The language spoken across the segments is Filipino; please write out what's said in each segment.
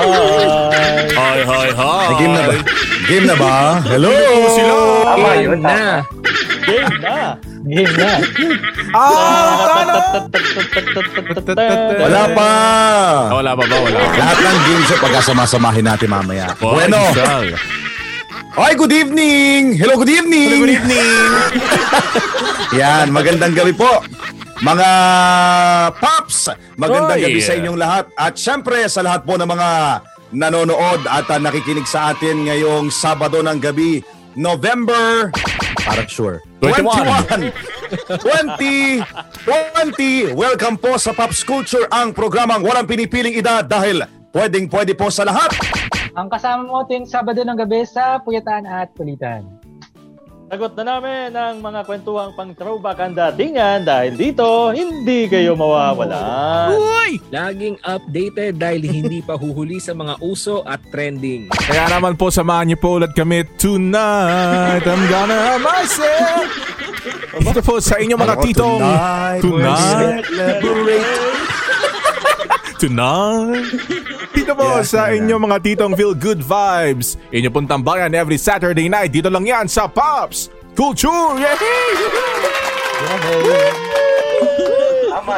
Hello. Hi. Hi, hi, hi. Game na ba? Game na ba? Hello! Sila. Tama yun, tama. Game na. Game na. Wala pa! Ah, wala pa ba? Wala pa. Lahat ng games ay pagkasama-samahin natin mamaya. Bueno! Sal. Ay, good evening! Hello, good evening! Good evening. Yan, magandang gabi po. Mga Pops, magandang Oy. gabi sa inyong lahat. At syempre sa lahat po ng mga nanonood at ah, nakikinig sa atin ngayong Sabado ng gabi, November, parang sure, 21. 21, 2020. Welcome po sa Pops Culture, ang programang walang pinipiling edad dahil pwedeng pwede po sa lahat. Ang kasama mo tuwing Sabado ng gabi sa Puyatan at Kulitan. Sagot na namin ang mga kwentuhang pang throwback ang datingan dahil dito, hindi kayo mawawalan. Laging updated dahil hindi pa huhuli sa mga uso at trending. Kaya naman po, samahan niyo po ulit kami tonight. I'm gonna have myself. Ito po sa inyo mga Ako, titong. Oh, tonight, Tonight. celebrate. Tonight. Dito po Yeah, sa yeah. inyo mga titong feel good vibes. Inyo pong tambayan every Saturday night. Dito lang yan sa Pops Culture. Yay!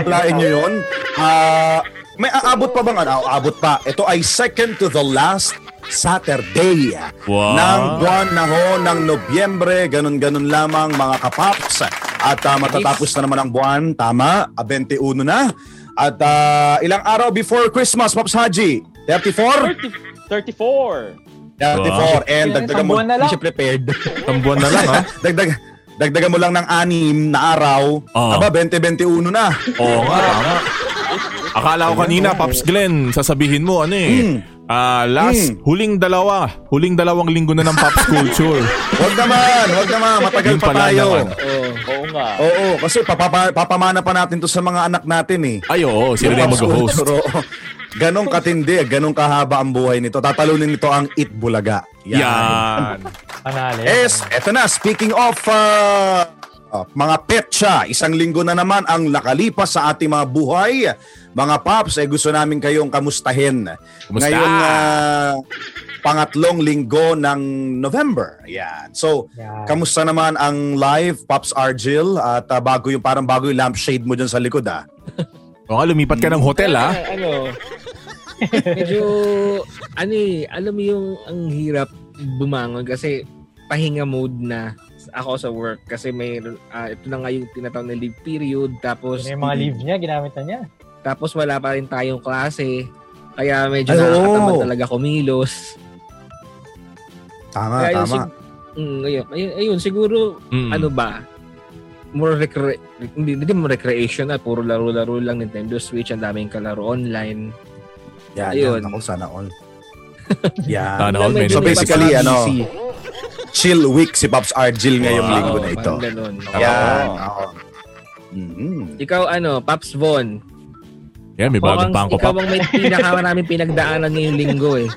Lain nyo yun. Ah, may aabot pa bang ano? Aabot pa. Ito ay second to the last Saturday Wow. ng buwan na ho ng Nobyembre. Ganun-ganun lamang mga kapaps. At ah, matatapos na naman ang buwan. Tama, ah, 21 na. At ah, ilang araw before Christmas, Pops Haji? 34? 34. 34. And Isang dagdagan mo. buwan na lang. Hindi siya prepared. Tambuan na lang oh. ha. Dagdag, dagdagan mo lang ng anim na araw. Oh. Oo. Aba, 20-21 na. Oo nga, tama. Akala ko kanina, Pops Glenn, sasabihin mo ano Hmm. eh. Ah, last, huling dalawa. Huling dalawang linggo na ng Pops Culture. Huwag naman, huwag naman. Matagal Yun pa pala tayo. naman. Oo nga. Oo, kasi papapa, papamana pa natin to sa mga anak natin eh. Ay, oo. Sila na yung mag-host. Siguro, oo. Ganong katindi, ganong kahaba ang buhay nito. Tatalunin nito ang Itbulaga. Yan. Yan. Panalo. Yes, eto na. Speaking of ah, ah, mga petsa, isang linggo na naman ang nakalipas sa ating mga buhay. Mga paps, eh, gusto namin kayong kamustahin. Kumusta? Ngayong ah, pangatlong linggo ng November. Yan. So, Yan. kamusta naman ang live, Pops Argil? At ah, bago yung parang bago yung lampshade mo dyan sa likod ah. O nga, lumipat ka ng hotel ah. ha. Kaya, ano, medyo, ano eh, alam mo yung ang hirap bumangon kasi pahinga mode na ako sa work kasi may ah, ito na nga yung tinatawag na leave period tapos Ano Yung mga leave niya, ginamit na niya. tapos wala pa rin tayong klase kaya medyo Ay, oo. nakakatamad talaga kumilos Tama, kaya yung Ah, tama. Hmm. sig- Mm, ayun, ayun, ayun, siguro Mm. ano ba, more recre hindi, hindi mo recreational, puro laro-laro lang Nintendo Switch, ang daming kalaro online. Yan, ayun. yan. Ako, sana all. yan. Sana all, Medyo medyo. Ano, So, basically, iba sa ano, PC. Chill week si Pops Argil ngayong Wow. linggo na Oo, ito. parang ganun. Yan. Oo. Oo. Mhm. Ikaw ano, Paps Von, Yan, may bagong mukhang pangko ikaw pa. ang may pinakamaraming pinagdaanan ngayong linggo eh.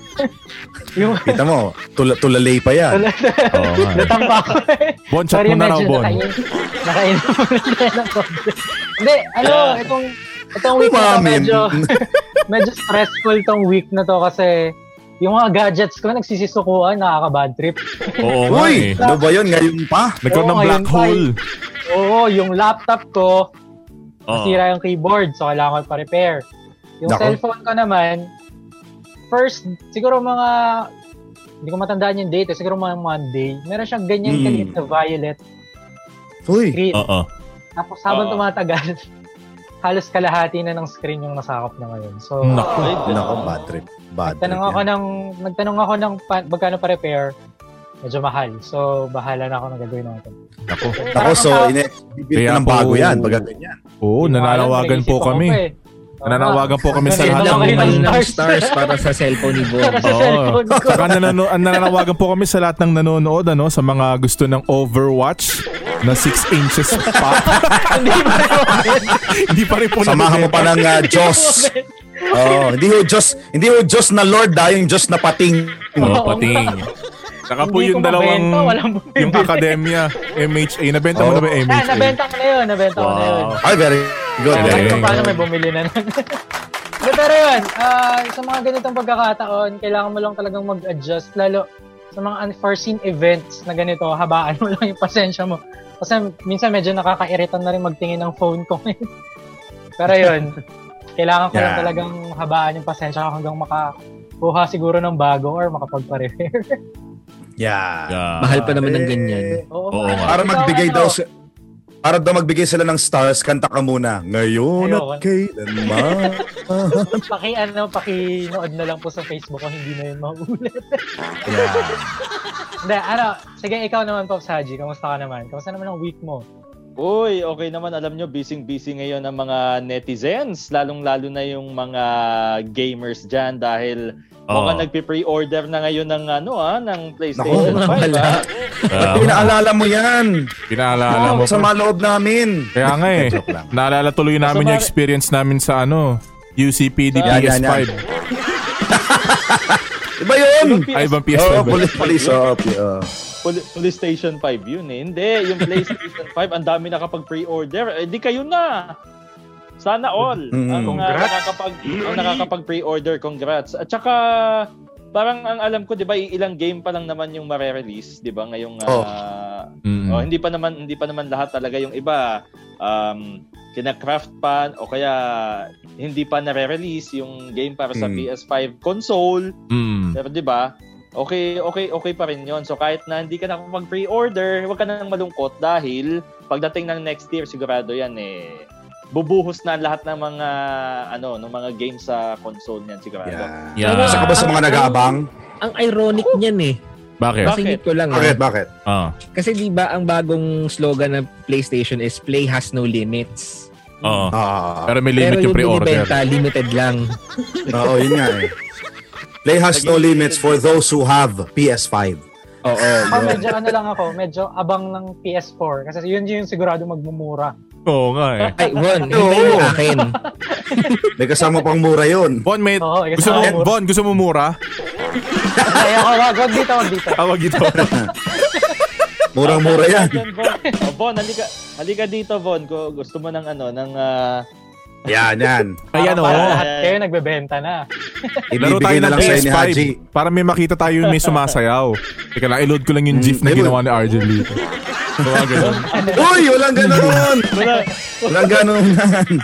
Yung Kita mo, tula, tulalay pa yan. Oo nga. natampa ko eh. Bon, chat Sorry, mo na raw, medyo Bon. nakain. Nakain mo ng konti. Hindi, ano, Yeah. itong, itong week na to, Umamin. medyo, medyo stressful tong week na to kasi yung mga gadgets ko nagsisisukuan, nakaka-bad trip. Oo nga eh. Uy, ano ba yun? Ngayon pa? Nagkaroon ng Oo, black ngayon pa, hole. Oo, yung laptop ko, Oo. sira yung keyboard, so kailangan ko pa-repair. Yung Nako. cellphone ko naman, first, siguro mga, hindi ko matandaan yung date, eh, siguro mga Monday, meron siyang ganyan Mm. kaliit na violet Uy, screen. Oo. Tapos habang Oo. tumatagal, halos kalahati na ng screen yung nasakop na ngayon. So, Nako. nako, bad trip. Bad trip. tanong ako yan. ng, nagtanong ako ng pa- magkano pa repair, medyo mahal. So, bahala na ako ng gagawin natin. Nako. Nako, so, ine- bibili Kaya ka ng bago po- yan. Pag ganyan. Oo, Oh, nananawagan po eh. kami. Ah, Nananawagan po kami sa Kasi Saan lahat lang naman ng... kayo kayo ng stars? stars para sa cellphone ni Von. Para sa Oo. cellphone ko. Saka nanano- ah, nananawagan po kami sa lahat ng nanonood ano, sa mga gusto ng Overwatch na 6 inches pa. Hindi pa rin po Samahan mo pa ng ah, Diyos. Oh, hindi ho Diyos, hindi ho Diyos na Lord ah, yung Diyos na pating. Oo, pating. Saka po Hindi yung ko dalawang mabenta, walang bumibili. yung Academia MHA. Nabenta mo Oo. na ba yung Ah, MHA? nabenta ko na yun. Nabenta ko na yun. Wow. Ay, very good. Kahit Galing. kung paano may bumili na nun. Hindi, pero yun, ah, sa mga ganitong pagkakataon, kailangan mo lang talagang mag-adjust. Lalo sa mga unforeseen events na ganito, habaan mo lang yung pasensya mo. Kasi minsan medyo nakakairitan na rin magtingin ng phone ko. ngayon. pero yun, kailangan ko lang Yeah. talagang habaan yung pasensya ko hanggang makakuha siguro ng bago or makapagpa-repair. Yeah. Eh, Yeah. Mahal pa naman ng ganyan. Eh. Oo, Oo nga. mga- Para Ikaw, magbigay ano, daw si- para daw magbigay sila ng stars, kanta ka muna. Ngayon at kailanman. Paki, ano, pakinood na lang po sa Facebook ko, hindi na yun maulit. yeah. Hindi, ano, sige, ikaw naman, Pops Haji, kamusta ka naman? Kamusta naman ang week mo? Uy, okay naman. Alam nyo, busy-busy ngayon ang mga netizens. Lalong-lalo na yung mga gamers dyan dahil mukhang nagpi-pre-order na ngayon ng ano ah, ng PlayStation Naku, 5. wala. ah. Ah, Pinaalala mo yan. Pinaalala mo. Sa maloob namin. Kaya nga eh. Joke lang. Naalala tuloy namin yung experience namin sa ano, UCP Yan, yan, DPS5. Iba yun. Ay, ibang PS5. Oh, ba? police, police. Oh, okay, oh. Pol- Police Station 5 yun eh. Hindi, yung PlayStation 5, ang dami nakapag-pre-order. Eh, di kayo na! Sana all. Mm. Ang, uh, Congrats. nakakapag, ang nakakapag-pre-order, congrats. At saka, parang ang alam ko, di ba, ilang game pa lang naman yung mare-release, di ba, ngayong... Oh. ah, mm. oh, hindi pa naman hindi pa naman lahat talaga yung iba um kina-craft pa o kaya hindi pa nare-release yung game para sa Mm. PS5 console Mm. pero 'di ba? Okay, okay, okay pa rin 'yon. So kahit na hindi ka na mag pre-order, huwag ka nang malungkot dahil pagdating ng next year sigurado 'yan eh bubuhos na lahat ng mga ano, ng mga games sa console niyan sigurado. Yeah. Yeah. Ah. Isa ka ba sa mga nag-aabang? Ang ironic niyan eh. Bakit? Bakit? Singit ko lang. ah. Bakit, bakit? Ah. Kasi di ba ang bagong slogan ng PlayStation is play has no limits. Oo. Ah, Pero may limit yung pre-order. binibenta, limited lang. oo, yun nga eh. Play has no limits for those who have PS5. Oo. Ako medyo ano lang ako, medyo abang ng PS4 kasi yun yung sigurado magmumura. Oo nga eh. Ay, Ron, hintay mo akin. May kasama pang mura yun. Bon, may... Oo, kasi Gusto mo, mumura. Bon, gusto mo mura? Ayoko, wag, wag dito, wag dito. Tawag ito. Murang-mura yan. Yan, Bon. O, Bon, halika, halika dito, Bon. Kung gusto mo ng ano, ng... ah, Yan, yan. Ayan Para Oh. lahat kayo nagbebenta na. Laro tayo Ibibigay ng na lang sa ni PS5 Haji. para may makita tayo yung may sumasayaw. Teka lang, i-load ko lang yung Mm, GIF na di ba? ginawa ni Arjen Lee. So, ah, ganun. Uy, walang ganun! wala. Walang ganun.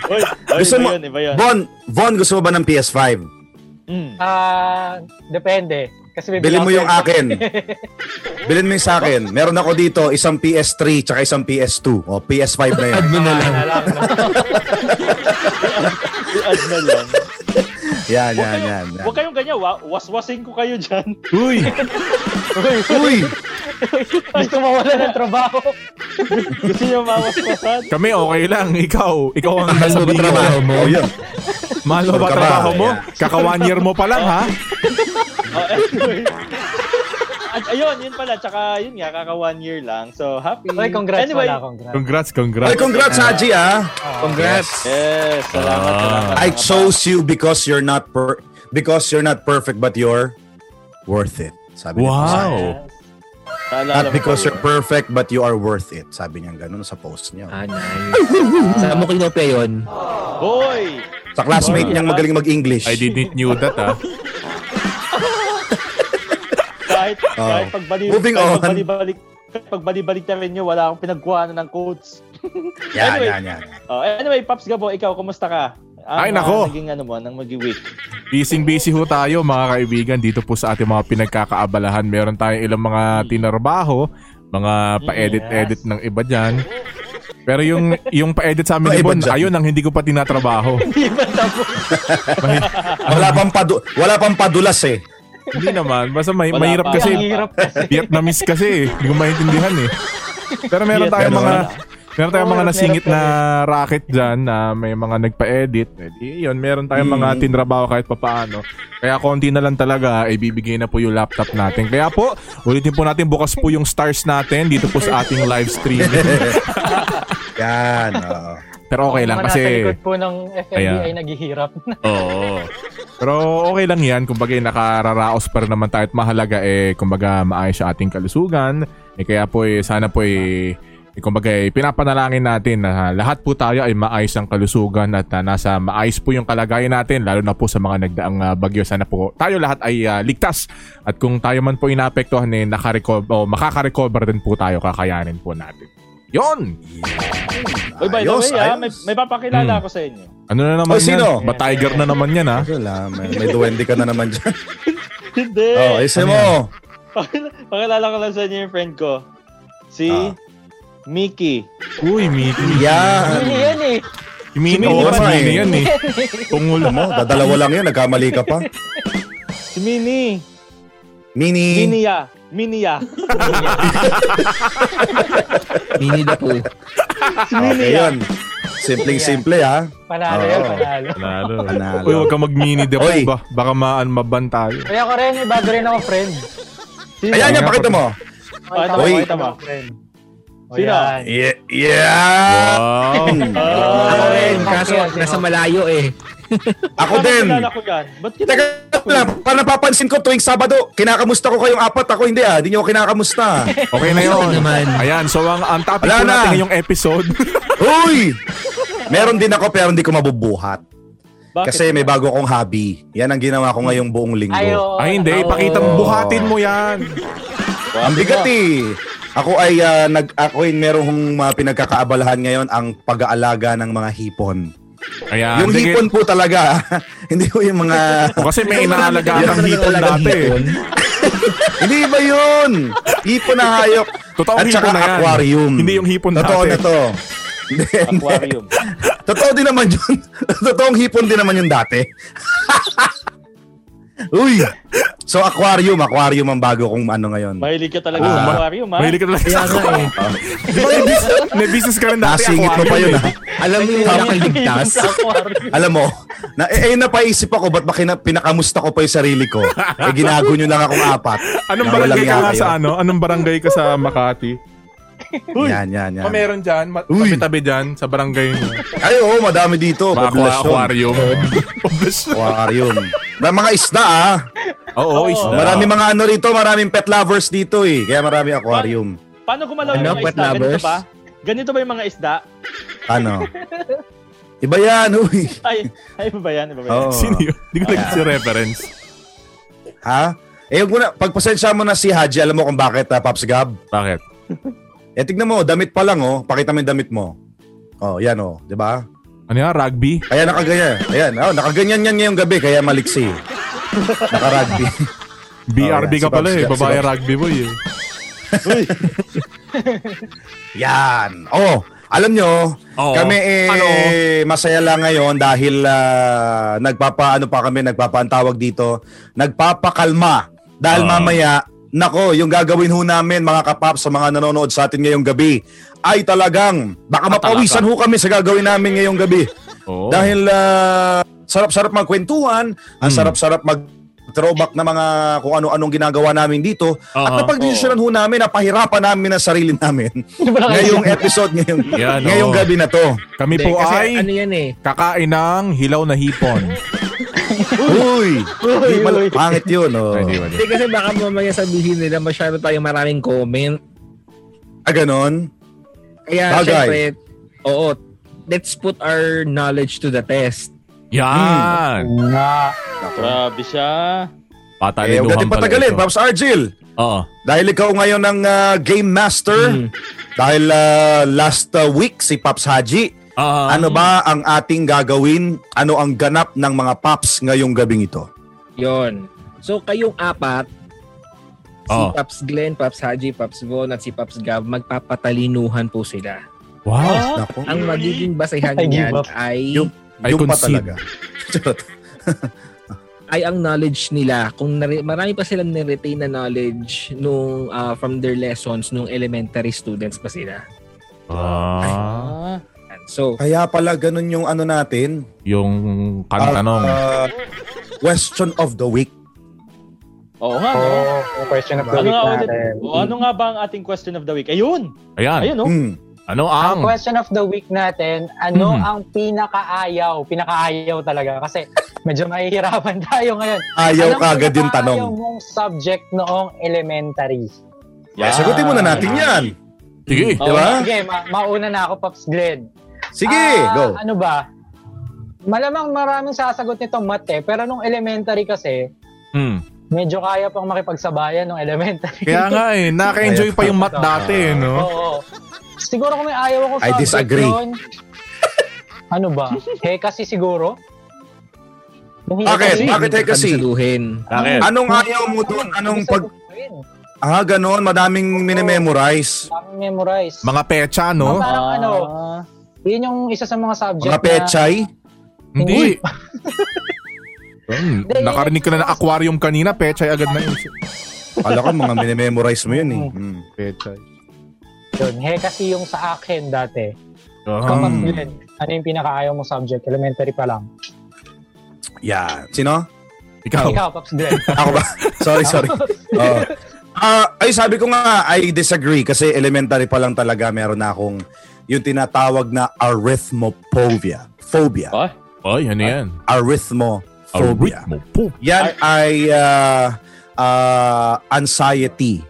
Oy, oy, Gusto iba mo- yun, iba yun. Von, Von, gusto mo ba ng PS5? Mm. Ah, depende. Kasi bibili Bilhin ako mo yung yan. akin. Bilhin mo yung sa akin. Meron ako dito, isang PS3 tsaka isang PS2. O, PS5 na yan. Admin na lang. Ano lang, no? I-add na lang. Yan, yan, yan. yan. Huwag kayong ganyan, wa- waswasin ko kayo dyan. Uy! Uy! Gusto mo wala ng trabaho. Gusto nyo mawaswasan? Kami okay lang. Ikaw. Ikaw ang Mahal nasa mo ba bigo. trabaho mo? O, Oh, yun. Mahal mo ba Sure ka ba? trabaho mo? Yeah. Kaka one year mo pa lang ha? Oh, anyway. At ayun, yun pala. Tsaka yun nga, kaka one year lang. So, happy. Oy, congrats anyway, wala, congrats. Congrats, Ay, congrats. congrats, Haji, ah. Congrats. Oh, Yes, salamat. Ah. salamat. I chose you because you're not per because you're not perfect but you're worth it. Sabi niya. Wow. Salamat. Not because you're perfect but you are worth it. Sabi niya ganun sa post niya. Ah, nice. Sa mo kinopya yun. Boy! Sa classmate Wow. niyang magaling mag-English. I didn't knew that ah. ha. Kahit, Oh. kahit pagbalik, Moving kahit on. pagbalik, kahit pagbalik na rin nyo, wala akong pinagkuhanan ng quotes. Yan, Anyway. yan, yan. Oh, anyway, Paps Gabo, ikaw, kumusta ka? Ang, Ay, ah, nako. naging ano mo, nang mag-week. Busy busy ho tayo mga kaibigan dito po sa ating mga pinagkakaabalahan. Meron tayong ilang mga tinarbaho, mga pa-edit-edit ng iba dyan. Pero yung yung pa-edit sa amin ni Pa-iba Bon, dyan. ayun ang hindi ko pa tinatrabaho. Wala pang padu- wala pang padulas eh. hindi naman, basta may, Wala mahirap pa. kasi. Ang hirap kasi. Vietnamese kasi eh. Hindi ko maintindihan eh. Pero meron Vietnam. tayong mga Meron meron tayong Oo, mga meron nasingit na tayo. racket dyan na may mga nagpa-edit. Eh, di, yun, meron tayong mga Hmm. tinrabaho kahit papaano. Kaya konti na lang talaga ah, ibibigay na po yung laptop natin. Kaya po, ulitin po natin bukas po yung stars natin dito po sa ating live streaming. Yan. oo. Pero okay lang Mga kasi Nasa likod po ng FMB Ayan. ay naghihirap na. Oo. Pero okay lang yan. Kumbaga, nakararaos pa rin naman tayo at mahalaga eh, kumbaga, maayos yung ating kalusugan. Eh, kaya po eh, sana po eh, Eh, Kumbaga, eh, pinapanalangin natin na lahat po tayo ay maayos ang kalusugan at ah, nasa maayos po yung kalagayan natin, lalo na po sa mga nagdaang ah, bagyo. Sana po tayo lahat ay ah, ligtas. At kung tayo man po inapektuhan, eh, nakarecover, o makakarecover din po tayo, kakayanin po natin. Yon! Uy, by the Ayos, way, ah, may, ayos. may papakilala Hmm. ako sa inyo. Ano na naman Oh, sino? yan? Ba tiger na naman yan, ah. ha? Ah, Wala, may, may duwende ka na naman dyan. Hindi. oh, isa mo. Pakil- Pakilala ko lang sa inyo yung friend ko. Si Ah. Mickey. Uy, Mini. Mini Yan. yan eh. Mini, Oo, oo, nga, Mini eh. yan eh. Tungol Alam mo, dadalawa lang yan, nagkamali ka pa. Si Mini. Mini. Minia. Minia. Mini the pool. Si Okay, Minia. yun. Simpleng-simple, ha? Panalo Oo. yan, panalo. Panalo. Panalo. Uy, huwag ka mag-mini de Oy. ba? Baka ma maban tayo. Kaya ko rin, may bago rin ako friend. Ayan yan, pakita mo. Pakita mo, Oy. pakita mo. friend. O, Sino? yan. Yeah. yeah. Wow! Ah. Ako Ah. rin, Ay, kaso kasi, nasa malayo eh. Ako Paano din. kilala ko yan? Ba't kita? Teka lang, para napapansin ko tuwing Sabado, kinakamusta ko kayong apat. Ako hindi ah, hindi niyo ako kinakamusta. Okay na yun. Ayun naman. Ayan, so ang, ang topic Wala po na. natin ngayong episode. Uy! Meron din ako pero hindi ko mabubuhat. Bakit? Kasi may bago akong hobby. Yan ang ginawa ko ngayong buong linggo. Ayo. Ay, hindi. Ipakita mo, buhatin mo yan. Ang bigat eh. Ako ay ah, nag ako ay merong mga pinagkakaabalahan ngayon ang pag-aalaga ng mga hipon. Ayan. yung Ah, sige. hipon po talaga. hindi ko yung mga O, kasi may inaalagaan Yung ng hipon Talagang dati. eh. hipon. Hindi ba 'yun? Hipon na hayop. Totoong At saka hipon na yan. aquarium. Hindi yung hipon Totoo dati. na to. Hindi, hindi. Aquarium. Totoo din naman yun. Totoong hipon din naman yung dati. Uy! So aquarium, aquarium ang bago kong ano ngayon. Mahilig ka talaga Ah, sa ma- aquarium, ha? Mahilig ka talaga sa Kaya nga eh. ah. Di ba may business- May business ka rin dati. Nasingit mo aquarium pa yun ah. eh. ha. Alam mo yung walang ligtas. Sa aquarium. Alam mo, na, eh, eh, napaisip ako ba't ba kina- pinakamusta ko pa yung sarili ko. Eh ginago nyo lang akong apat. Anong Na walang barangay ka nga nga kayo. sa ano? Anong barangay ka sa Makati? Yan, yan, yan. O meron dyan, ma- Uy. tabi-tabi dyan, sa barangay mo. Ay, oo, madami dito. Mga aqua- Populasyon. aquarium. Populasyon. Aquarium. May mga isda ah. Oo, isda. Marami mga ano rito, maraming pet lovers dito eh. Kaya marami aquarium. Paano gumalaw Ano, yung mga wet isda? Ganito lovers? ba? Ganito ba yung mga isda? Ano? Iba yan, uy. Ay, ay, iba ba yan? Iba ba yan? Oo. Sino yun? Hindi ko lang si reference. Ha? Eh, yung muna, pagpasensya mo na si Haji, alam mo kung bakit, ha, Pops Gab? Bakit? Eh, tignan mo, damit pa lang, oh. Pakita mo yung damit mo. Oh, yan, oh. Di ba? Ano yan? Rugby? Kaya nakaganyan. Ayan, oh, nakaganyan yan ngayong gabi, kaya maliksi. Nakarugby. BRB yan. ka Si pala Pops eh. Gab, si Babae Pops. rugby boy eh. yan. Oh, alam nyo, Oo. kami eh, Ano? masaya lang ngayon dahil ah, nagpapa, ano pa kami, nagpapaantawag dito, nagpapakalma. Dahil Oo. mamaya, nako, yung gagawin ho namin mga kapap sa mga nanonood sa atin ngayong gabi ay talagang baka Ah, mapawisan ho kami sa gagawin namin ngayong gabi. Oo. Dahil ah, sarap-sarap magkwentuhan, ang Hmm. sarap-sarap mag throwback na mga kung ano-anong ginagawa namin dito. At Oo. napag-desisyonan ho namin, napahirapan namin ang sarili namin. ngayong episode, ngayong, Yan, ngayong oo. gabi na to. Kami Hindi, po kasi ay ano yan eh. kakain ng hilaw na hipon. Uy! Uy, mal- pangit yun. Oh. Ay, di ba, di ba? Hindi kasi baka mamaya sabihin nila masyado tayong maraming comment. Ah, ganon? Kaya Bagay. syempre, oo, let's put our knowledge to the test. Yan! Grabe siya. Eh, Patalinuhan huwag natin patagalin, Pops Argil. Oo. Dahil ikaw ngayon ang ah, game master. Dahil ah, last ah, week si Pops Haji. Ah, ano ba ang ating gagawin? Ano ang ganap ng mga Pops ngayong gabing ito? Yon. So kayong apat, si Oh. Oo. Paps Glenn, Paps Haji, Paps Von, at si Paps Gab, magpapatalinuhan po sila. Wow! Nako. Ang magiging basehan I give niyan up. ay, Yung- I Yung pa concede. talaga. ay ang knowledge nila. Kung nare- marami pa silang niretain na knowledge nung, ah, from their lessons nung elementary students pa sila. Ah, Ah. Yan. So, Kaya pala ganun yung ano natin. yung ah, kantanong. ah, question of the week. Oo nga, no? Oh, Oo, yung Oh, question of the Ano week nga, ulit, natin. o, ano nga ba ang ating question of the week? Ayun! Ayan. Ayun, no? Hmm. Ano Ang ah. ang? question of the week natin, ano Mhm. ang pinakaayaw? Pinakaayaw talaga kasi medyo mahihirapan tayo ngayon. Ayaw ka agad yung pinakaayaw tanong. mong subject noong elementary? Sagutin muna natin yan. Sige. Di ba? Sige, ma- mauna na ako, Pops Glenn. Sige, Oh. Ah, go. Ano ba? Malamang maraming sasagot nito mat eh. Pero nung elementary kasi, Mm. medyo kaya pang makipagsabayan nung elementary. Kaya nga eh, naka-enjoy pa yung mat dati eh, no? Oo. Siguro kung may ayaw ako I subject disagree. nun, ano ba? He kasi siguro? Nung hika Bakit? kasi. Bakit eh kasi? Saduhin. Ah. Bakit? Anong ayaw mo doon? Anong pag... Ayun, Ah, ganun. Madaming minememorize. Daming memorize. Mga pecha, no? Parang Ah, ano, yun yung isa sa mga subject Oh. Mga pechay. Hindi. Hmm, Nakarinig ko na ng aquarium kanina, pechay agad na yun. Kala ko mga minememorize mo yun eh. Mm. Pechay. na yun. He kasi yung sa akin dati. Ah. Kapag Hmm. yun, ano yung pinakaayaw mo subject? Elementary pa lang. Yan. Sino? Ikaw. Ikaw, Pops Glenn. Ako ba? sorry, sorry. Oo. Ah, ay sabi ko nga I disagree kasi elementary pa lang talaga meron na akong yung tinatawag na arithmophobia. Phobia. Ah? Ay, ano yan? Arithmophobia. Arithmo. Poop. Yan ay ah, ah, anxiety.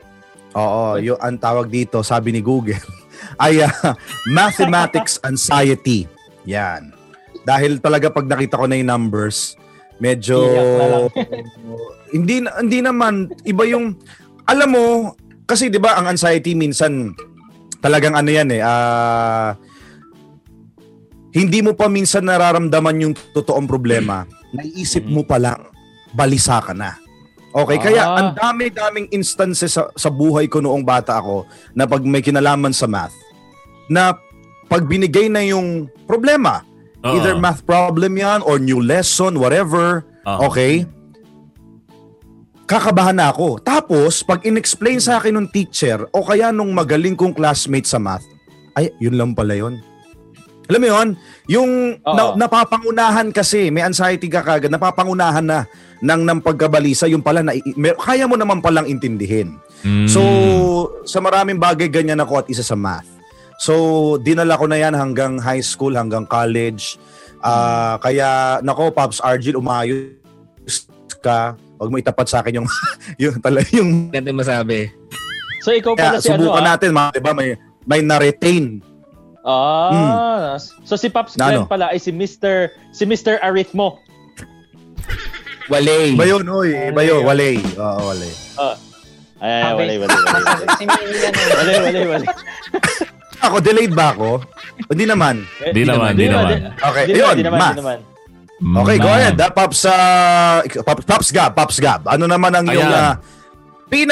Oo, yung ang tawag dito, sabi ni Google, ay ah, mathematics anxiety. Yan. Dahil talaga pag nakita ko na yung numbers, medyo Iyak na lang. hindi na- hindi naman iba yung alam mo kasi 'di ba ang anxiety minsan talagang ano yan eh ah, hindi mo pa minsan nararamdaman yung totoong problema. Naiisip mo pa lang balisa ka na. Okay, kaya Ah. ang dami-daming instances sa, sa buhay ko noong bata ako na pag may kinalaman sa math na pag binigay na yung problema, Oo. Either math problem yan or new lesson, whatever. Oo. Okay? Kakabahan na ako. Tapos, pag inexplain sa akin ng teacher o kaya nung magaling kong classmate sa math, ay, yun lang pala yun. Alam mo yun? Yung Oo. na- napapangunahan kasi, may anxiety ka kagad, napapangunahan na ng, ng pagkabalisa, yung pala, na, mer- kaya mo naman palang intindihin. Mm. So, sa maraming bagay, ganyan ako at isa sa math. So, dinala ko na yan hanggang high school, hanggang college. Ah, Kaya, nako, Pops Argil, umayos ka. Huwag mo itapat sa akin yung, yung, tala, yung Hindi natin masabi. So, ikaw pala kaya, si ano, subukan ah? natin, ma, diba, may, may na-retain. Ah, so si Pops Na Hmm. ano? Glenn pala ay si Mr. si Mr. Arithmo. Walay. Iba yun, oy. Iba yun, walay. Oo, walay. Ay, wala, Sabi- wala, wala. si Milian. Wala, wala, wala. Ako, delayed ba ako? Hindi naman. Di naman, di naman. Okay, Di yun, di naman, math. di naman. Okay, go Man. ahead. Uh, Pops, uh, Pops, Pops Gab, Pops Gab. Ano naman ang iyong Ayan. uh,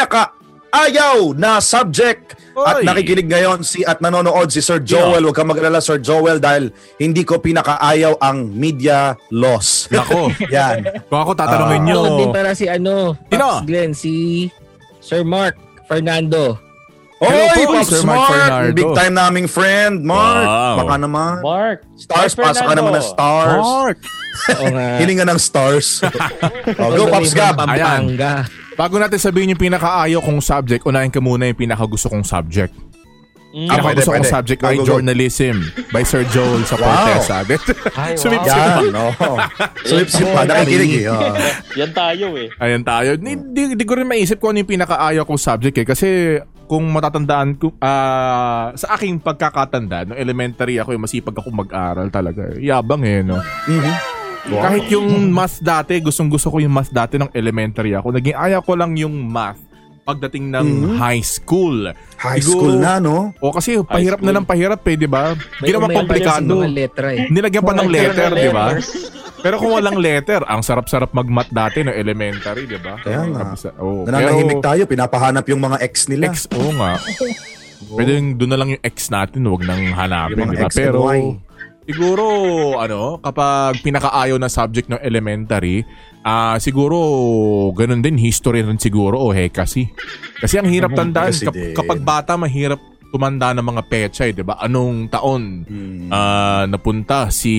pinaka-ayaw na subject? At Oy. nakikinig ngayon si at nanonood si Sir Joel. Huwag kang mag-alala, Sir Joel, dahil hindi ko pinakaayaw ang media loss. Nako. Yan. Kung ako tatanungin Ah. nyo. Ano din para si ano, Sino? Pops Glenn, si Sir Mark Fernando. Oy, Hello po, Pops Sir Mark Mark! Fernando. Big time naming friend, Mark. Wow. Baka naman. Mark. Stars, Mark pasa ka naman ng Fernando. stars. Mark. Oo nga. Hilinga ng stars. oh, go, Pops Gab. Pampanga. Bago natin sabihin yung pinakaayaw kong subject, unahin ka muna yung pinakagusto kong subject. Mm. Ah, pwede, Pinakagusto kong pwede. subject Go, ay go, go. journalism by Sir Joel sa Wow. Cortesa. Ay, wow. Sumipsip Yan, no. Slip-slip pa, nakikinig eh. Oh. Yan tayo eh. Ayan tayo. Hindi ko rin maisip kung ano yung pinakaayaw kong subject eh. Kasi kung matatandaan ko, ah, sa aking pagkakatanda, no elementary ako, yung masipag ako mag-aral talaga. eh. Yabang eh, no? Mhm. Wow. Kahit yung math dati, gustong gusto ko yung math dati ng elementary ako. Naging ayaw ko lang yung math pagdating ng Mhm. high school. High Siguro- school na, no? O kasi pahirap na school. ng pahirap eh, di ba? Ginawa komplikado. Mga letra eh. Nilagyan pa ng Nagkaroon ng letter, di ba? letters. Pero kung walang letter, ang sarap-sarap mag-mat dati no elementary, di ba? Kaya nga. Kabisa- Oo. Nananahimik Pero- tayo, pinapahanap yung mga ex nila. X, oo nga. Pwede yung doon na lang yung X natin, huwag nang hanapin, Yung mga di ba? X and Pero, Y. siguro, ano, kapag pinakaayaw na subject ng elementary, ah siguro, ganun din, history rin siguro, o hekasi. Kasi ang hirap tandaan, Hekasi kap- din. kapag bata, mahirap tumanda ng mga petsa, eh, di ba? Anong taon Hmm. ah, napunta si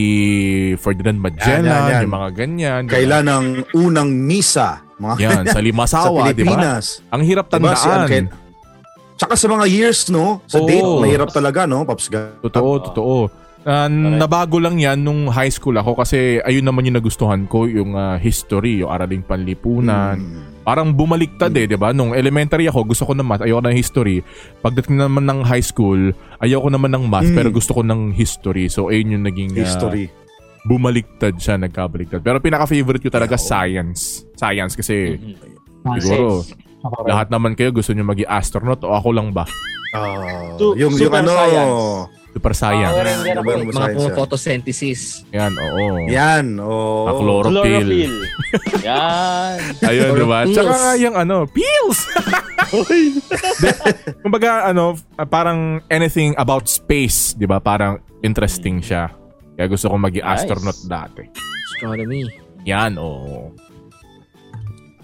Ferdinand Magellan, Yan, yan, yan. yung mga ganyan. di ba? Kailan ang unang misa? Mga Yan, sa sa Limasawa, di ba? Pilipinas. Ang hirap Diba, si tandaan. Anken? Tsaka sa mga years, no? Oo. Sa date, mahirap talaga, no? Pops Gab. Totoo, totoo. Ah, nabago lang yan nung high school ako kasi ayun naman yung nagustuhan ko, yung ah, history, yung araling panlipunan. Hmm. Mm. Parang bumaliktad eh, di ba? Nung elementary ako, gusto ko ng math, ayoko ng history. Pagdating naman ng high school, ayoko naman ng math, Mm. pero gusto ko ng history. So ayun yung naging ah, History. bumaliktad siya, nagkabaliktad. Pero pinaka-favorite ko talaga Yeah, oo. Hmm. science. Science kasi Mhm. siguro Ako rin. lahat naman kayo gusto nyo maging astronaut o ako lang ba? Ah, Su- yung, yung super ano, science. Super Ako science. rin, yan Ano ako ba eh. yung Mga science pong yan? photosynthesis. Yan, oo. Yan, oh. oo. Ah, chlorophyll. Chlorophyll. Yan. Ayun, Or diba? pills. Tsaka nga yung ano, pills! De- Kumbaga, ano, ah, parang anything about space, di ba? Parang interesting siya. Kaya gusto kong maging Nice. astronaut dati. Astronomy. Yan, oo.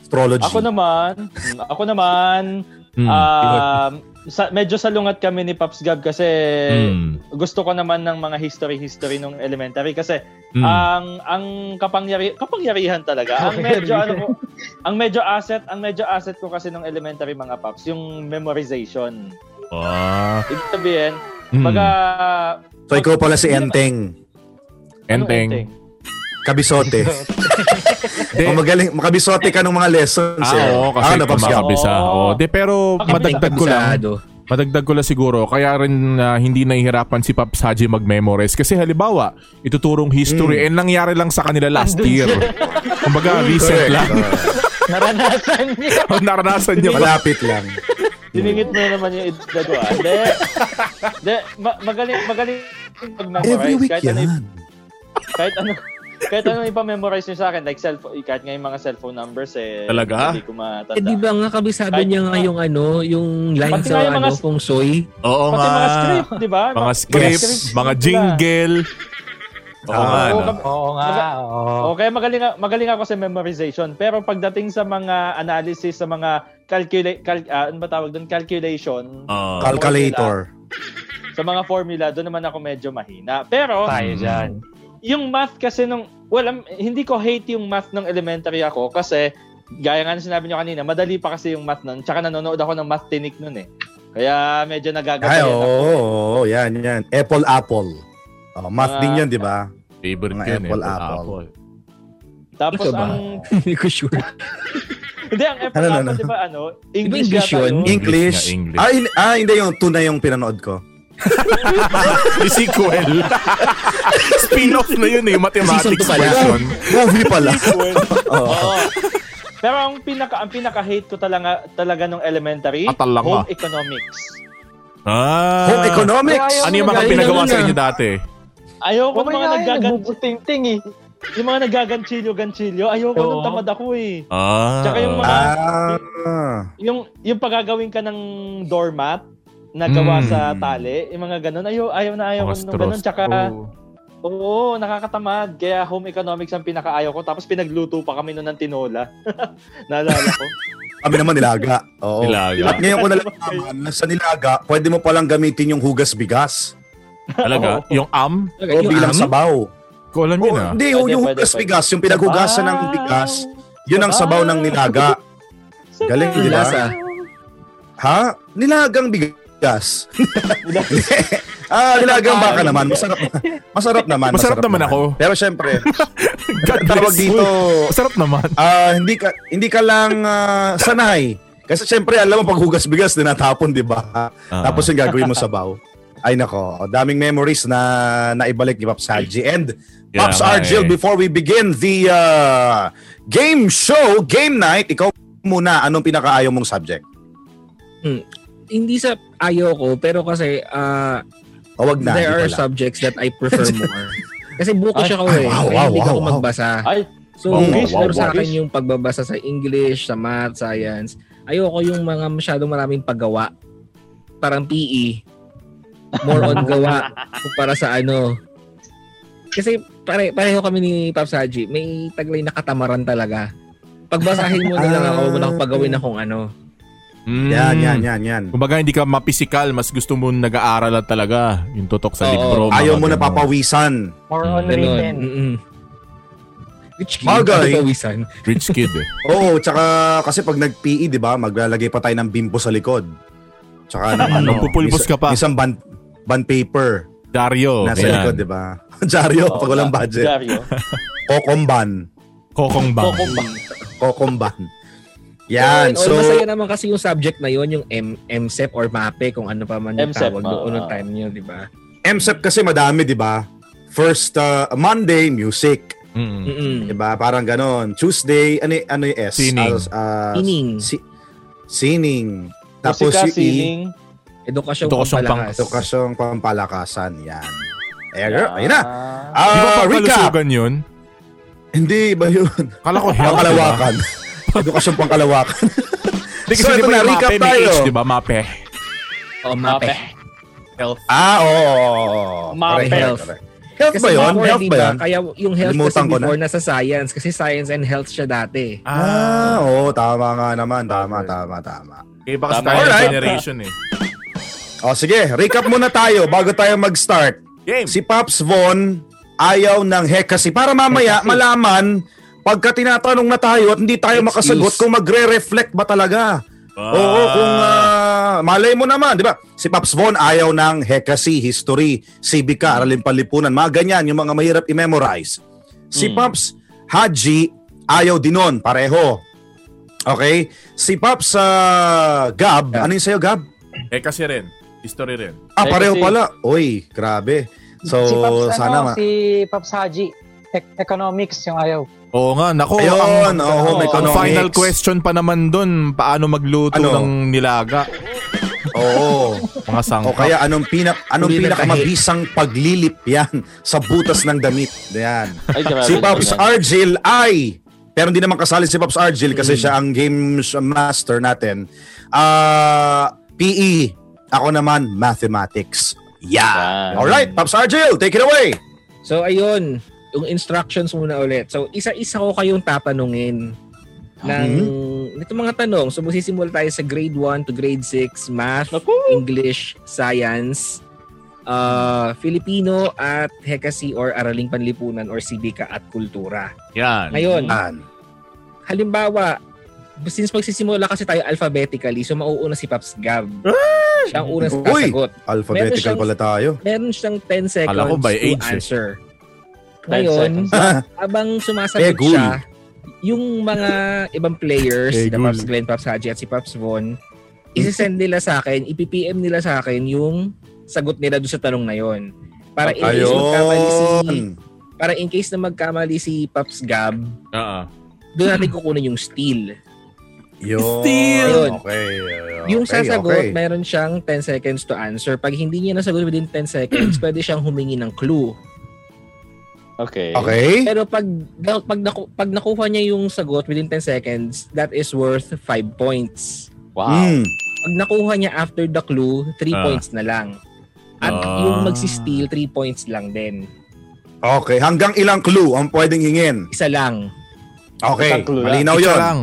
Astrology. Ako naman, mm, ako naman, Mm. um, sa, medyo salungat kami ni Pops Gab kasi eh, Mm. gusto ko naman ng mga history-history nung elementary kasi Mm. ang ang kapangyari kapangyarihan talaga. Ang medyo ano ko, ang medyo asset, ang medyo asset ko kasi nung elementary mga Pops, yung memorization. Ah. Ibig sabihin, Mm. baga so, ikaw pala si Enteng. Enteng. Kabisote. De, oh, magaling, makabisote ka ng mga lessons. ah, eh. oo, kasi Ah, nabas ka. kumakabisa. Oo. Oo. De, pero Bakit madagdag ko lang. Kabisado. Madagdag ko lang siguro, kaya rin ah, hindi nahihirapan si Pops Haji mag-memorize. Kasi halimbawa, ituturong history, and nangyari lang sa kanila last Andun year. Kumbaga, recent Correct. lang. Naranasan niya. Ang naranasan Ah, niya. Malapit lang. Diningit mo na naman yung edad ko ah. Hindi. Hindi. Ma- magaling, magaling mag-memorize. Every week kahit Ano, yan. kahit ano, kahit ano ipamemorize nyo sa akin. Like, cell, kahit nga yung mga cellphone numbers eh. Talaga? Hindi ko matanda. Eh, di ba nga kabisado Kahit niya nga mga- yung ano, yung line Pati sa nga yung ano, mga- pong soy. Oo Pati nga. mga script, di ba? Mga script, mga sila. jingle. Oo Ah, nga. Oo, no? kab- Oo nga, oo. Okay, Oh, magaling, a- magaling ako sa memorization. Pero pagdating sa mga analysis, sa mga calculate, cal, ah, ano ba tawag doon? Calculation, Oo. Calculator. sa mga formula, doon naman ako medyo mahina. Pero, Tayo dyan. yung math kasi nung, well, am- hindi ko hate yung math ng elementary ako kasi gaya nga na sinabi nyo kanina, madali pa kasi yung math nun. Tsaka nanonood ako ng math tinik nun eh. Kaya medyo Ay, oo, nagagabayan ako. oo, oo, yan, yan. Apple, apple. Oh, math Mga- din yan, di ba? Favorite Mga yun eh. apple, Apple. apple. Tapos Ikaw ba? ang, Hindi ko sure. hindi, ang effort Ano, ano, ano, ano? di ba ano? English, English yata yun? yun. English. nga, English. Ah, hin- ah, hindi yung tunay yung pinanood ko. Yung sequel. Spin-off na yun eh. Mathematics Season two pala. version. Movie pala. Oh. Oo. Pero ang pinaka ang pinaka hate ko talaga talaga nung elementary Atal lang home ah. economics. Ah. Home economics. Ano yung mga Galing pinagawa na sa nun inyo ah. dati? Ayoko Kung ng mga nagagan Oh nagbubuting-ting eh. yung mga nagaganchilyo-ganchilyo. Ayoko Oo. nung tamad ako eh. Ah. Tsaka yung mga- Ah. Yung yung pagagawin ka ng doormat na gawa Mm. sa tali, yung mga ganun. Ayaw, ayaw na ayaw ko Mga nung ganun. straws. Tsaka, Oo. oo, nakakatamad. Kaya home economics ang pinakaayaw ko. Tapos pinagluto pa kami nun ng tinola. Naalala ko. Kami naman nilaga. Oo. Nilaga. At ngayon ko nalalaman na sa nilaga, pwede mo palang gamitin yung hugas bigas. Talaga? Oo. Yung am? O Oh, bilang am? sabaw. Ko alam Oo, yun ah. hindi, yung, Pwede, yung pwede, hugas pwede. Ah. bigas, yung pinaghugasan ng bigas, yun ang sabaw ng nilaga. Sabaw. Galing, di ba? Lasa. Ha? Nilagang bigas. ah, nilagang baka naman. Masarap, masarap naman. Masarap naman ako. Pero syempre, God tawag bless. dito, Sarap naman. ah, hindi ka hindi ka lang ah, sanay. Kasi syempre, alam mo, pag hugas bigas, dinatapon, di Ah. ba? Tapos yung gagawin mo sabaw. Ay nako, daming memories na naibalik ni Pops Haji. And Yeah, Pops nga Argel, eh. before we begin the uh, game show, game night, ikaw muna, anong pinakaayaw mong subject? Hindi sa ayaw ko, pero kasi ah, O wag na, there hindi are pala. subjects that I prefer more. Kasi buko siya ko Ay, eh. wow, kaya wow, hindi wow, ako wow. magbasa. Ay, So, Wow, English, wow, pero wow, sa akin English. yung pagbabasa sa English, sa math, science. Ayoko yung mga masyadong maraming paggawa. Parang PE. More on gawa kumpara sa ano. Kasi pare, pareho kami ni Pops Haji. May taglay na katamaran talaga. Pagbasahin mo na Ah, lang ako, wala akong paggawin na kung ano. Mm. Yan, yan, yan, yan. Kumbaga hindi ka mapisikal, mas gusto mo nag-aaral lang talaga yung tutok sa Oo. libro. mga Ayaw mo na ganun. papawisan. More on Ganon. written. Mm-mm. Which Ano kid? Bagay. Pawisan. Rich kid eh. Oo, tsaka kasi pag nag-PE, di ba, maglalagay pa tayo ng bimpo sa likod. Tsaka ng ano. Magpupulbos isa- ka pa. Isang band, band paper. Dario. Nasa ayan. likod, diba? di ba? Jaryo, pag walang budget. Dario. Kokomban. Kokong bang. Kokomban. Kokomban. Yan, So, so... oh, masaya naman kasi yung subject na yon yung M- MSEP or MAPE, kung ano pa man yung MSEP, tawag ah. doon noong time nyo, di ba? MSEP E kasi madami, di ba? First uh, Monday, music. Mm. Mm-mm. Di ba? Parang ganon. Tuesday, ano, y- ano yung S? Sining. Ah, ah, Sining. si- sining. Tapos Musika, yung E, sining. Edukasyong Edukasyong pampalakas. edukasyong pampalakasan. Yan. Eh, girl, ayun na. Ah. Ah, Di ba pang recap. kalusugan yun? Hindi ba yun? Kala ko health, di ba? Pangkalawakan. edukasyong pangkalawakan. Hindi kasi So, di ito ba na, yung recap mape, may H, tayo. diba, di ba? Mape. O, MAPE. Ah, oo. oo, oo. Mga Correct, health. correct, correct. Health Kasi ba yun? before, Health E, di ba ba, yun? Kaya yung health Nalimutan kasi ko na. before nasa science, kasi science and health siya dati. Ah, oo. tama nga naman. Tama, tama, tama. Iba kasi Tama. tayo ng Alright. generation eh. O sige, recap muna tayo bago tayo mag-start. Game. Si Pops Von ayaw ng hekasi para mamaya malaman pagka tinatanong na tayo at hindi tayo Excuse. makasagot kung magre-reflect ba talaga. Ah. Oo, kung ah, malay mo naman, di ba? Si Pops Von ayaw ng hekasi, history, sibika, aralin panlipunan, mga ganyan, yung mga mahirap i-memorize. Hmm. Si Pops Haji ayaw din nun, pareho. Okay? Si Pops ah, Gab, ano yung sa'yo, Gab? Eh kasi rin. History rin. Ah, Legacy. pareho pala. Uy, grabe. So, si Pops, sana ano, ma- si Pops Haji, ec- economics yung ayaw. Oo nga, nako. ang, Ayun, oh, home ano, ang ang economics. final question pa naman dun, paano magluto Ano? ng nilaga? Oo. Mga o sangkap. Oh, kaya anong pinak anong Uli na pinakamabisang paglilip yan sa butas ng damit. Yan. Ay, grabe. Si Pops naman. Argil ay pero hindi naman kasali si Pops Argil kasi Hmm. siya ang game master natin. Ah, PE. Ako naman, mathematics. Yan. Yeah. Ah. All right, Pops Argil, take it away. So, ayun. Yung instructions muna ulit. So, isa-isa ko kayong tatanungin ng Hmm? nito mga tanong. So, magsisimula tayo sa grade 1 to grade 6, math, Naku. English, science, uh, Filipino, at Hekasi or Araling Panlipunan or Sibika at Kultura. Yan. Ngayon, Yan. halimbawa, since magsisimula kasi tayo alphabetically, so mauuna si Pops Gab. Siya ang unang Uy! sasagot. Alphabetical siyang- pala tayo. Meron siyang 10 seconds Kala ko by to age eh. answer. 10 Ngayon, seconds. abang sumasagot Pegul. siya, yung mga ibang players, Eh, si Pegul. Pops Glenn, Pops Haji at si Pops Von, isi-send nila sa akin, ipipm nila sa akin yung sagot nila doon sa tanong na yon. Para in case magkamali si Ayun. para in case na magkamali si Pops Gab, Oo. doon natin kukunin yung steal. Yun. Yun. Okay. yung okay, okay. sasagot, mayroon siyang 10 seconds to answer. Pag hindi niya nasagot within 10 seconds, pwede siyang humingi ng clue. Okay. Okay. Pero pag pag, naku, pag nakuha niya yung sagot within 10 seconds, that is worth 5 points. Wow. Mm. Pag nakuha niya after the clue, 3 Ah. points na lang. At Ah. yung magsi-steal, 3 points lang din. Okay. Hanggang ilang clue ang pwedeng hingin? Isa lang. Okay. Isang clue ah. lang. Malinaw Isa yun. lang.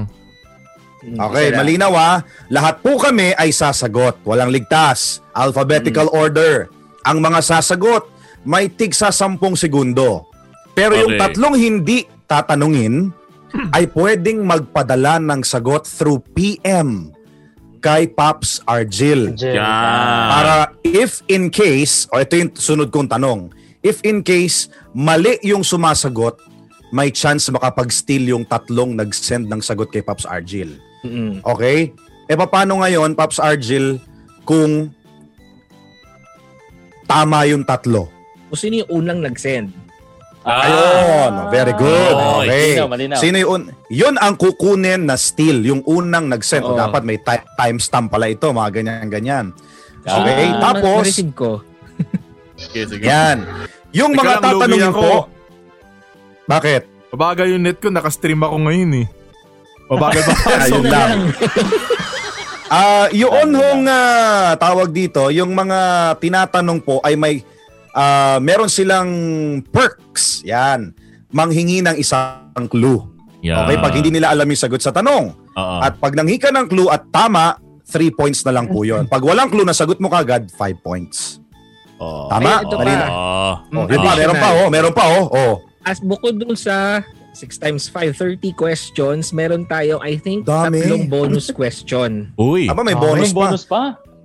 Mm, Okay. isa lang. Malinaw ha. Lahat po kami ay sasagot. Walang ligtas. Alphabetical order. Ang mga sasagot may tigsa 10 segundo. Pero yung Okay. tatlong hindi tatanungin ay pwedeng magpadala ng sagot through PM kay Pops Argil. Jel. Yan. Para if in case, o ito yung sunod kong tanong, if in case mali yung sumasagot, may chance makapag-steal yung tatlong nag-send ng sagot kay Pops Argil. Mm-mm. Okay? E paano ngayon, Pops Argil, kung tama yung tatlo? Kung sino yung unang nag-send? Ah. Ayun! Very good! Oy, Okay. malinaw, malinaw. Sino yung un- yun ang kukunin na steal, yung unang nag-send. O Oo. dapat may ti- timestamp pala ito, mga ganyan-ganyan. Sino yung Okay, unang tapos... Ah, na-receive ko? Sige, sige. Yan. Yung Teka mga lang, lugi tatanungin ako. po, bakit? Mabagal yung net ko, nakastream ako ngayon eh. Mabagal ba? Ayun lang. Ah, yun hong ah, tawag dito, yung mga tinatanong po ay may ah, meron silang perks. Yan. Manghingi ng isang clue. Okay, pag hindi nila alam yung sagot sa tanong. Oo. At pag nanghi ka ng clue at tama, 3 points na lang po yun. Pag walang clue na sagot mo kagad, 5 points. Oo. Ah, Tama? Ay, ito pa. Malinaw. Oo. Oh, Mm, yun pa, meron pa, oh. Meron pa, oh. oh. As bukod dun sa 6 times 5, 30 questions, meron tayo, I think, Dami. tatlong bonus question. Uy. Aba, may Ah, bonus Anong pa. bonus pa?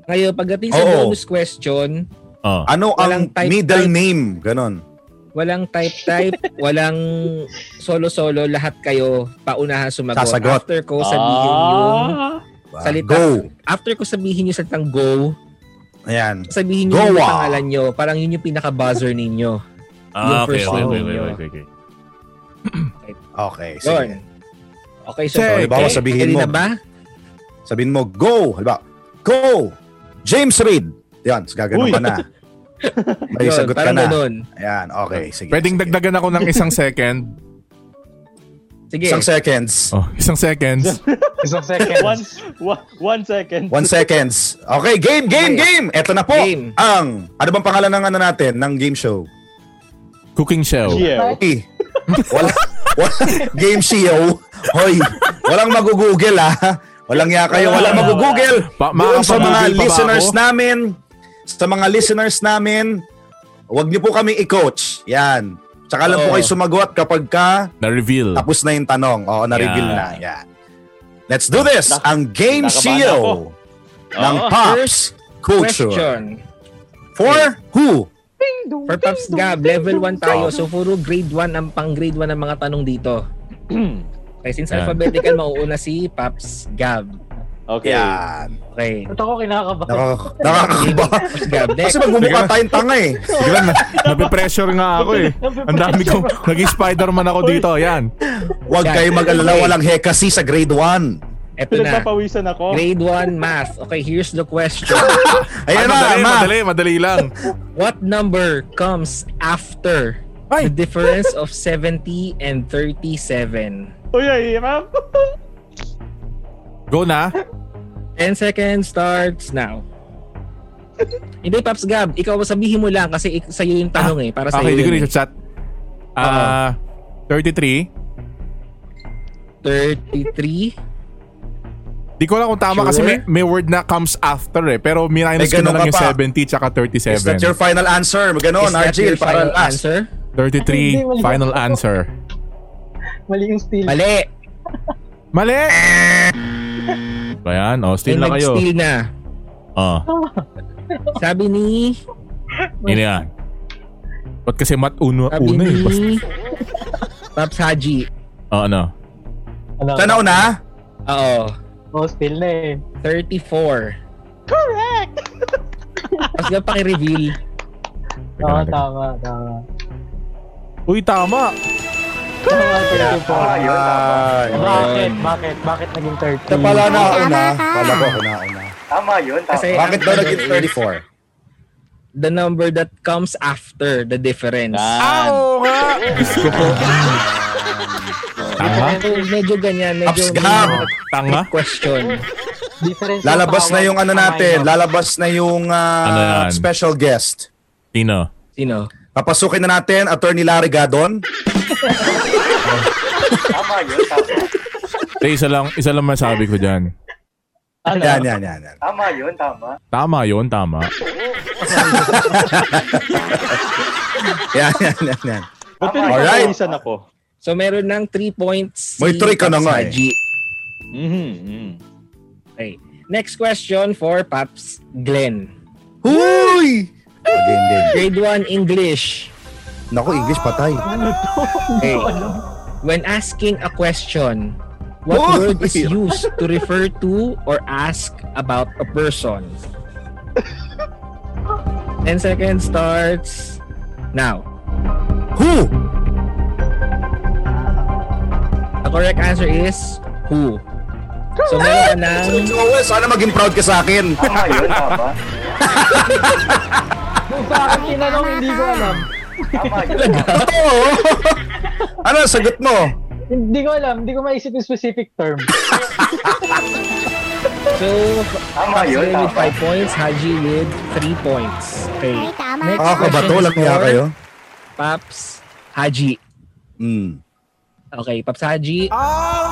Ngayon, pagdating sa Oo. bonus question, Oh. Ano ang Walang type- middle type. name? Ganon. Walang type-type, walang solo-solo, lahat kayo paunahan sumagot. Sasagot. After ko sabihin yung Ah, Salita. Go. after ko sabihin yung salitang go, Ayan. sabihin Go, nyo yung ah. pangalan nyo. Parang yun yung pinaka-buzzer ninyo. Ah, okay, first okay, round okay, okay, yun. okay, okay. Okay. Yun. Sige. Okay, so... Check. Halimbawa, okay, sabihin ready mo. na ba? Sabihin mo, go. Halimbawa, go. James Reid. Yan, gaganon Uy. ka na. May Yun, sagot ka parang na. ganun. Ayan, okay. Sige. Pwedeng sige. dagdagan ako ng isang second. Sige. Isang seconds. Oh, isang seconds. Isang second. One, one, one second. One seconds. Okay, game, game, game. Eto na po. Game. Ang, ano bang pangalan ng ano natin, ng game show? Cooking show. Yeah. Okay. Wala, wala, game show. Hoy, walang magugugel ah. Walang ya kayo, walang Ah. Wala, magugugel. Pa- Doon sa mga makakapag-google pa ba listeners ako? namin, sa mga listeners namin, wag niyo po kami i-coach. Yan. Tsaka lang po Oo. kayo sumagot kapag ka Na-reveal. tapos na yung tanong. Oo, na-reveal Yan. na. Yan. Let's do this! Nak- ang game nakabahan ako. show ng Oo. Pops Culture. Question. For who? For Pops Gab, level 1 tayo. So, puro grade 1 ang pang grade 1 ang mga tanong dito. Okay, since Yan. alphabetical, mauuna si Pops Gab. Okay. Yan. Okay. Ba't ako kinakabahan? Nakaka- Nakakakaba. Pops Gab, Kasi next. magmumukha tayong tanga eh. Biglang na, nape-pressure nga ako eh. Ang dami kong, naging Spider-Man ako dito. Yan. Huwag Yan. kayo mag-alala, walang hekasi sa grade 1. Eto na. Pinagpapawisan ako. Grade 1 math. Okay, here's the question. Ay, Ayan na, madali, ma. madali, madali lang. What number comes after Ay. the difference of 70 and 37? Uy, ay, hirap. Go na. 10 seconds starts now. Hindi, Paps Gab. Ikaw, sabihin mo lang kasi ik- sa'yo yung tanong eh. Para Ah, sa'yo Okay, hindi ko yun na eh. chat. Ah, 33. 33. Di ko alam kung tama Sure? kasi may, may word na comes after eh. Pero minus May ko na lang ganun yung ka pa. 70 tsaka Is that 37. your final answer? Ganon, Is that Argel, your para final last. answer? 33, final answer. Mali yung steal. Mali. Mali! Ayan, oh, May still na kayo. nag-steal na. Oh, Sabi ni... yun yan. Ba't kasi mat uno, Sabi una eh. Basta, ni... Paps Haji. oh, ano? Ano? Sana una? Oo. Oh, steal na eh. 34. Correct! Paps Gab, paki-reveal. Teka lang, Oo, teka. Ah, tama, tama. Uy, tama! Ano nga 34? Ay. Bakit? Bakit? Bakit naging Ito 30? pala na una. Pala ko, una, una. Kasi Bakit ang daw ano naging is 34? The number that comes after the difference. Yan. Ah, nga! Gusto ko. Tanga? Medyo, medyo ganyan. Medyo Paps Gab! Tanga? trick question. Difference ng Lalabas na tawag yung ano sa natin. minor. Lalabas na yung ah, Ano yan? special guest. Sino? Sino? Papasukin na natin, Attorney Larry Gadon. Eh, isa lang, isa lang masabi ko dyan. Ano? Yan, yan, yan. yan. Tama yun, tama. Yan, yan, yan, yan. Ba't Alright. pinagpapawisan ako? So meron ng 3 points. May three ka na nga eh. Saji. Mhm, mhm. Okay. Next question for Paps Glenn. Huy! Oh, game, game. Grade 1 English. Naku, English patay. Okay. When asking a question, what Oh, word is yeah. used to refer to or ask about a person? 10 seconds starts now. Who? The correct answer is who. So meron ka Sir ng Joel, sana maging proud ka sa akin. Kung sa akin tinanong, hindi ko alam. Totoo. ano ang sagot mo? Hindi ko alam. Hindi ko maisip yung specific term. so Tama yun, with 5 points, Haji with 3 points. Okay. Next Nakakabato question lang is niya for kayo. Paps Haji. Hmm. Okay, Paps Haji.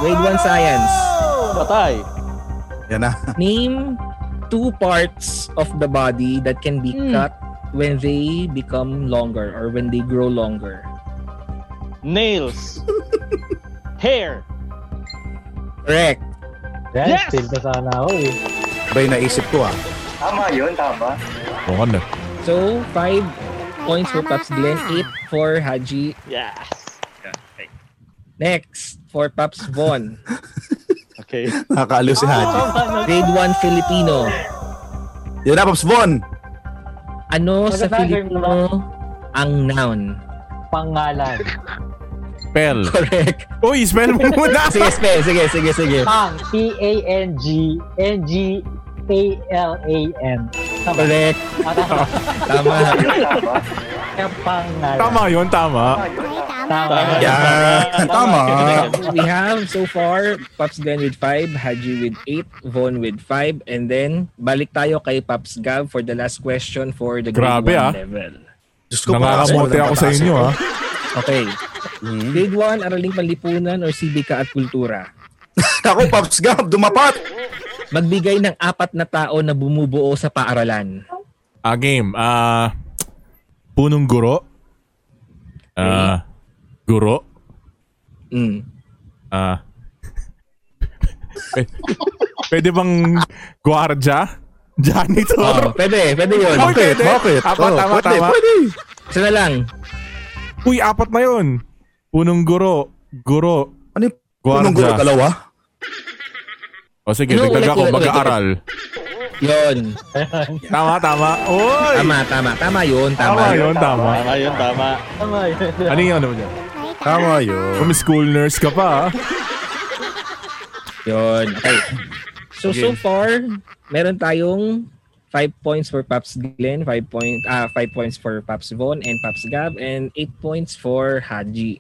Grade 1 science. Patay. Yan na. Name two parts of the body that can be Hmm. cut when they become longer or when they grow longer. Nails. Hair. Correct. Yan, Yes! steal na sana ako eh. Ba yung naisip ko ah. Oo, ano? So, 5 points for Pops Glenn, 8 for Haji. Yes. Next, for Pops Von, Okay. Nakakaalo si Ah! Haji. grade 1 Filipino. Yan na, Pops Von. Ano sa Maganda, Filipino ang noun? Pangalan. Spell. Correct. Uy, spell mo muna. Sige, sige, sige, sige, sige. Pang. P-A-N-G. N-G-A-L-A-N. Tama. Correct. Ah, tama. Tama. Kaya pangalan. Tama yun, tama. Tama. Tama. Yan. Tama. We have so far Pops Glenn with 5, Haji with 8, Von with 5, and then balik tayo kay Pops Gab for the last question for the grade Grabe, 1 ah. level. Diyos ko, Nangangamote ako sa inyo, ah. ha? Okay. Grade 1, Araling Panlipunan or Sibika at Kultura. Ako, Pops Gab, dumapat. Magbigay ng apat na tao na bumubuo sa paaralan. Ah, game. Ah, punong guro. Ah, guro. Mm. Ah. P- pwede bang guardia? Oh, Janitor? pwede, pwede yun. Bakit? Bakit? Bakit? Apat, Oh, tama, pwede, tama. Pwede. Isa na lang. Ah. Uy, apat na yun. Punong guro. Guro. Ano yung punong gulo, Guardia. dalawa? O sige, Ano, dagdag ulit, ako. ulit, ulit, Mag-aaral. Yun. Tama, tama. Uy! Tama, tama. Tama yun. Tama Tama. yun, tama. Tama yun, tama. Tama yun. Ano yung ano mo dyan? Tama yun. Kung school nurse ka pa, ah. Yun. Okay. So, Sige. so far, meron tayong 5 points for Paps Glenn, 5 point, ah, 5 points for Paps Von and Paps Gab, and 8 points for Haji.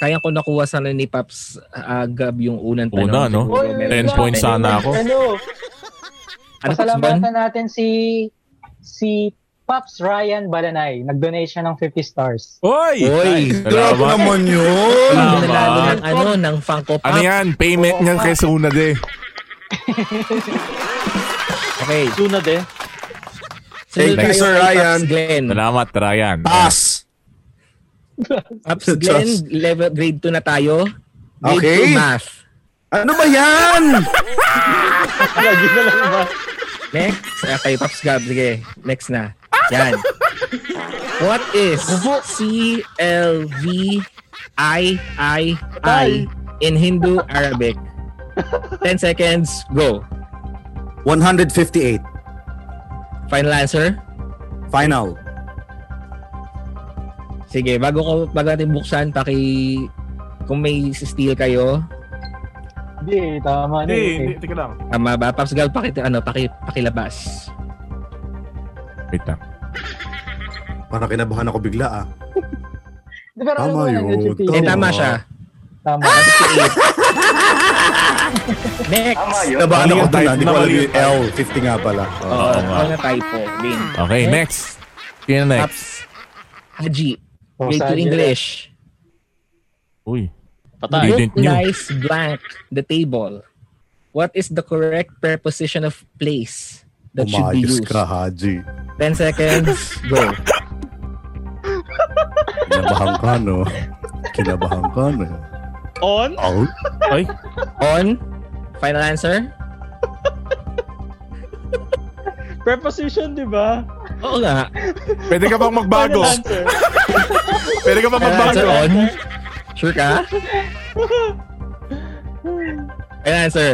Sayang ko nakuha sana ni Paps ah, Gab yung unang tanong. Una, no? Siguro meron 10 siyang points ah. ten. sana ako. Ano? Ano, Paps Von? Pasalamatan natin si si Pops Ryan Balanay. Nag-donate siya ng 50 stars. Oy! Oy! Grabe Salamat. naman yun. Hindi Tama. nanalo ng ano, ng Funko Pop. Ano yan? Payment niyan kay Sunad eh. Okay. Sunod eh. Thank Sunod you, tayo Sir kay Ryan. Paps Glenn. Salamat, Ryan. Pass. Paps Trust. Glenn, level, grade 2 na tayo. Grade Okay. 2 math. Ano ba yan? Lagi na lang ba? Next. Okay, Pops Gab. Sige. Next na. Yan. What is C L V I I I in Hindu Arabic? 10 seconds. Go. 158. Final answer. Final. Sige, bago ko bago natin buksan, paki kung may steal kayo, Hindi, tama Hindi, na. yun, hindi, eh. teka lang. tama ba? Pops Gab, paki ano, paki pakilabas. Wait lang. Parang kinabahan ako bigla ah. Hindi, Pero Tama ano yun, tama. yun, yung Eh feeling. tama siya. Tama. Next. Kinabahan Mali ako yung doon type, ah. Hindi ko alam mali yung yung type. L. 50 nga pala. Oo, Oh. nga. ako na typo. Win. Okay, next. Sino next? Pops Haji. Oh, Grade sa 2 English. Uy. Patay. Hindi. Look didn't knew. lies blank the table. What is the correct preposition of place Oh, that should be Umayos used? ka, Haji. 10 seconds, go. Kinabahan ka, no? Kinabahan ka, no? On? Out? Ay, On. Final answer? Preposition, di ba? Oo nga. pwede ka bang magbago? Final answer. Pwede ka bang Final magbago? answer on? Sure ka? Final answer.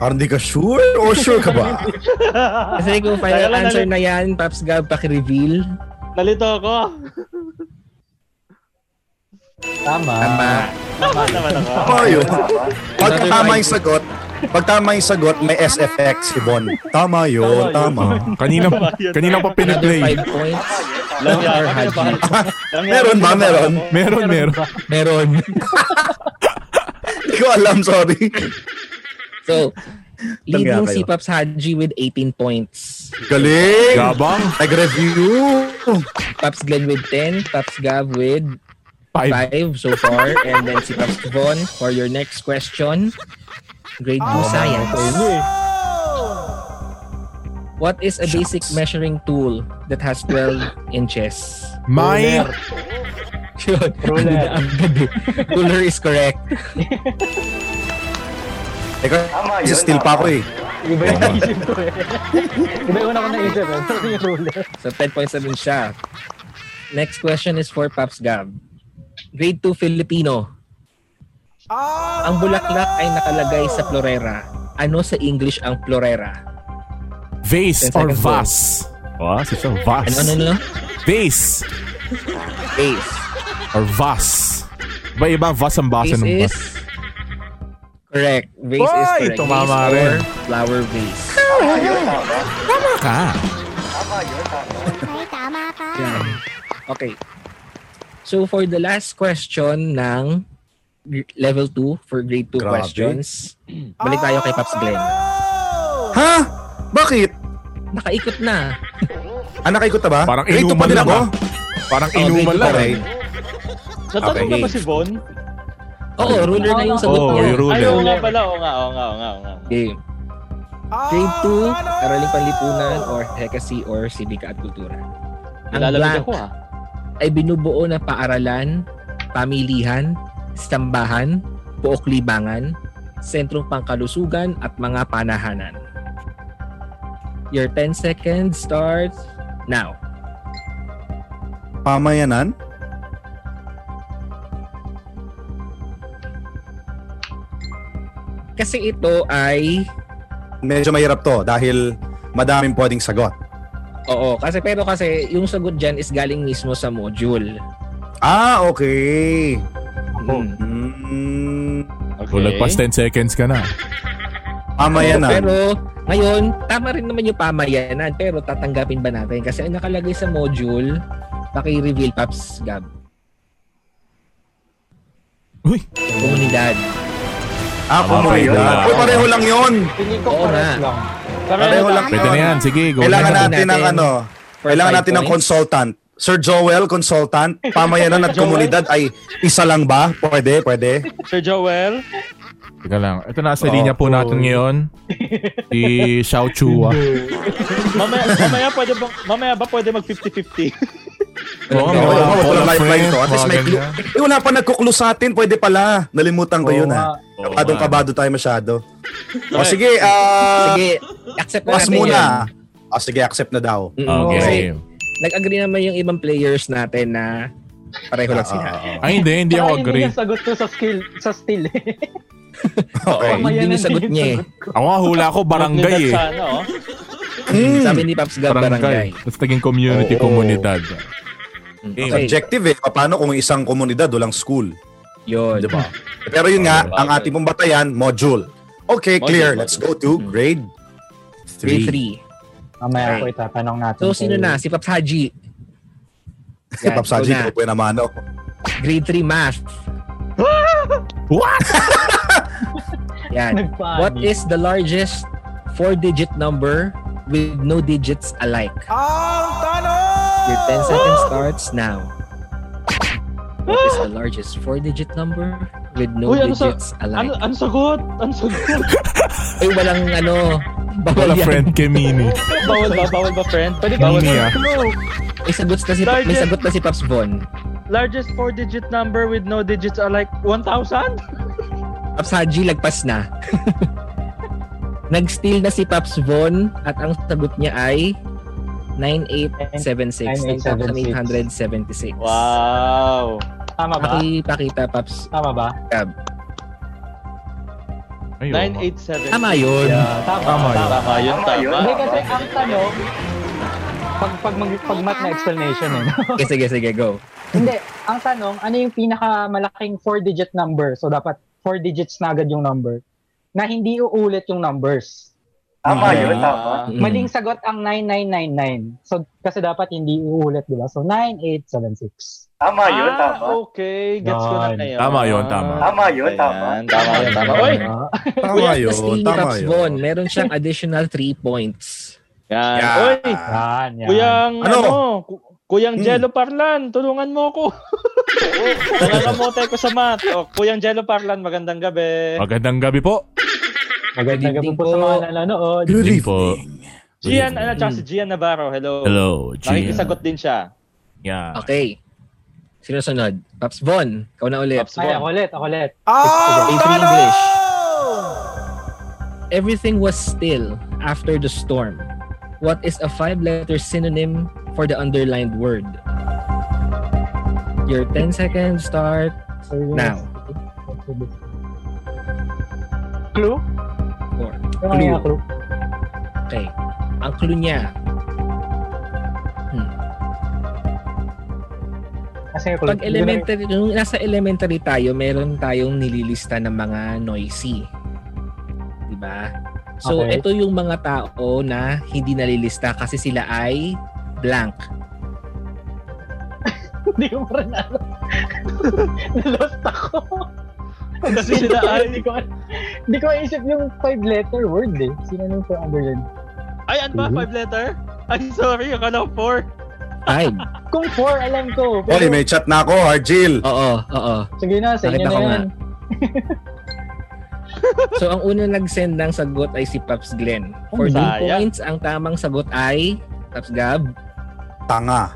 Parang di ka sure? Or sure ka ba? Kasi Ah, kung Teka final lang, answer na yan, Paps Gab, paki-reveal. Nalito ako. Tama. Tama. Tama naman ako. Tama yun. Pagka tama yung sagot, pag tama yung sagot, may SFX si Bon. Tama yun, tama. Kanina, kanina pa Another piniplay. 5 points. Lang Or yan. Haji. Meron ba? Meron? Meron, meron. Meron. Hindi ko alam, sorry. So, leading kayo. si Paps Haji with 18 points. Galing! Gabang. Nag-review! Paps Glenn with 10, Paps Gab with Five. 5 so far, and then si Paps Von for your next question. Grade 2 science. Oh. What is a basic measuring tool that has 12 inches? My. Yun. Ruler. Ang ganda. Ruler is correct. Teka, still pa ako eh. Iba yung naisip ko eh. Iba yung una ko naisip eh. Pero yung ruler. So 10 points na dun siya. Next question is for Paps Gab. Grade 2 Filipino. ang bulaklak ay nakalagay sa florera. Ano sa English ang florera? Vase Ten or seconds vase? Oh, si siya, Ano ano vase. no? Vase Vase. or vase. Ba iba ang vase ang basa Vase ng is vase? correct. Vase is Oy, correct. tumama Vase rin. or flower vase. Ka. Yan. Okay. So for the last question ng gr- level 2 for grade 2 Grabe. questions, balik tayo kay Paps Glenn. Ah! Ha? Bakit? Nakaikot na. Anak ikot na ba? Parang Grade two inuman pa din lang ako. ah. Parang Oh, inuman lang. grade two pa eh. rin. Natanong Okay. na ba si Von? Oo, ruler na yung sagot Oo, mo. yung ruler. Ay, oo nga pala. Oo nga, oo nga, oo nga. oo nga. Game. Grade Ah, 2, ano? Araling Panlipunan or Hekasi or Sibika at Kultura. Ang Nalalamig blank ako ah. ay binubuo na paaralan, pamilihan, stambahan, buok libangan, sentrong pangkalusugan at mga panahanan. Your 10 seconds starts now. Pamayanan? Kasi ito ay Medyo mahirap to dahil madaming pwedeng sagot. oo kasi pero kasi yung sagot diyan is galing mismo sa module. Ah, okay. Oh, Mm. Mm, Okay. Kung lagpas 10 seconds ka na. pamayanan. Pero ngayon, tama rin naman yung pamayanan pero tatanggapin ba natin? Kasi ang nakalagay sa module, paki-reveal Paps Gab, Uy, komunidad. Ah, Tama, komunidad. pareho Uy, lang. pareho lang yun. Tingin ko Oo correct nga. lang. Pareho lang pwede na yun. yan. Sige, go. Kailangan Gawin na. na natin ng natin. ano. For Kailangan five natin ng points. consultant. Sir Joel, consultant. Pamayanan at komunidad ay isa lang ba? Pwede, pwede. Sir Joel? Teka lang. Ito nasa Oo. linya po natin ngayon. Si Xiao Chua. Mamaya, mamaya, pwede bang, mamaya ba pwede mag 50-50? Oo, Oo, may Oo, wala wala po pala na lifeline friend. to. At least may Mga clue. ganyan. Eh, wala pa nagkuklo sa atin. Pwede pala. Nalimutan ko Oo yun nga. ha. Oo, Kabadong nga. kabado tayo masyado. O Okay. sige, ah... Sige, accept na Pass natin muna. Ah, sige, accept na daw. yun. Mm, Kasi Okay. nag-agree naman yung ibang players natin na pareho lang sila. Ah, Ay, hindi. Hindi ako Parang agree. yung sagot ko sa skill, sa skill eh. Okay. Hindi yung sagot niya eh. Ako nga hula ko barangay eh. Sana, oh. Mm. Sabi ni Paps Gab, Barangay. barangay. Tapos naging community Oo. komunidad. Mm, Okay. Okay, Objective eh. Paano kung isang komunidad walang school? yun. Di ba? Pero yun nga, ang ating pong batayan, module. Okay, Module, clear. module. Let's go to grade Grade 3. 3. Mamaya Okay. ko itatanong natin. So, sino kay- na? Si Paps Haji. Si Yan, Paps Haji, ikaw na. ikaw po yung namano. Grade 3 math. What? Yan. Nagpaani. What is the largest four-digit number with no digits alike? Your Ah. 10 seconds starts now. What is the largest four-digit number with no Uy, ano sa- digits Ano, alike? ano sagot? Ano sagot? Ay, walang ano. Bawal Wala yan. friend kay Mini. bawal ba? Bawal ba, friend? Pwede ba? Mini ah. May sagot na si, may Largest- sagot na si Pops Von. Largest four-digit number with no digits are like 1,000? Pops Haji, lagpas na. Nag-steal na si Pops Von at ang sagot niya ay 9876. 9876. Wow. Tama ba? Pakipakita, Pops Tama ba? Gab. Ayun. 987. Tama yun. Yeah, tama. Tama yun. Ah, Tama yun, tama. Hindi kasi ang tanong, pag pag mag, pag math na explanation eh. Okay, sige, sige, go. Hindi, ang tanong, ano yung pinakamalaking four-digit number? So dapat four digits na agad yung number na hindi uulit yung numbers. Tama yun, tama. Mm. Maling sagot ang 9999. So kasi dapat hindi uulit, di ba? So 9876. Tama yun, tama. Ah, okay. Gets ko na Yan. ngayon. Tama yun, tama. Tama yun, tama. Tama yun, tama. Oy! Ah, Tama yun, Kasi ni tama Pops Von, yun. meron siyang additional 3 points. Yan. Yeah. Oy! Ah. yan, yan. Kuyang, Ano? ano? ku- Kuyang Hmm. Jello Parlan, tulungan mo ako. Nangangamote ko sa mat. O, Kuyang Jello Parlan, magandang gabi. Magandang gabi po. Magandang gabi po sa mga nanonood. Good Hindi po. evening. Gian, ano, tsaka si Gian Navarro, hello. Hello, G. Nakikisagot din siya. Yeah. Okay. Sino sunod? Pops Von, ikaw na ulit. Pops Ay, ako ulit, ako ulit. Grade 3 English. everything was still after the storm. What is a five-letter synonym for the underlined word? Your 10 seconds start now. Clue? Four. Yung ano yung clue? Okay. Ang clue niya, Kasi yung clue. pag elementary, nung nasa elementary tayo, meron tayong nililista ng mga noisy. 'Di ba? So, Okay. ito yung mga tao na hindi nalilista kasi sila ay blank. Hindi ko pa rin alam. Nalost ako. Kasi sila ay... Hindi ko, hindi ko maisip yung five-letter word eh. Sino for underline? Ay, ano ba? Five letter? Ay, sorry. Akala ko four. Five. Kung four, alam ko. Hoy, may chat na ako, Argil. oo, oo. Sige na, sa inyo Nakita na ko yan. So, ang unang nag-send ng sagot ay si Pops Glenn. For Ang two saya. points, ang tamang sagot ay Pops Gab. Tanga.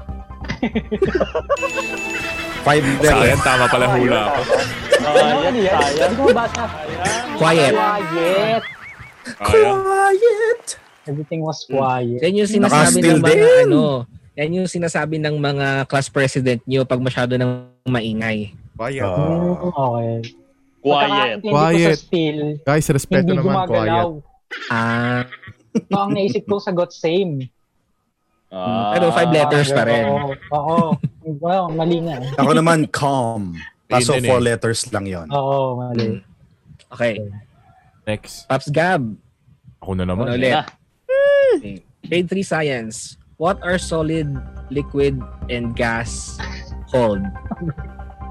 Five letters. Sayang, tama pala hula ako. Ano, ano yan? sayang. Ano ba basa? Quiet. Quiet. Sayang. Quiet. Everything was quiet. Yan yung sinasabi Naka-still ng mga din. ano. Yan yung sinasabi ng mga class president nyo pag masyado ng maingay. Quiet. Mm, okay. Quiet. Pagkakaintindi ko Quiet. sa still, Guys, respeto hindi naman. gumagalaw. Quiet. Ah, So, ang naisip kong sagot, same. Ah. Pero five Ah, letters pa rin. Oo. oo. Wow, mali nga. eh. Ako naman, calm. Kaso Yun din four eh. letters lang yon. Oo, mali. Okay. Next. Pops Gab, Ako na naman. Ano eh. ulit? Okay. Grade 3 science. What are solid, liquid, and gas called?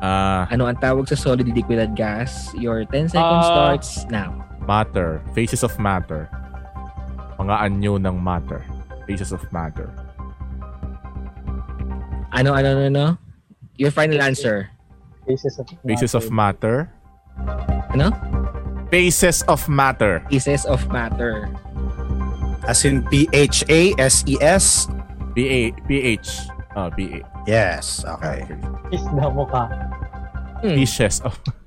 Ah, Ano ang tawag sa solid, liquid, at gas? Your 10 seconds Ah. starts now. matter. Faces of matter. Mga anyo ng matter. Faces of matter. Ano, ano, ano, ano? Your final answer. Basis of matter. Faces of matter. Ano? Faces of matter. Pieces of matter. As in E P-H-A-S-E-S? P-A- PH. Oh, PA. Yes. Okay. Kiss na mukha. Hmm. Faces of...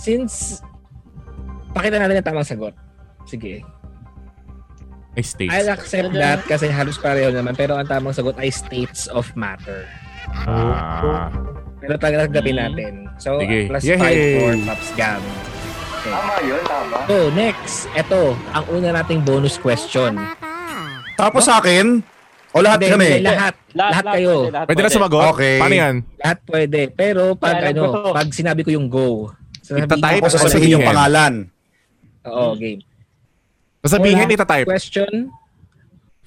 Since, pakita natin ang tamang sagot. Sige. Ay, states. I'll accept that kasi halos pareho naman. Pero ang tamang sagot ay states of matter. Ah. Pero tatanggapin natin. So, Mm. Sige. plus Yay! 5 for Pops Gab. Tama yun, tama. So, next. Ito, ang una nating bonus question. Tapos sa akin, o lahat Hindi, kami? hindi, lahat. Lahat kayo. pwede, lahat Pwede na pwede. sumagot? Okay. Paano yan? Lahat pwede. Pero pag Kaya alam ko ano, to. pag sinabi ko yung go, sasabihin Itatype ko Tapos Tapos sasabihin yung sabihin. pangalan. Oo, game. Sasabihin, Wala. itatype. Question,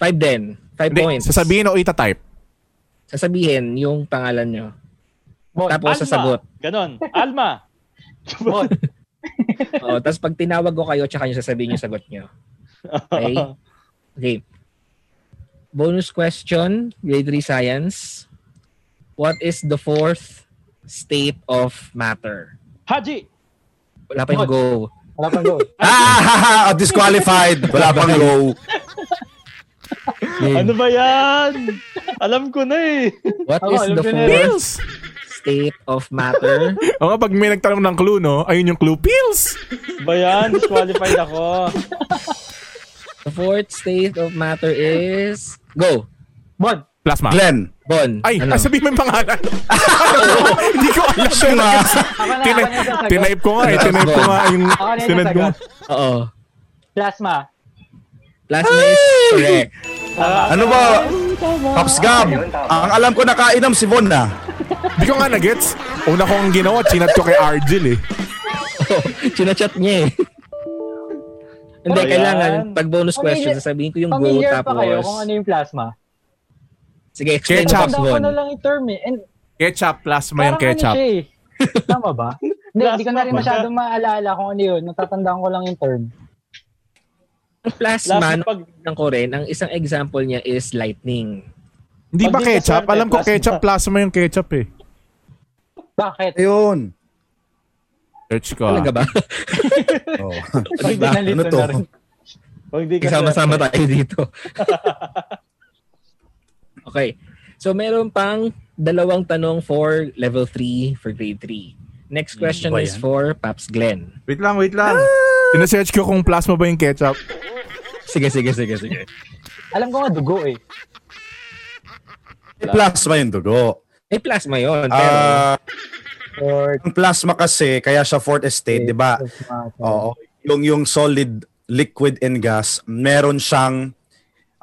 5 din. 5 Hindi, points. sasabihin o itatype. Sasabihin yung pangalan nyo. Bon. Tapos sasagot. Ganon. Alma. Bon. Oo, tapos Oh, pag tinawag ko kayo, tsaka nyo sasabihin yung sagot nyo. Okay? Okay. Bonus question, grade 3 science. What is the fourth state of matter? Haji. Wala pa yung go. Wala pang go. Ah, disqualified. Wala pang go. Ano ba yan? Alam ko na eh. What Ako, ano is alam the ko na fourth Pills! state of matter? O nga, pag may nagtanong ng clue, no? Ayun yung clue. Pills! Ba yan? Disqualified ako. The fourth state of matter is... Go! Bon. Plasma. Glenn. Bon. Ay, ano? ah, sabihin mo yung pangalan. Hindi ko alam. Ako na, ako Tina- na yung sasagot. Tinaip ko nga eh. Tinaip ko nga yung... Ako na yung Tinaip ko. sasagot. Oo. Plasma. Plasma is correct. Ano ba? Pops Gab. Ang alam ko nakainom si Von na. Hindi ko nga na-gets. Una kong ginawa, chinat ko kay Argel eh. Chinachat niya eh. Hindi, Ayan. kailangan pag bonus Pamilya- question, sasabihin ko yung go Familiar pa tapos... kayo kung ano yung plasma. Sige, explain mo, Ketchup. Pops Tanda ko Bon. na lang yung term eh. And Ketchup, plasma yung parang ketchup. Ano siya, eh. Tama ba? Hindi, hindi ko na rin Plasma. masyadong maalala kung ano yun. Natatandaan ko lang yung term. Ang plasma, Last nung pag... ng ko rin, ang isang example niya is lightning. Hindi ba Pag may ketchup? kaswerte, Alam ko plasma. ketchup, plasma yung ketchup eh. Bakit? Ayun. Search ko ah. Talaga ba? Oh. Pag Diba? dinalito Ano to? na rin. Pag di ka Kasama-sama tayo dito. okay. So, meron pang dalawang tanong for level 3 for grade 3. Next question Ano ba is yan? for Paps Glenn. Wait lang, wait lang. Ah! Sinesearch ko kung plasma ba yung ketchup. Sige, sige, sige, sige. Alam ko nga dugo eh. Plasma yung dugo. May plasma yun. Pero, Ah, for ang plasma kasi, kaya siya fourth estate, di ba? Oo. Yung yung solid, liquid and gas, meron siyang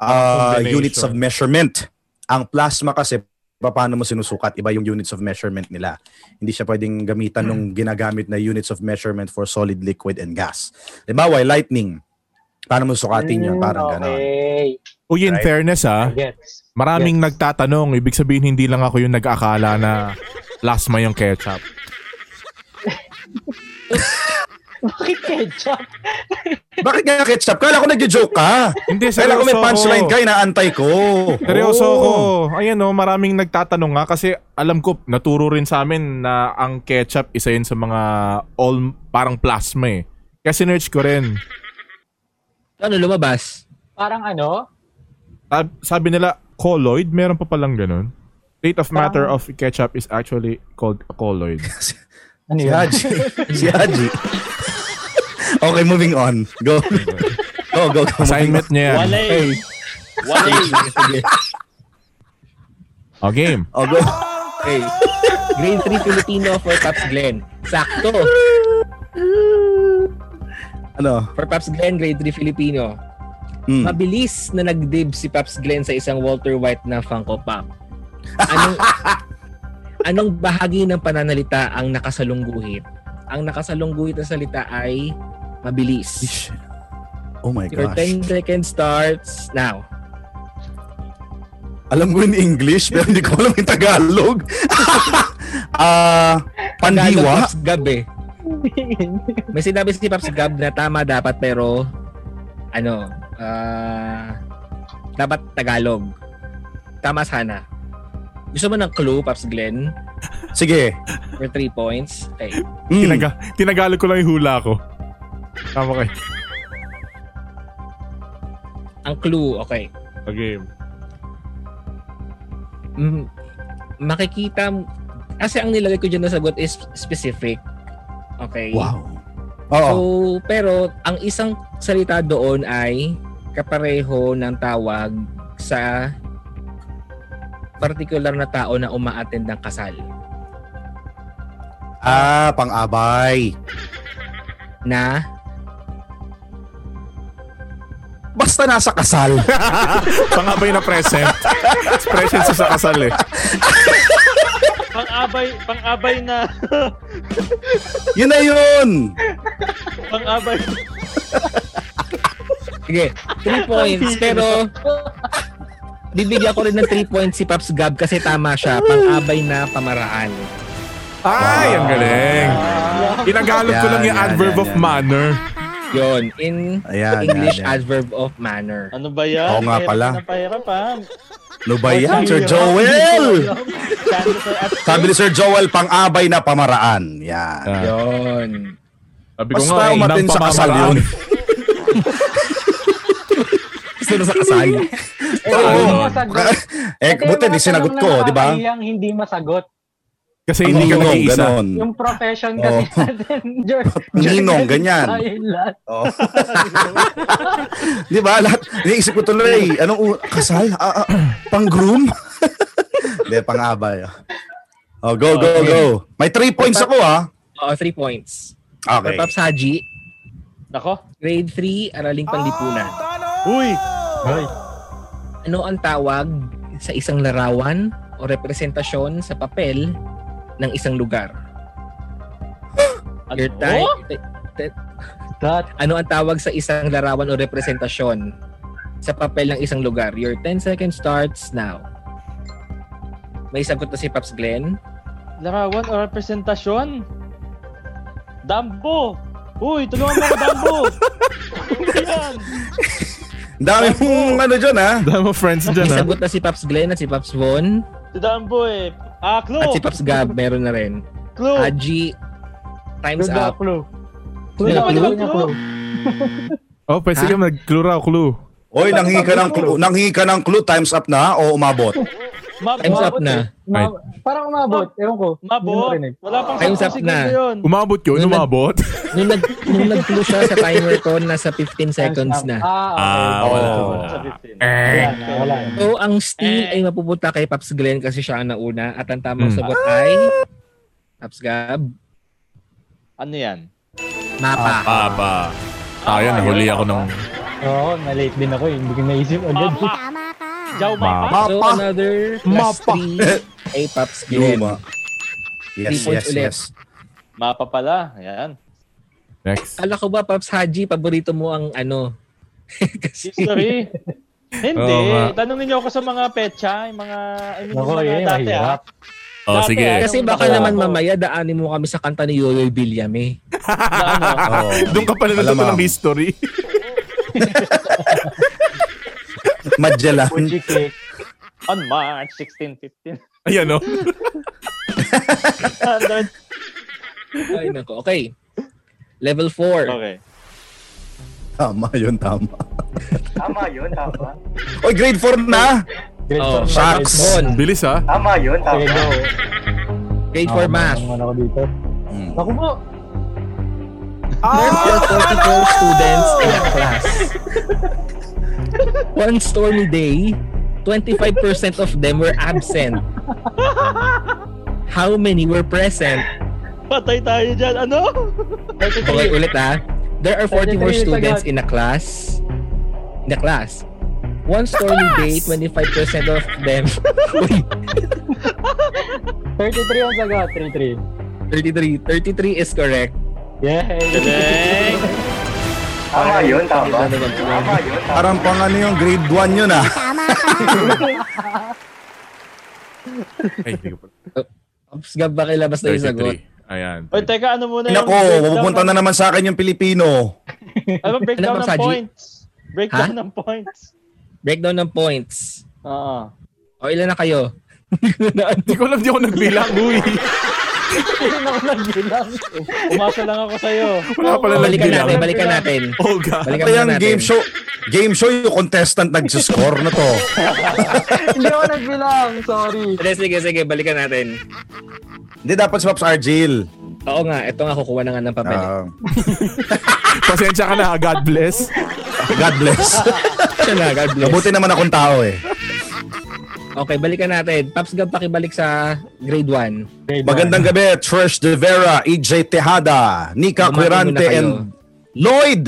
ah, Combination. units of measurement. Ang plasma kasi paano mo sinusukat, iba yung units of measurement nila. Hindi siya pwedeng gamitan nung Hmm. ginagamit na units of measurement for solid, liquid, and gas. Halimbawa, lightning. Paano mo sukatin Hmm, yun? Parang ganon. okay. O in Right. fairness ha, Gets. maraming Yes. nagtatanong. Ibig sabihin, hindi lang ako yung nag-akala na plasma yung ketchup. Bakit ketchup? Bakit nga ketchup? Kala ko nagjo-joke ka. Hindi, Kala ko may seryoso punchline ako. ka, inaantay ko. Seryoso Oo. ko. Ayan o, maraming nagtatanong nga kasi alam ko, naturo rin sa amin na ang ketchup isa yun sa mga all, parang plasma eh. Kaya sinerch ko rin. ano lumabas? Parang ano? Sab- Sabi nila, colloid, meron pa palang ganun. State of matter of ketchup is actually called a colloid. Ano Si Haji. si Haji. okay, moving on. Go. go, go, go. Assignment niya yan. Walay. Walay. O, game. Oh, go. Okay. Grade 3 Filipino for Paps Glenn. Sakto. Ano? For Paps Glenn, grade 3 Filipino. Mm. Mabilis na nagdib si Paps Glenn sa isang Walter White na Funko Pop. Anong, anong bahagi ng pananalita ang nakasalungguhit? Ang nakasalungguhit na salita ay mabilis. Ish. Oh my Your gosh. 10 seconds starts now. Alam ko yung English, pero hindi ko alam yung Tagalog. Ah, Tagalog, pandiwa? Paps Gab eh. May sinabi si Paps Gab na tama dapat pero ano, ah dapat Tagalog. Tama sana. Gusto mo ng clue, Paps Glenn? Sige. For three points. Okay. Mm. Tinaga- tinagalog ko lang yung hula ko. Tama kayo. Ang clue, okay. O, game. Mm, makikita, m- kasi ang nilagay ko dyan na sagot is specific. Okay? Wow. Oo. So, pero ang isang salita doon ay kapareho ng tawag sa particular na tao na umaattend ng kasal Ah, pang-abay. na Basta nasa kasal. Pangabay na present. It's present sa sa kasal eh. Pang-abay, pang-abay na, yun na yun! pang-abay. Sige, 3 points pero bibigyan ko rin ng 3 points si Paps Gab kasi tama siya, pang-abay na pamaraan. Ay, ang galing. Tinagalog ko lang yung Yan, yan, adverb yan, of yan. manner. Yon, in Ayan, English ayan. adverb of manner. Ano ba yan? Oo nga Mahirap pala. na pahirap, ha? Ano ba yan, Sir Mahirap. Joel? Chances are at Sabi ni Sir Joel, pang-abay na pamaraan. Yan. Yon. Sabi ko nga, Basta eh, umatin nang sa kasal yun. pamamaraan. Sino sa kasal? Ano? Eh, Hindi masagot. eh, buti Kasi di yung mga sinagot tanong ko, na di ba? nakakahiyang hindi masagot. Kasi hindi ka Ninong, nag-iisa. ganon. Yung profession kasi Oo. natin. jur- Mm. Oh. Ninong, ganyan. Ayun lahat. Oo. Oh. di ba? Lahat, iniisip ko tuloy, anong u- kasal? Ah, ah, pang-groom? Hindi, pang-abay. ah. Oh, go, go, go. May three points ako, ha? Oo, 3 Oh, points. For Okay. Paps Haji, Nako. grade 3, araling panlipunan. Uy! Ay. Ano ang tawag sa isang larawan o representasyon sa papel ng isang lugar? Ano? Your time, That. ano ang tawag sa isang larawan o representasyon sa papel ng isang lugar. Your 10 seconds starts now. May sagot na si Paps Glenn. Larawan o representasyon? Dambo! Uy, tulungan mo ako, Dambo! Ano ba yan? Ang Dami mong ano dyan, ha? Dahil mo friends dyan May ha. sagot na si Paps Glenn at si Paps Von Si Dambo eh. Ah, Clue! at si Ah, Paps Gab. Meron na rin. Clue! Haji, time's up. clue. Clue Clue na na clue? clue. Oh, pwede sige, mag-clue raw, clue. Oy, nanghingi ka ng clue. Nanghingi ka ng clue, time's up na, o ah. umabot? Mab- Time's up mabot eh. na. Ma- parang umabot. Ewan ko. Mabot. Hindi mo marinig. Wala pang Time's sampung up segundo na. yun. Umabot yun, Nung nag- umabot. Nung, nag, nung nag-clue siya sa timer ko, nasa 15 seconds Time's up. na. Ah, okay. Ah, wala. Oo. wala. Sa 15. Eh. Wala na, wala na. So, ang steal Eh. ay mapupunta kay Paps Glenn kasi siya ang nauna. At ang tamang Hmm. sagot ay... Paps Gab? Ano yan? Mapa. Papa. Tayo, nahuli ako ng... Oo, na-late din ako eh. Hindi ko naisip agad. Mapa. Jaw mapa. Mapa. So, another last Mapa. three ay Paps Glenn. Luma. Yes, Three yes, points ulit. yes. Mapa pala. Ayan. Next. Kala ko ba, Paps Haji, paborito mo ang ano? kasi, History. Hindi. Oo nga. Tanungin niyo ako sa mga petsa, yung mga, I mean, Nako, yung mga yun, dati eh, mahirap. ah. Oh, sige. kasi baka Ako. naman mamaya daanin mo kami sa kanta ni Yoyoy eh. Villame. Na ano. Oo. Doon ka pala natuto Alam, ng ma'am. history. Madjala. Fuji cake. On March 16, 15. Ayan, oh. Standard. Ay, nako. Okay. Level 4. Okay. Tama yun, tama. Tama yun, tama. Oy, grade 4 na! Grade four, Oh, shucks. grade Bon, Bilis, ah. ha? Tama yun, four. Okay, tama. go. grade 4 math. Ano ako dito? Mm. Ako po. There were 44 students in a class. One stormy day, 25% of them were absent. How many were present? Patay tayo dyan. Ano? Okay, ulit ah. There are 44 students in a class. In a class. One stormy day, 25% of them. Uy, 33 ang sagot. 33. 33. 33 is correct. Yay! Galing. Tama yun, tama. Ano ba? Tama yun, tama. Parang pang ano yung grade 1 yun ah. Ay, hindi ko pala. Ops, gab ba kilabas na yung sagot? 33. Ayan. Oy, teka, ano muna Nako, breakdown pupunta na ng- naman sa akin yung Pilipino. Ano, breakdown Ano ba, ng Saji? points. Breakdown ng points. Breakdown ng points. Oo. O ilan na kayo? Hindi ko na- Hindi ko alam, di ako nagbilang, uy. Hindi ako nagbilang. Umasa lang ako sa'yo. Wala pala Balikan nagbilang. natin, balikan natin. Oh, God. Balikan Ano muna yung natin. game show? Game show yung contestant nagsiscore na to. Hindi ako nagbilang. Sorry. Sige, sige, sige, balikan natin. Hindi dapat si Pops Argil. Oo nga, ito nga kukuha na nga ng papel. Ah, Pasensya ka na, ha? God bless. God bless. Siya na, God bless. Mabuti naman akong tao eh. Okay, balikan natin. Paps Gab, pakibalik sa grade 1. Grade Magandang gabi, Trish De Vera, EJ Tejada, Nika Bumati Quirante, muna kayo. and Lloyd.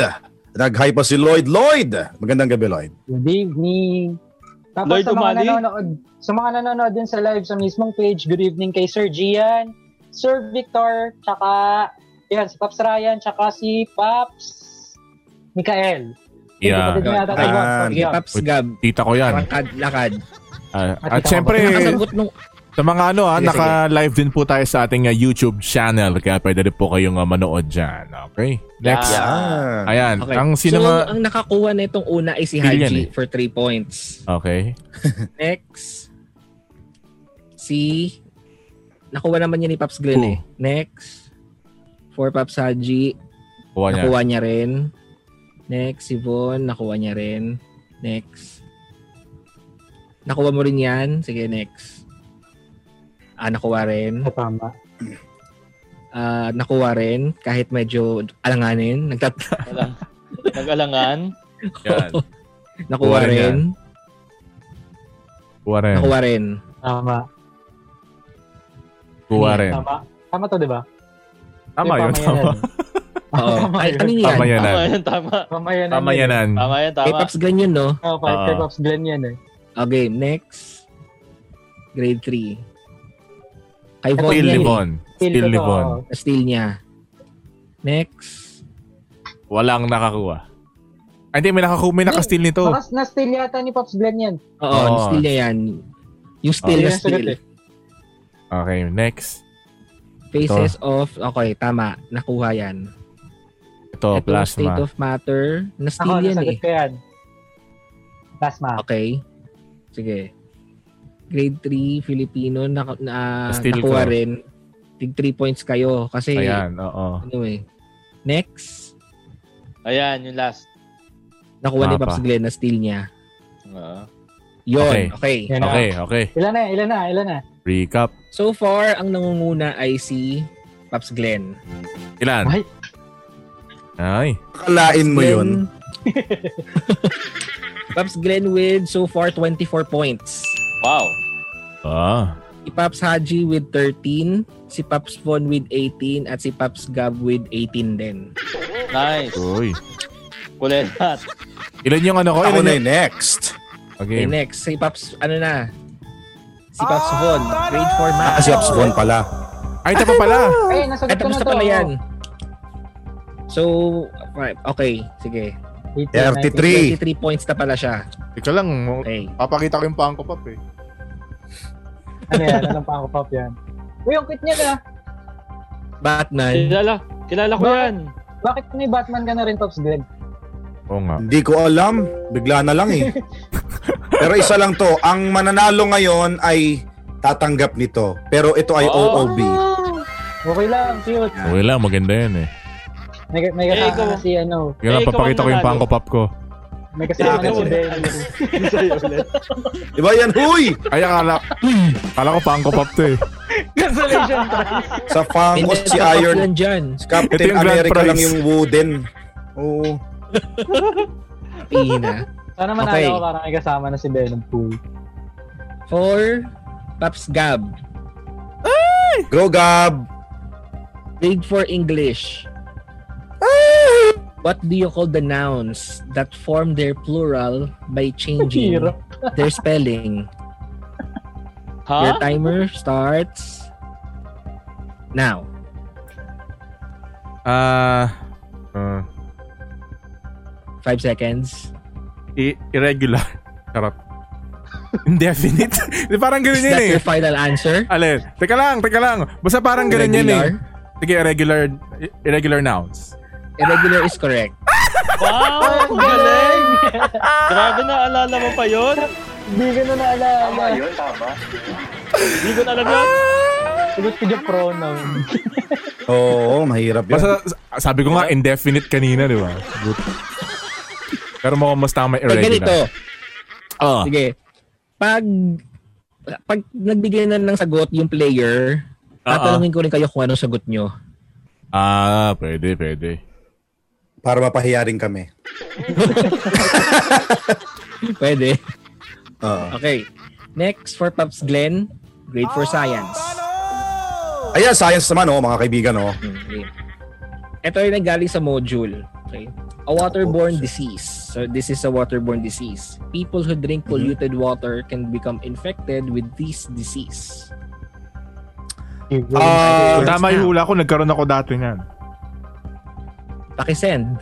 Nag-hi pa si Lloyd. Lloyd! Magandang gabi, Lloyd. Good evening. Tapos Lloyd sa mga Umali? nanonood, sa mga nanonood din sa live sa mismong page, good evening kay Sir Gian, Sir Victor, tsaka yan, si Pops Ryan, tsaka si Pops Mikael. Yeah. Kapatid niya yata kay Ah, Pops Yan. Sige, Gab. Paps Gab. Tita ko yan. Lakad, lakad. Ah, at At ikaw, syempre, Nakasagot nung... Sa mga ano ha, Sige, naka-live din po tayo sa ating uh, YouTube channel kaya pwede rin po kayong uh, manood dyan. Okay? Next. Yeah. Ah. Ayan, Okay. ang so, sinama... ang nakakuha na itong una ay si Billion Haji eh. for 3 points. okay. Next, si... Nakuha naman niya ni Paps Glenn Who? eh. Next, for Paps Haji, Kuha niya. Nakuha niya rin. Next, si Von. Nakuha niya rin. Next. Nakuha mo rin yan. Sige, next. Ah, nakuha rin. Ah, Tama. Ah, nakuha rin. Kahit medyo alanganin. Nagtat- Wala. Nag-alangan. Yan. nakuha Kuha rin rin. Kuha rin. Nakuha rin. Tama. Kuha rin. Tama. Tama to, diba? di ba? Tama yun. Tama, Oo. Ay, ano yan? tama Tama yan. yan. Tama ah. yan, tama. Tama yan. Tama yan. ah. Tama yan, tama. K-Pops ganyan, no? Oh, kay, kay Ah. Pops Glenn yan eh. Okay, next. Grade 3. Kay Von Still yan eh. Livon. Still Feel ko to, Livon. oo. Steal niya. Next. Walang nakakuha. Ay, hindi. May, nakaku- may naka-steal nito. Baka Oh. na-steal yata ni Pops Glenn yan. Oo, Oo. steal niya yan. Yung Yun steal na yung sagot steal. eh. Okay, next. Faces of, okay, tama. Nakuha yan. Ito, Ito, state Oh, plasma. of matter. Ako, Na-steal yan nasagot eh. ko yan. Plasma. Okay. Sige. Grade 3, Filipino, na, na, Na-steal nakuha ko. rin. Tig 3 points kayo. Kasi, Ayan, oo. ano eh. Next, Ayan, yung last. nakuha ni Tama Ah. Pops Glenn na steal niya. Oo. Okay. Yun, okay. Yan na. Okay, okay. Ilan na, ilan na, ilan na. Recap. So far, ang nangunguna ay si Paps Glenn. Ilan? Ay, Ay. Kalain mo yun. Paps Glenn with so far 24 points. Wow. Ah. Si Paps Haji with 13, si Paps Von with 18, at si Paps Gab with 18 din. Nice. Uy. Kulay lahat. Ilan yung ano ko? Ilan Ako na yung... yung next. Okay. Okay, next, si Paps, ano na? Si Paps Von, grade 4 Ah, math. si Abscon pala. Ay, ito pa pala. Ay, nasagot Ay, ko na tapos na Ano to. pala yan. So, right, okay, sige. 33. 23 points na pala siya. Teka lang. mo- Okay. Papakita ko yung pangko pap eh. Ano yan? Anong pangkapap yan? Uy, ang cute niya ah. na. Batman. Kilala. Kilala ko Bakit? yan. Bakit may Batman ka na rin, Pops Glenn? Oo nga. Hindi ko alam. Bigla na lang eh. Pero isa lang to. Ang mananalo ngayon ay tatanggap nito. Pero ito ay Oh. OOB. Okay lang, cute. Okay lang, maganda yan eh. May, may Eh, kasama ikaw. na si ano. Kaya lang, Eh, ikaw papakita ang ko yung nanalo. pangko pap ko. May kasama na Ikaw si ulit. Ben. Di ba yan? Huy! Ay, akala, akala ko pangko pap to eh. Consolation prize. Sa Fangos si Pinagkakap Iron. Yan dyan. Si Captain Ito yung grand America prize. lang yung wooden. Oo. Pina. Sana manalo Okay. ko para may kasama na si Ben ng pool. For Paps Gab. Go Gab! Grade 4 English. What do you call the nouns that form their plural by changing Hirap. their spelling? Ha? Your timer starts now. Ah. ah, Five seconds. i- irregular. Charot. Indefinite. Di parang Is ganun yan that eh. your final answer? Alin? Teka lang, teka lang. Basta parang ganun yan eh. Irregular? Sige, irregular, i- irregular nouns. Irregular is correct. Wow! Ah, Ang galing! Grabe na, alala mo pa yun? Hindi ko na Tama naalala. yun, tama. Hindi ko na alam yun. Sagot ko yung pronoun. Oo, mahirap yun. Basta s- sabi ko nga indefinite kanina, di ba? But, pero mukhang mas tama yung Pag ganito. irregular. Ah. Sige. Pag pag nagbigay na ng sagot yung player, Ah, ah. tatanungin ko rin kayo kung anong sagot nyo. Ah, pwede, pwede. Para mapahiya rin kami. Pwede. Oo. Okay. Next for Pops Glenn, grade 4 science. Ayan, science naman oh, mga kaibigan oh. Okay. Ito ay nanggaling sa module. Okay. A waterborne disease. So this is a waterborne disease. People who drink polluted water can become infected with this disease. Ah, So, tama yung hula ko, nagkaroon ako dati niyan. Pakisend.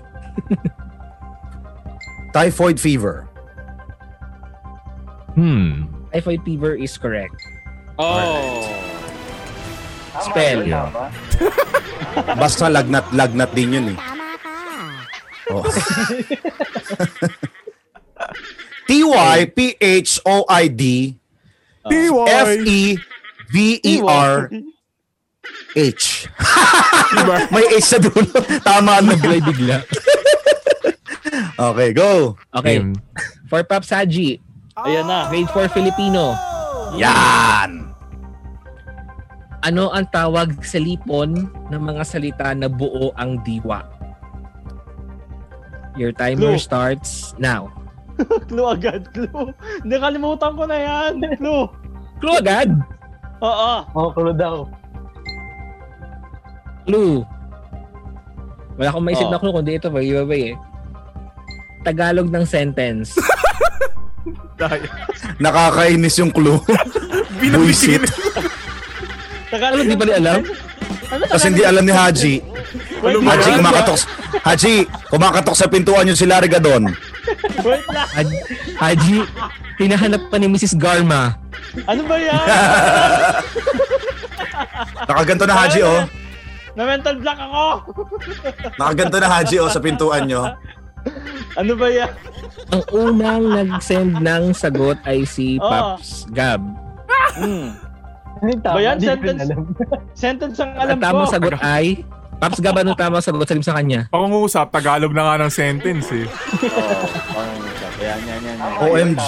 typhoid fever. Hmm. Typhoid fever is correct. Oh. Tama Spell. yun, tama. Basta lagnat-lagnat din yun eh. Oh. T-Y-P-H-O-I-D E F-E-V-E-R-H May H sa dulo. Tama na. bigla. okay, go. Okay. For Pops Haji, Ayan na. grade 4 Filipino. Yan. Ano ang tawag sa lipon ng mga salita na buo ang diwa? Your timer Clue. starts now. Clue agad, clue. Nakalimutan ko na yan. Clue. Clue agad! Oo. Oh, clue daw. Clue. Wala akong maisip Oo. na clue kundi ito. Pag iba ba eh. Tagalog ng sentence. Nakakainis yung clue. Buisit. Tagal Ano, di ba ni alam? Ano, Ano, Kasi hindi alam ni Haji. Wait lang. Haji, kumakatok. Haji, kumakatok sa pintuan yung si Larga doon. Wait lang. Had- Haji, hinahanap pa ni Mrs. Garma. Ano ba yan? Nakaganto na Haji, oh. Na-mental block ako. Nakaganto na Haji, oh, sa pintuan nyo. Ano ba yan? Ang unang nag-send ng sagot ay si Oo. Paps Gab. Ano yung tama? Ba yan? Hindi ko Sentence? alam. Sentence ang Ang alam tamang ko. sagot ay... Paps Gab, anong tamang sagot? Salim sa kanya. Pangungusap, Tagalog na nga ng sentence eh. Oo, pangungusap. Yan, yan, yan. yan. OMG!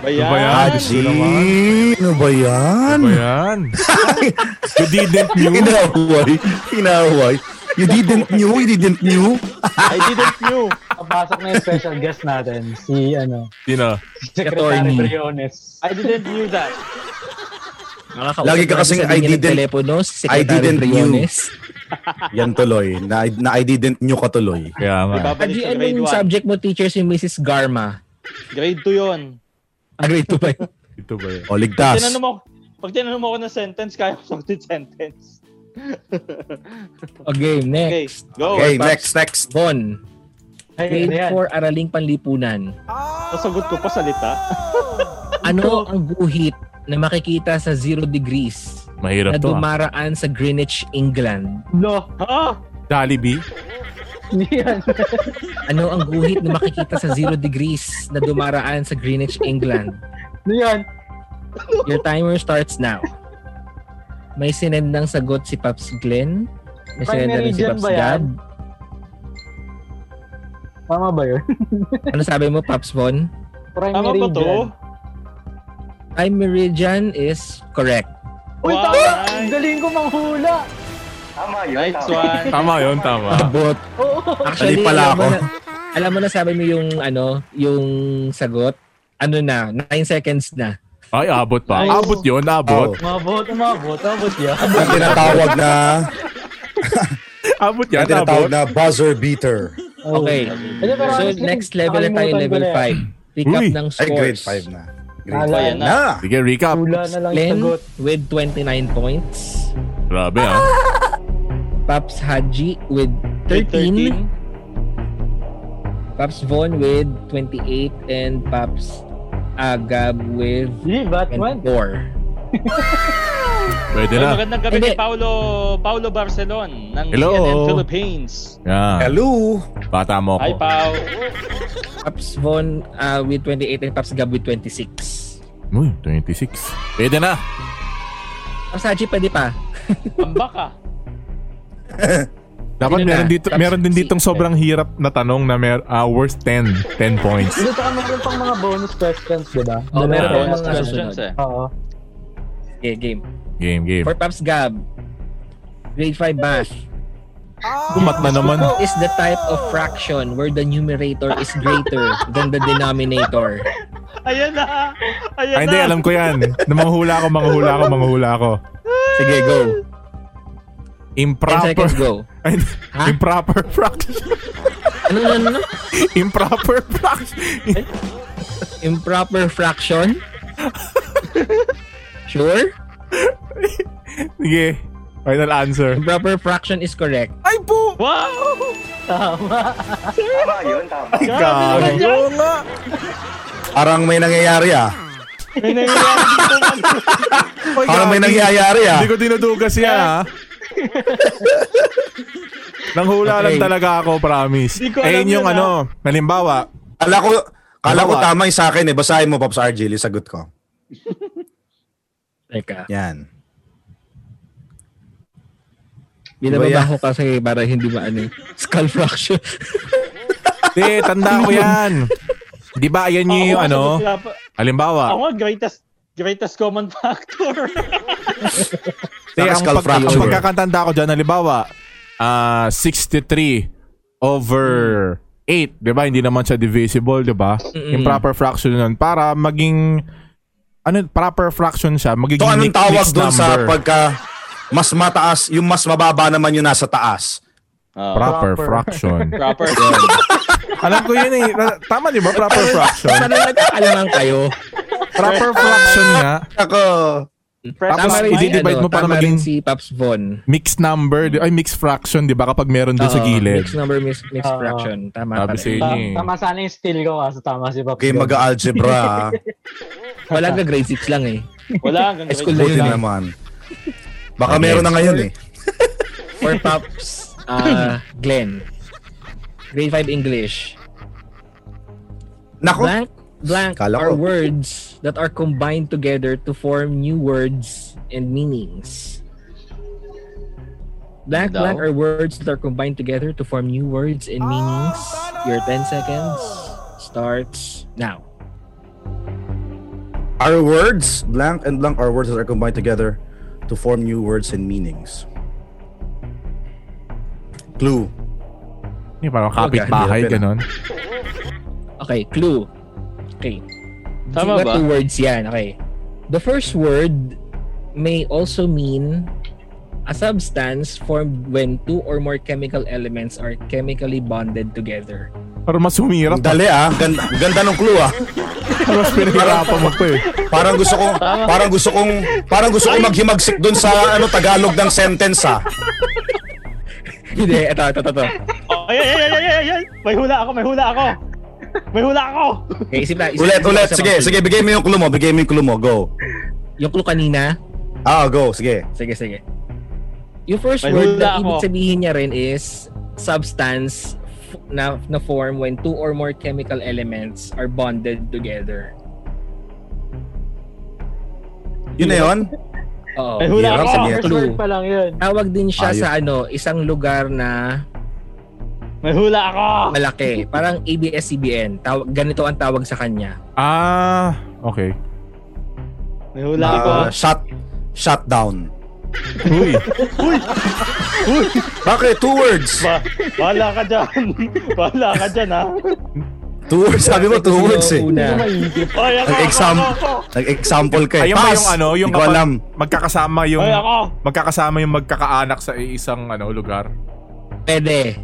Bayan. Ano ba yan? Haji! Ano ba yan? Ano ba yan? you didn't knew? Inaway. Inaway. You didn't knew? You didn't knew? I didn't knew. Papasok na yung special guest natin, si ano, Sino? si Secretary Attorney. Briones. I didn't knew that. Nakakausap Lagi ka natin kasing sa linya I ng didn't- telepono, si I Secretary didn't knew. Briones. Yan tuloy. Na, na I didn't knew ka tuloy. Kaya nga. Ibabalik Haji, sa grade anong 1. subject mo teacher si Mrs. Garma? Grade 2 yun. Ah, grade 2 ba yun? Ito ba yan? O, ligtas. Tinanong mo, pag tinanong mo ako ng sentence, kaya ko magtit sentence. O Okay, game, next. go. Okay, next, next. Von, Ay, ano grade yan? 4 araling panlipunan. Nasagot ko pa salita. Ano ang guhit na makikita sa zero degrees Mahirap na to ah. dumaraan sa Greenwich, England? No, Ha? Jollibee? hindi yan. Ano ang guhit na makikita sa zero degrees na dumaraan sa Greenwich, England? Ano yan? Your timer starts now. May sinend ng sagot si Paps Glenn. May sinend Primary rin si dyan Paps ba yan? Gab. Tama ba yun? Ano sabi mo, Paps Von? Tama Primary ba to? dyan. Time meridian is correct. Uy, Wow, tama! nice. Ang Galing ko manghula! Tama yun. Nice tama. one. Tama yun, tama. Abot. Actually, Mali pala alam mo ako. na, alam mo na sabi mo yung ano, yung sagot. Ano na, 9 seconds na. Ay, abot pa. Nice. Abot yun, Oh. abot. Umabot, umabot, umabot yan. Ang tinatawag na, Abot ang yan, tinatawag abot. na buzzer beater. Okay. Hindi, pero So, honestly, next level na tayo, Oh. nakalimutan ko level na yan. 5. Pick up Uy, ng Ay, scores. grade 5 na. Grade Wala 5 na. na. Sige, recap. Hula na lang yung Glenn sagot. with 29 points. Grabe ah. Paps Haji with 13. Grade Paps Von with 28 and Paps Agab with Di, Batman. 24. Pwede 13. na. Well, magandang gabi Hindi. kay Paulo, Paulo Barcelon ng Hello. CNN Philippines. Yan. Hello. Bata mo Hi, ako. Pao. Paps Von ah, with 28 and Paps Gab with 26. Uy, 26. Pwede na. Paps Haji, pwede pa. Ambak ah. Dapat Sino na? meron dito Paps- meron din si- ditong sobrang hirap na tanong na mer ah, worth 10, 10 points. Hindi, saka meron pang mga bonus questions, di ba? Oh, pa meron Dalawa. Bonus mga questions susunod. eh. Oo. Okay, game. Game, game. For Paps Gab, grade 5 math Kumat na naman. is the type of fraction where the numerator is greater than the denominator. Ayan na. Ayan Ay, Ah, hindi, na. alam ko yan. Na manghula ako, manghula ako, manghula ako. Sige, go. 10 Improper. seconds, go. Ay, Ha? Improper practice. Ano, ano, ano? ano? Improper practice. Improper fraction? Sure? Sige. Final answer. Improper fraction is correct. Ay po! Wow! Tama yun. Tama. Ay, gago. Ayun nga. Parang may nangyayari ah. May nangyayari dito. Ay, Parang may gago. nangyayari ah. Hindi ko dinudugas yan, ha? Nanghula lang Okay. talaga ako, promise. Hindi ko alam Ayun yung yun, ano, halimbawa, Kala ko, kala ko Bawa. tama yung sa akin eh. Basahin mo, Pops RJ. yung Sagot ko. Teka. Yan. Iba yan. Binababa ko kasi para hindi maano. eh. Skull fraction. Hindi, tanda ko yan. Di ba, ayan Ako yung nga, ano, sagot nga pa- Ako halimbawa, nga, greatest greatest common factor. di, Saka ang, skull pag, ang fracture. pagkakantanda ko dyan, halimbawa, ah, 63 over 8, di ba? Hindi naman siya divisible, di ba? Mm-mm. Yung proper fraction nun, para maging, ano, proper fraction siya, magiging So, anong mix- tawag mixed doon sa number. pagka mas mataas, yung mas mababa naman yung nasa taas? Proper fraction. Proper. Alam ko yun eh. Tama di ba? Proper fraction. Sana nagkakalaman kayo. Proper fraction nga. Ako. Tapos rin si, ano, i-divide mo para tama maging- rin si Paps Von. Mixed number. di- Ay, mixed fraction. Di ba? Kapag meron doon sa Ah, Oo, gilid. Mixed number, mixed, mixed Oo. fraction. Tama Sabi pa sa rin. inyo eh. Tama sana yung steal ko kasi tama si Papa. Okay, mag-algebra. ah. Wala ka grade 6 lang eh. Wala hanggang High school Buti grade na lang. naman. Baka Okay. meron na ngayon eh. For Paps ah, Glenn. Grade 5 English. Naku. Blank, blank Kala are ko. words that are combined together to form new words and meanings. Blank, Daw? blank are words that are combined together to form new words and meanings. Your 10 seconds starts now. Our words, blank and blank, are words that are combined together to form new words and meanings. Clue. Yung parang kapit-bahay, Okay. ganun. Okay, clue. Okay. Tama Got ba? two words yan. Okay. The first word may also mean a substance formed when two or more chemical elements are chemically bonded together. Parang mas humirap. Ang dali ah. Ang Ganda, ang ganda ng clue ah. Parang mas pinahirapan mo pa eh. Parang gusto kong parang gusto kong parang gusto kong maghimagsik doon sa ano Tagalog ng sentence ah. Hindi, ito, ito, ito, ito. Oh, ay, ay, ay, ay, ay, ay, May hula ako, may hula ako. May hula ako. Okay, isip na. isip- Ulit, isip ulit. ako sa Sige, mga sige. Bigay mo yung clue mo. Bigay mo yung clue mo. Go. clue. Yung clue kanina, Ah, go. Sige. Sige, sige. Yung first May word hula na ibig ako. sabihin niya rin is substance f- na, na form when two or more chemical elements are bonded together. Yun na yun? Oo. May hula hirap ako. sabihin. First word pa lang yun. Tawag din siya Ayun. sa ano, isang lugar na May hula ako. malaki. Parang ABS-CBN. Tawag, ganito ang tawag sa kanya. Ah, okay. May hula ako. Ah, shut shut down. Uy, Bakit? Two words. Ba bahala ka dyan. bahala ka dyan, ha? Two words. Sabi mo, two Yung words eh. Una. Ay, ako, Ang exam- ako, ako, Nag-example ka eh. ayun ba Pass! yung ano, yung Hindi ko kapag alam. magkakasama ako. yung Ay, ako. magkakasama yung magkakaanak sa isang ano lugar. Pwede.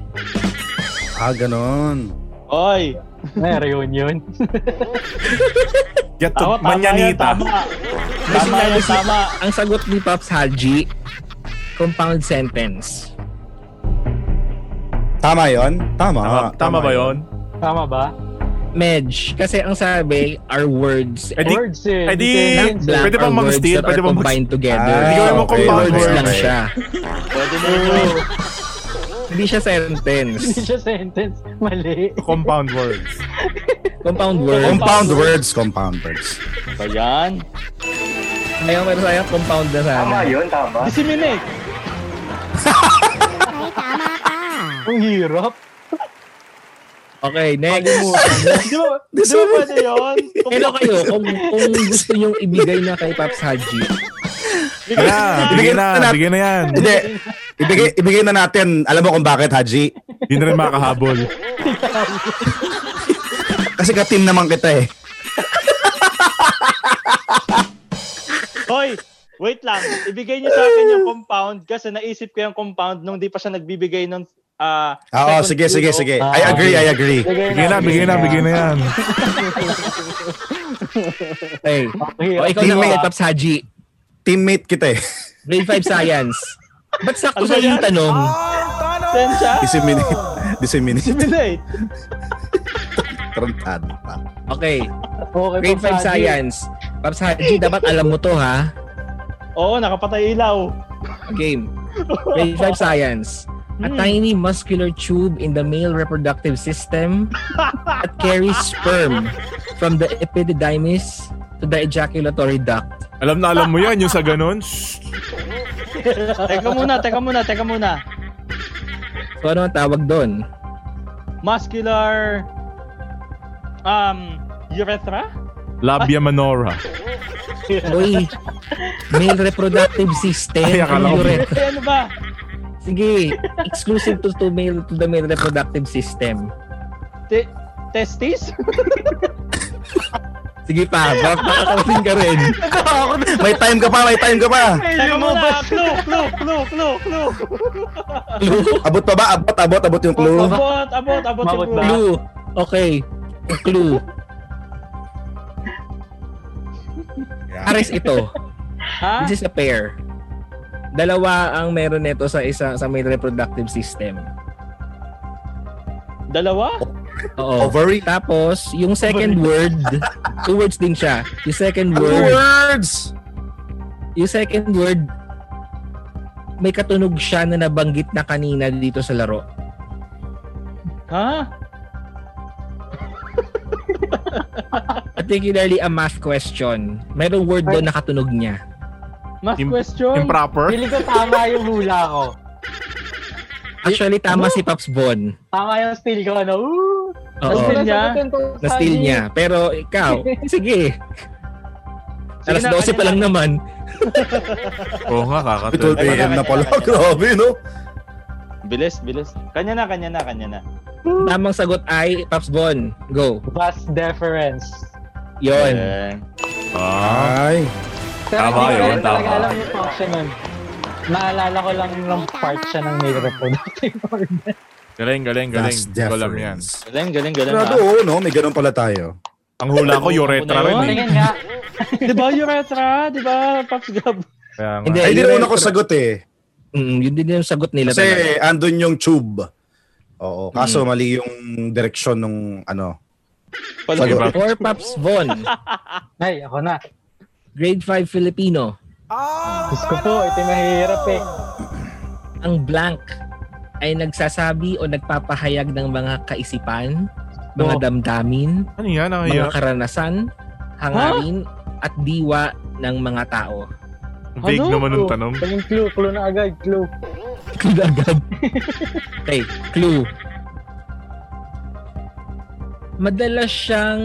Ah, ganon. Oy. May reunion. Get to Tama, tama yan, Manyanita. tama. Tama yan, tama. Ang sagot ni Pops Haji, compound sentence. Tama yon? Tama, Tama. tama ba 'yon? Tama ba? Medj. Kasi ang sabi are words Eh di, words eh. eh di- Different words. blank Pwede bang or words mag-steal? that Pwede are bang mag- combined together. Ah, Hindi ko alam kung okay, compound words words. lang Okay. siya. Pwede na yun. Hindi siya Hindi sentence. siya sentence. Mali. Compound words. Compound words. Compound words. Compound words. Ba yan? Ngayon meron tayo compound na sana. Tama yun, tama. Disseminate. Ang hirap. Okay, next. Di ba, di ba pwede yun? Hello kayo, kung, kung gusto nyong ibigay na kay Paps Haji, Bigyan na, bigyan na, bigyan na yan. Hindi. Ibigay, ibigay na natin. Alam mo kung bakit, Haji? Hindi na rin makahabol. Kasi ka-team naman kita eh. Hoy, wait lang. Ibigay niyo sa akin yung compound kasi naisip ko yung compound nung di pa siya nagbibigay ng ah Oo, second oh, sige, clue, sige, no? sige. I agree, I agree. Bigyan na, bigyan na, bigyan na yan. hey, Okay. o Oh, ikaw na kay Paps Haji, Teammate kita eh. grade 5 science. Ba't sakto Ano sa ba yung yan? tanong? Sensya? Disseminate. Disseminate. Disseminate. Tarantado pa. Okay, Okay, grade 5 Papaji. science. Paps Haji, dapat alam mo to ha. Oo, nakapatay ilaw. Game. Grade 5 science. A tiny muscular tube in the male reproductive system that carries sperm from the epididymis to the ejaculatory duct. Alam na alam mo yan, yung sa ganun. Shh. teka muna, teka muna, teka muna. So ano ang tawag doon? Muscular um urethra? Labia manora. Uy, male reproductive system. Ay, akala ko- uret. Eh, ano ba? Sige, exclusive to, to male to the male reproductive system. Te- testis? Sige pa, bak- makakarating ka rin. May time ka pa, may time ka pa. Teka muna, clue, clue, clue, clue, clue. Abot pa ba? Abot, abot, abot yung clue. Abot, abot, abot yung Mabot ba? clue. Clue. Okay. Clue. Pares ito. Ha? This is a pair. Dalawa ang meron nito sa isa sa male reproductive system. Dalawa? Oo. Ovary. Tapos, yung second word, two words din siya. Yung second word, Words! yung second word, may katunog siya na nabanggit na kanina dito sa laro. Ha? Particularly a math question. Merong word doon na katunog niya. Math Im- question? Improper. Feeling ko tama yung hula ko. Oh. Actually, tama si Paps Bon. Tama yung steel ko, ano? Ooh! Oo. Oo. Nasteal niya? Na-steal Oh. niya. Pero ikaw, sige. Alas na, 12 pa lang naman. Oo nga, kakatulog. 12 a.m. na pala. Grabe, no? Bilis, bilis. Kanya na, kanya na, kanya na. Tamang sagot ay, Pops Bon, go. Vast deference. Yon. Eh, Ah, Ay. Pero Tama hindi ko yun, rin talaga tama. alam yung function nun. Naalala ko lang ng part siya ng male reproductive organ. galing, galing, galing. That's Hindi ko alam yan. difference. galing, galing, galing. ah. Grabe, ha? oo, no? May ganun pala tayo. Ang hula ko, urethra rin eh. Tingin nga. Di ba, Urethra? Di ba, Pops Gab? Kaya nga. Hindi, Ay, hindi rin yun- ako sagot eh. Mm, yun din yung sagot nila. talaga. Kasi andun yung tube. Oo, kaso Hmm. mali yung direksyon nung ano. Sagot. Iba. For Pops Bon, Ay, ako na. grade 5 Filipino, Diyos ko po, ito yung mahirap eh. ang blank ay nagsasabi o nagpapahayag ng mga kaisipan, mga Oh. damdamin, Ano yan? Ang mga hirap. karanasan, hangarin, at diwa ng mga tao. Ang Vague Ano? naman yung tanong. Ito yung clue, clue na agad, clue. Clue na agad. okay, clue. Madalas siyang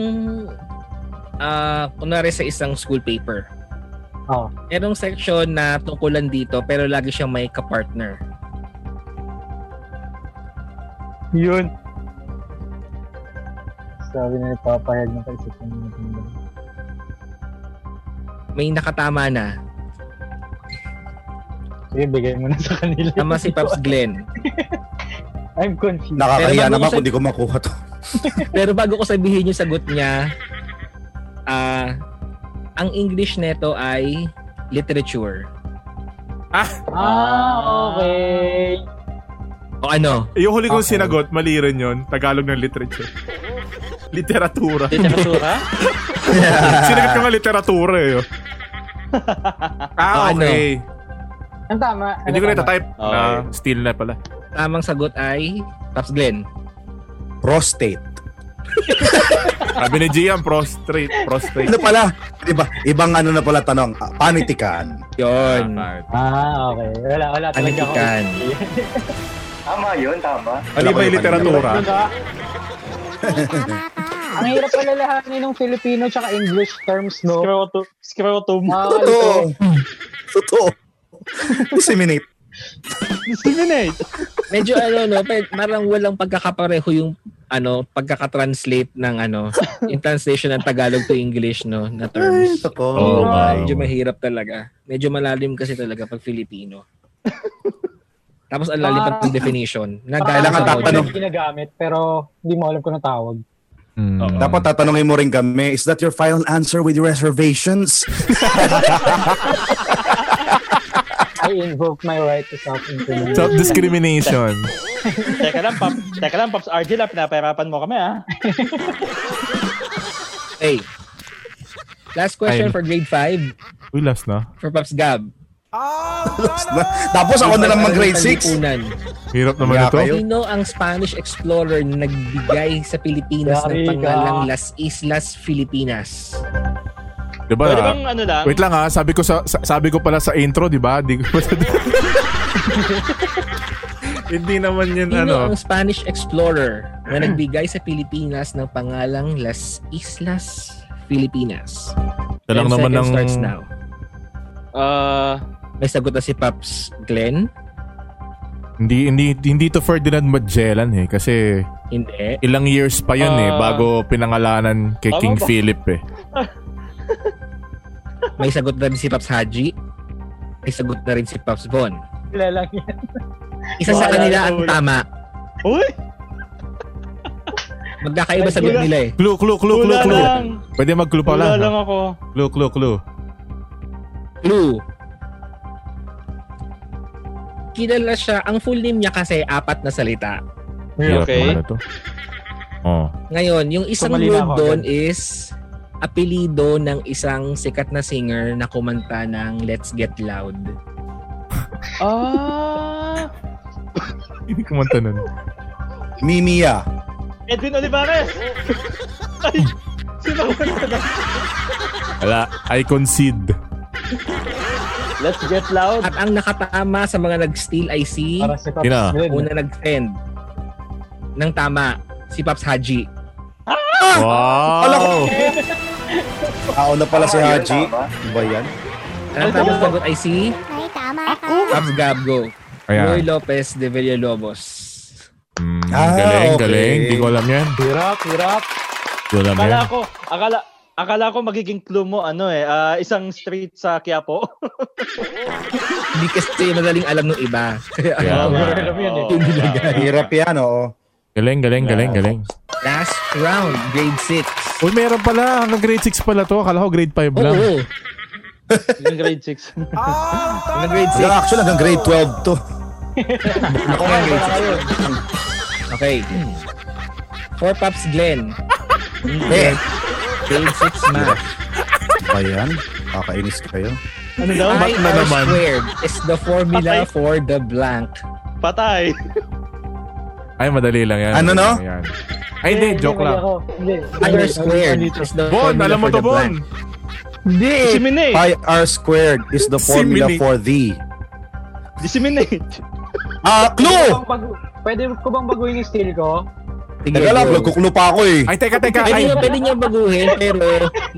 ah kunwari sa isang school paper. Oo. Merong section na tungkulan dito pero lagi siyang may kapartner. Yun. Sabi na nagpapahayag ng kaisipan ng matanda. May nakatama na. Sige, bigay mo na sa kanila. Tama si Pops Glenn. I'm confused. Nakakaya Pero bago naman ko kung di ko makuha to. Pero bago ko sabihin yung sagot niya, ah ang English neto ay literature. Ah, okay. O ano? Eh, Yung huli kong sinagot, mali rin yun. Tagalog ng literature. Literatura. Literatura? sinagot ko nga literatura eh. oh. ah, Ah, ano? okay. Ang tama. Hindi ko na Ano tama? itatype. Okay. Na steal na pala. Tamang sagot ay Pops Glenn. Prostate. Sabi ni Gian, prostrate. Prostrate. Ano pala? Diba? Ibang ano na pala tanong. Ah, Panitikan. Yon. Ah, okay. Wala, wala talaga ako. Panitikan. Tama yun, tama. Ano ba yung literatura? Diba? Ang hirap palalahanin ng Filipino tsaka English terms, no? Ah, ano Scrotum. Scrotum. Nakakalito. Totoo. Totoo. Disseminate. eh. Disseminate. Medyo ano no, pe- parang walang pagkakapareho yung ano, pagkakatranslate ng ano, yung translation ng Tagalog to English no, na terms. Totoo. Oh, wow. Medyo mahirap talaga. Medyo malalim kasi talaga pag Filipino. Tapos ang lalim Ah. pa ng definition. Na Kailangan galing sa takpan, no? audio. Ginagamit, pero hindi mo alam kung anong tawag. Oo. Dapat tatanungin mo rin kami, is that your final answer with your reservations? I invoke my right to self-incrimination. Self-discrimination. Teka lang, Pops. Teka lang, Pops Argila. Pinapahirapan mo kami, ah. ha? Hey. Last question Ayun. for grade 5 Uy, last na. for Pops Gab. Diba? Tapos ako na lang mag grade 6. Ang lipunan. Hirap naman Kaya ito. kayo. Sino ang Spanish explorer na nagbigay sa Pilipinas ng Yari ka. pangalang Las Islas Filipinas? Diba? Pwede ah? bang ano lang? Wait lang ha, sabi ko sa sa- sabi ko pala sa intro, 'di ba? Di ko Hindi naman 'yun Sino ano. ang Spanish explorer na nagbigay sa Pilipinas ng pangalang Las Islas Filipinas? Ito lang 10 naman seconds ng starts now. Ah, May sagot na si Paps Glenn? hindi hindi hindi to Ferdinand Magellan eh kasi Hindi. ilang years pa 'yun eh Ah. bago pinangalanan kay Tama King ba? Philip eh. May sagot na rin si Paps Haji? May sagot na rin si Paps Bon? Wala lang yan. Isa sa Wala, kanila ang wala. tama. uy! Magkakaiba sagot Wala. nila eh. Clue, clue, clue, clue, Wala clue. lang. Pwede mag-clue pa Wala lang. lang ha? ako. Clue, clue, clue. Clue. Kilala siya. Ang full name niya kasi apat na salita. Hirap Okay. naman ito. Oh. Ngayon, yung isang Tumali na word ako doon is apelido ng isang sikat na singer na kumanta ng Let's Get Loud. Ah! Hindi kumanta nun. Diba? Mimia. Edwin Olivares! Ay! Sino ko na? Wala, I concede. Let's get loud. At ang nakatama sa mga nag-steal ay si Para si Pops Sino? Glenn. una nag-send ng tama, si Pops Haji. Ah! Pala ko. Wow! Tao na pala si Ah, Tama yun, Haji. tama. Ano Ba yan? Ang tamang sagot ay si Ay, tama ka. Abgabgo. Ayan. Roy Lopez de Villalobos. Mm, Ah, galing, okay. galing. Di ko alam yan. Hirap, hirap. Di ko alam yan. Akala ko, akala, akala ko magiging clue mo, ano eh, ah, isang street sa Quiapo. Hindi kasi madaling alam ng iba. Kaya nga. alam yun eh. Oo. Oh. Diba? Hirap yan, oo. Galing, galing, galing, galing. Last round, grade 6. Uy, meron pala. Hanggang grade 6 pala to. Akala ko grade 5 Oo, lang. oo. Yung grade 6. Hanggang grade Hanggang actually hanggang grade 12 to. 6. Ako hanggang grade 6. Okay. For Pops Glenn. Hmm. Eh, Grade 6 math. ba yan? Kakainis kayo. ano daw? I Ba't na R naman? squared is the formula Patay. for the blank. Patay. Ay, madali lang yan. Ano, no? Madali lang yan. Ay, hindi. Joke mali lang. ako. Hindi. R squared is the Bon, formula alam mo for to, the Bon. blank. Hindi. Disseminate. Pi r squared is the formula Simili. for the... Disseminate. Ah, Pwede clue! bang bagu- Pwede ko bang baguhin yung steel ko? Sige, Teka lang, go. nagkuklo pa ako eh. Ay, teka, teka. Pwede Ay, niya, pwede niya baguhin, pero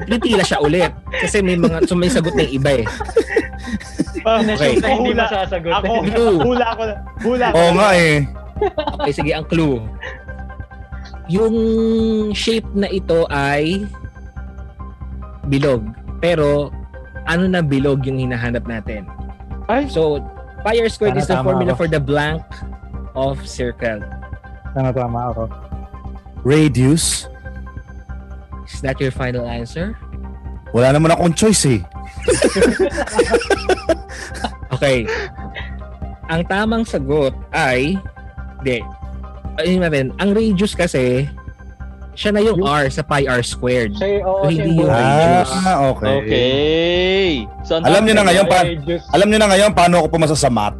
titila siya ulit. Kasi may mga, so may sagot ng iba eh. Ah, Okay. Siyempre, hindi Hula. masasagot. Ako, Clue. hula ako. na- Hula ako. Oo nga eh. Okay, sige, ang clue. Yung shape na ito ay bilog. Pero, ano na bilog yung hinahanap natin? Ay. So, pi r squared Tama, is the tama formula ako. for the blank of circle. Tama, tama ako. Radius. Is that your final answer? Wala naman akong choice eh. Okay. Ang tamang sagot ay... Hindi. Ayun natin. Ang radius kasi, siya na yung R sa pi r squared. Siya, yung- oo, So, siya hindi yung yun. buhay. Ah, Radius. okay. Okay. So, ang Alam dami niyo na ng- ngayon, pa- Ay, Diyos. Alam niyo na ngayon paano ako pumasa sa math.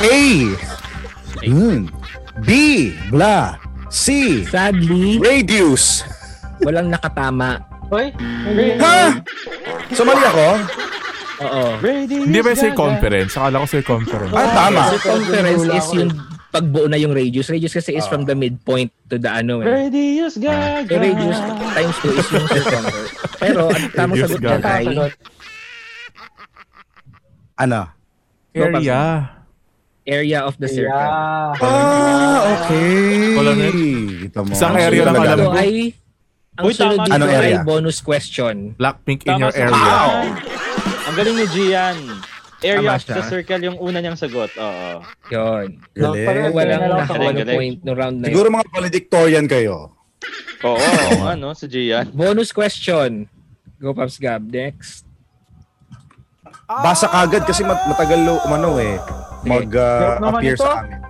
A. Hmm. B. Bla. C. Sadly, Radius. walang nakatama. Hoy, Ha? Sumali ako? Oo. Radius hindi ba Gaga. circumference? Akala ko circumference. Ah, tama. Circumference is yung pagbuo na yung radius. Radius kasi Ah. is from the midpoint to the ano eh. Radius Gaga. So, radius times 2 is yung circumference. Pero ang tamang Radius sagot niyan gag. ay Ano? Area. area of the circle. Yeah. Ah, okay. Wala na Ito mo. Isang area lang alam Ito ko. ay ang Uy, sunod tama. dito Anong ay area? bonus question. Blackpink in Tama your si area. Gian. Ang galing ni Gian. Area Tama of the siya. circle yung una niyang sagot. Oo. Yon. Galing. Galing. Walang Galing. nakakuha ng Galing. point no round na yun. Siguro mga valedictorian kayo. Oo, oo, ano, si Gian. Bonus question. Go Pops Gab. Next. Basa kagad kasi mat- matagal lo- umano eh Joke naman mag-appear ito. sa amin.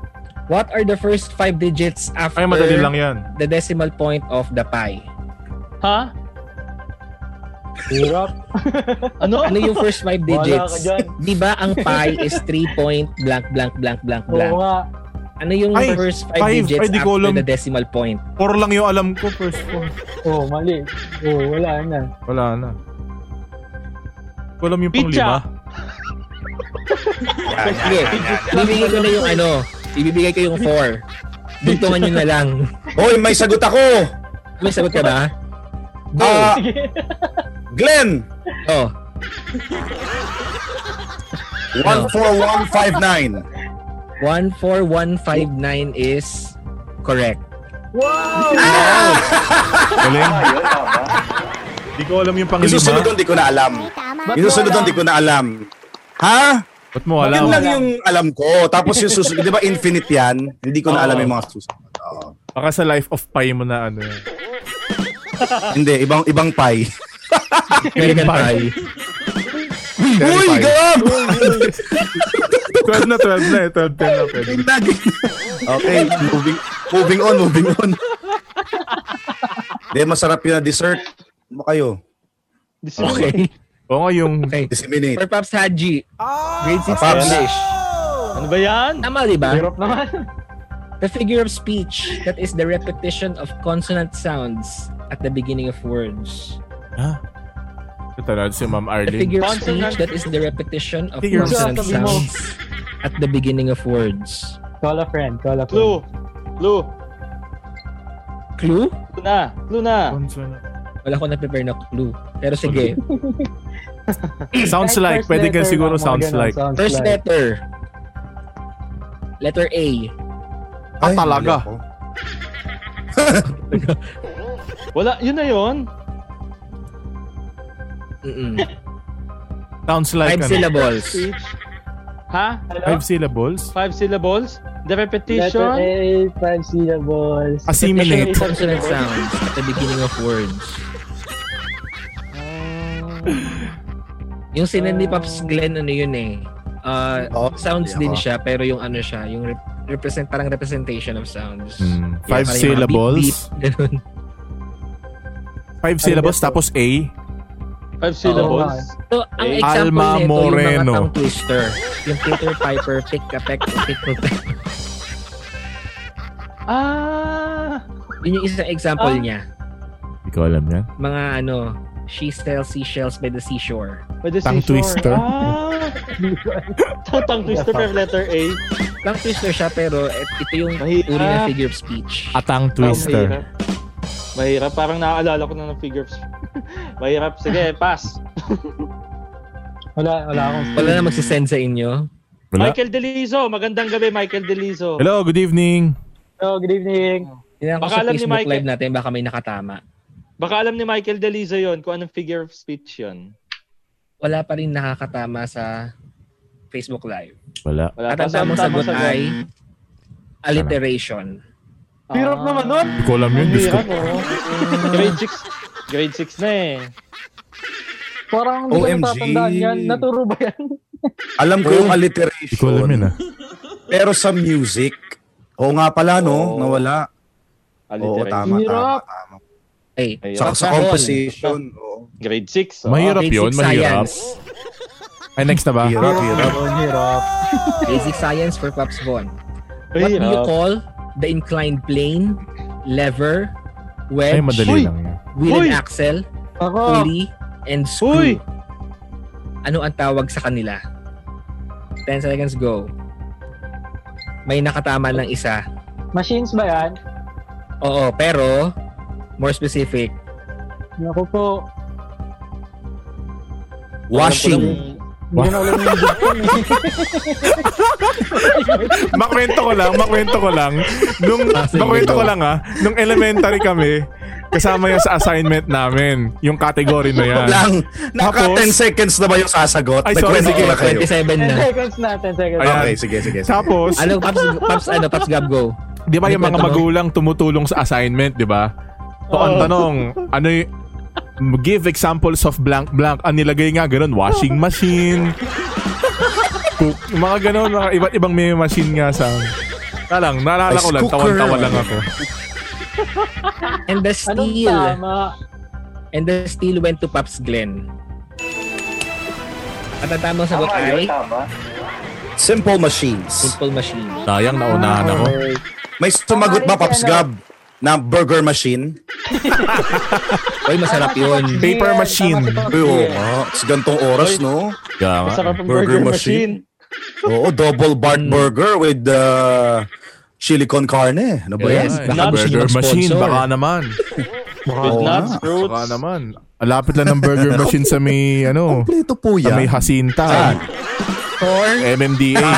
What are the first five digits after Ay, madali lang yan. the decimal point of the pi? Ha? Hirap. Ano? Ano yung first five Wala ka digits? dyan. Di ba ang pi is 3 point blank blank blank blank blank? Oo nga. Ano yung Ay, first five, five. digits Ay, di ko after alam. the decimal point? Four lang yung alam ko. First four. Oo, Oh, mali. Oo, wala na. Wala na. Di ko alam yung pang Pizza. lima. Ah, Sige, ibibigay ko na yung ano. Ibibigay ko yung 4. Dugtungan nyo na lang. Hoy, may sagot ako! May sagot ka ba? Go. Ah, Glenn! oh, 14159. 14159 is correct. Galing. Tama yun, tama. Di ko alam yung pang Yung susunod doon, lima. di ko na alam. Ay, tama Yung susunod doon, di ko na alam. Ha? Ba't mo alam? Yun lang yung alam ko. Tapos yung susunod, di ba infinite yan? Hindi ko na alam yung mga susunod. Oo. Baka sa life of pi mo na ano yan. Hindi, ibang ibang pie. American Pie. Pie. Uy, pie. gam! 12 na 12 na eh. 12 10 na pwede. okay, moving, moving on, moving on. Hindi, masarap yun na dessert. Ano ba kayo? Okay. Oo nga yung... Okay. Disseminate. For Pops Haji, Ah. grade 6 Pops. English. Ano ba yan? Tama, di ba? Hirap naman. The figure of speech that is the repetition of consonant sounds at the beginning of words. Ito na, si Ma'am The Arlene. figure of Consonant- speech that is the repetition of Figure of consonant speech. Sabi mo. sounds at the beginning of words. Call a friend. Call a friend. Clue. Clue. Clue? Clue na. Clue na. Wala ko na-prepare na clue. Pero sige. Sounds Kahit like. first Pwede ka letter siguro lang, mga sounds ganun, like. sounds First like. letter. Letter A. Ah, talaga? mali ako. Wala, yun na yun. Mm-mm. Sounds like. Five ano? syllables. Ha? Five syllables? Five syllables? Letter The A, repetition? five syllables. Assimilate. Consonant sounds at the beginning of words. Yung sinan ni Ah. Pops Glenn, ano yun eh. Uh, Oo, Oh, sounds hindi din ako. siya, pero yung ano siya, yung rep- represent, parang representation of sounds. Hmm. Five Yeah, parang yung mga syllables. Beep, beep, ganun. Five syllables tapos A. Five Oh, syllables? So, ang Eh, example Alma nito, yung Moreno. mga tongue twister. Yung Peter Piper, pick a peck, pick a peck. Ah! Yun yung isang example Ah. niya. Hindi ko alam yan. Mga ano, she sells seashells by the seashore. By the Tongue seashore. twister. Ah! Tongue twister from letter A. Tongue twister siya, pero et- ito yung Mahirap. uri ng figure of speech. Atang twister. Mahirap. Mahirap. Parang naaalala ko na ng figures. Mahirap. Sige, pass. Wala, wala akong Wala na magsisend sa inyo. Wala. Michael Delizo. Magandang gabi, Michael Delizo. Hello, good evening. So, good evening. Tingnan ko Baka sa alam ni Facebook Michael. live natin, baka may nakatama. Baka alam ni Michael Delizo yon kung anong figure of speech yon. Wala pa rin nakakatama sa Facebook live. Wala. Wala At ang tamang sagot ay alliteration. Ah. Hirap naman nun. Hindi ko alam yun. Diyos ko. Hirap, oh. Grade 6. Grade 6 na eh. Parang hindi ko OMG. natatandaan yan. Naturo ba yan? Alam ko Hindi ko alam yung yun alliteration. ah. Pero sa music, oo nga pala no, Oo. nawala. Oo, Alliteration. tama, tama, Hirap. tama. Ay, Mahirap. Saka sa Sakon. composition, oo. Grade 6. Oh. Mahirap basic yun, mahirap. science. Ay, next na ba? Hirap, hirap. hirap. Basic science for Pops Von. What do you Mahirap. call the inclined plane, lever, Ay, wedge, madali Uy! lang yun. wheel Uy! Ah. and axle, Ako, pulley, and Uy! screw? Ano ang tawag sa kanila? 10 seconds go. May nakatama ng isa. machines ba yan? Oo, pero more specific. Naku po. Washing. Hindi na ulit yung gift yun eh. makwento ko lang, makwento ko lang. Nung, makwento ko lang ah, nung elementary kami, kasama yan sa assignment namin, yung category na yan. Lang. Naka Tapos- 10 seconds na ba yung sasagot? Ay, May sorry, kwento sige, ko na kayo. 27 10 na. seconds na, 10 seconds. Ayan. Okay, sige, sige. sige. Tapos, Ano, Pops, Pops, ano, Pops Gab, go. di ba yung mga Ano? magulang tumutulong sa assignment, di ba? So, ang tanong, ano y- give examples of blank blank ang nilagay nga ganun washing machine cook yung mga ganun mga iba't ibang may machine nga sa Wala lang naalala Rice ko lang cooker. tawan-tawa lang ako And the Anong steel. tama? And the steel went to Pops Glenn. At ang tamang sagot Tama yun, ay tama. Simple machines. simple machine. sayang naunahan ako May sumagot ba, Tama rin Pops si ano. Gab, na burger machine? Uy, masarap yun. Paper Yan, machine. tama si Pops Uy, oo Glenn. nga. Sa gantong oras, no? kaya nga Masarap ang Burger burger, machine. machine. Oo, double bark burger with uh, chili con carne. Ano ba yan? Yes, Baka baka gusto niyo burger machine, mag-sponsor. baka naman. With Oo nuts, nga. fruits. Baka naman. Lapit lang ng burger machine sa may, ano, Kompleto po sa may yan. Jacinta. Saan? MMDA.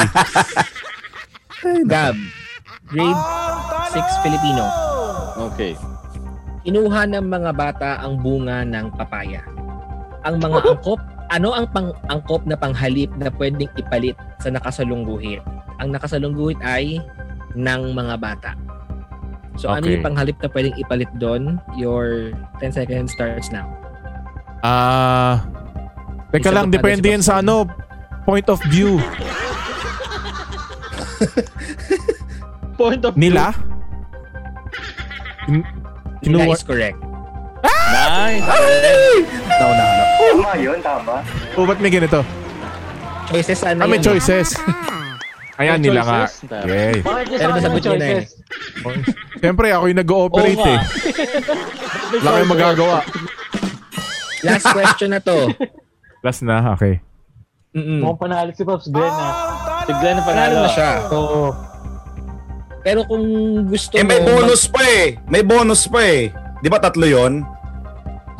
Gab, grade 6 Filipino. Okay. Inuha ng mga bata ang bunga ng papaya. Ang mga angkop, ano ang pang angkop na panghalip na pwedeng ipalit sa nakasalungguhit? Ang nakasalungguhit ay ng mga bata. So ano Okay. yung panghalip na pwedeng ipalit doon? Your 10 seconds starts now. Ah, teka lang, depende yan sa ano, point of view Point of nila. Nila Kinuha- is correct. Nice. Naunahanap. Tama yun, tama. Oh, ba't may ganito? Choices ano Ah, may yan eh. choices. Ayan, May nila nga. choices na. Yay. Bakit yung Pero sa akin nasagot yung niya na choices? Siyempre, ako yung nag-ooperate Oo nga. eh. Wala kayong magagawa. Last question na to. Last na, okay. Mm-mm. Mukhang panalo si Pops Glenn ah. Si Glenn ang Panalo panalo. na siya. Oo. Pero kung gusto Eh, may mo, bonus pa eh. May bonus pa eh. Di ba tatlo yon?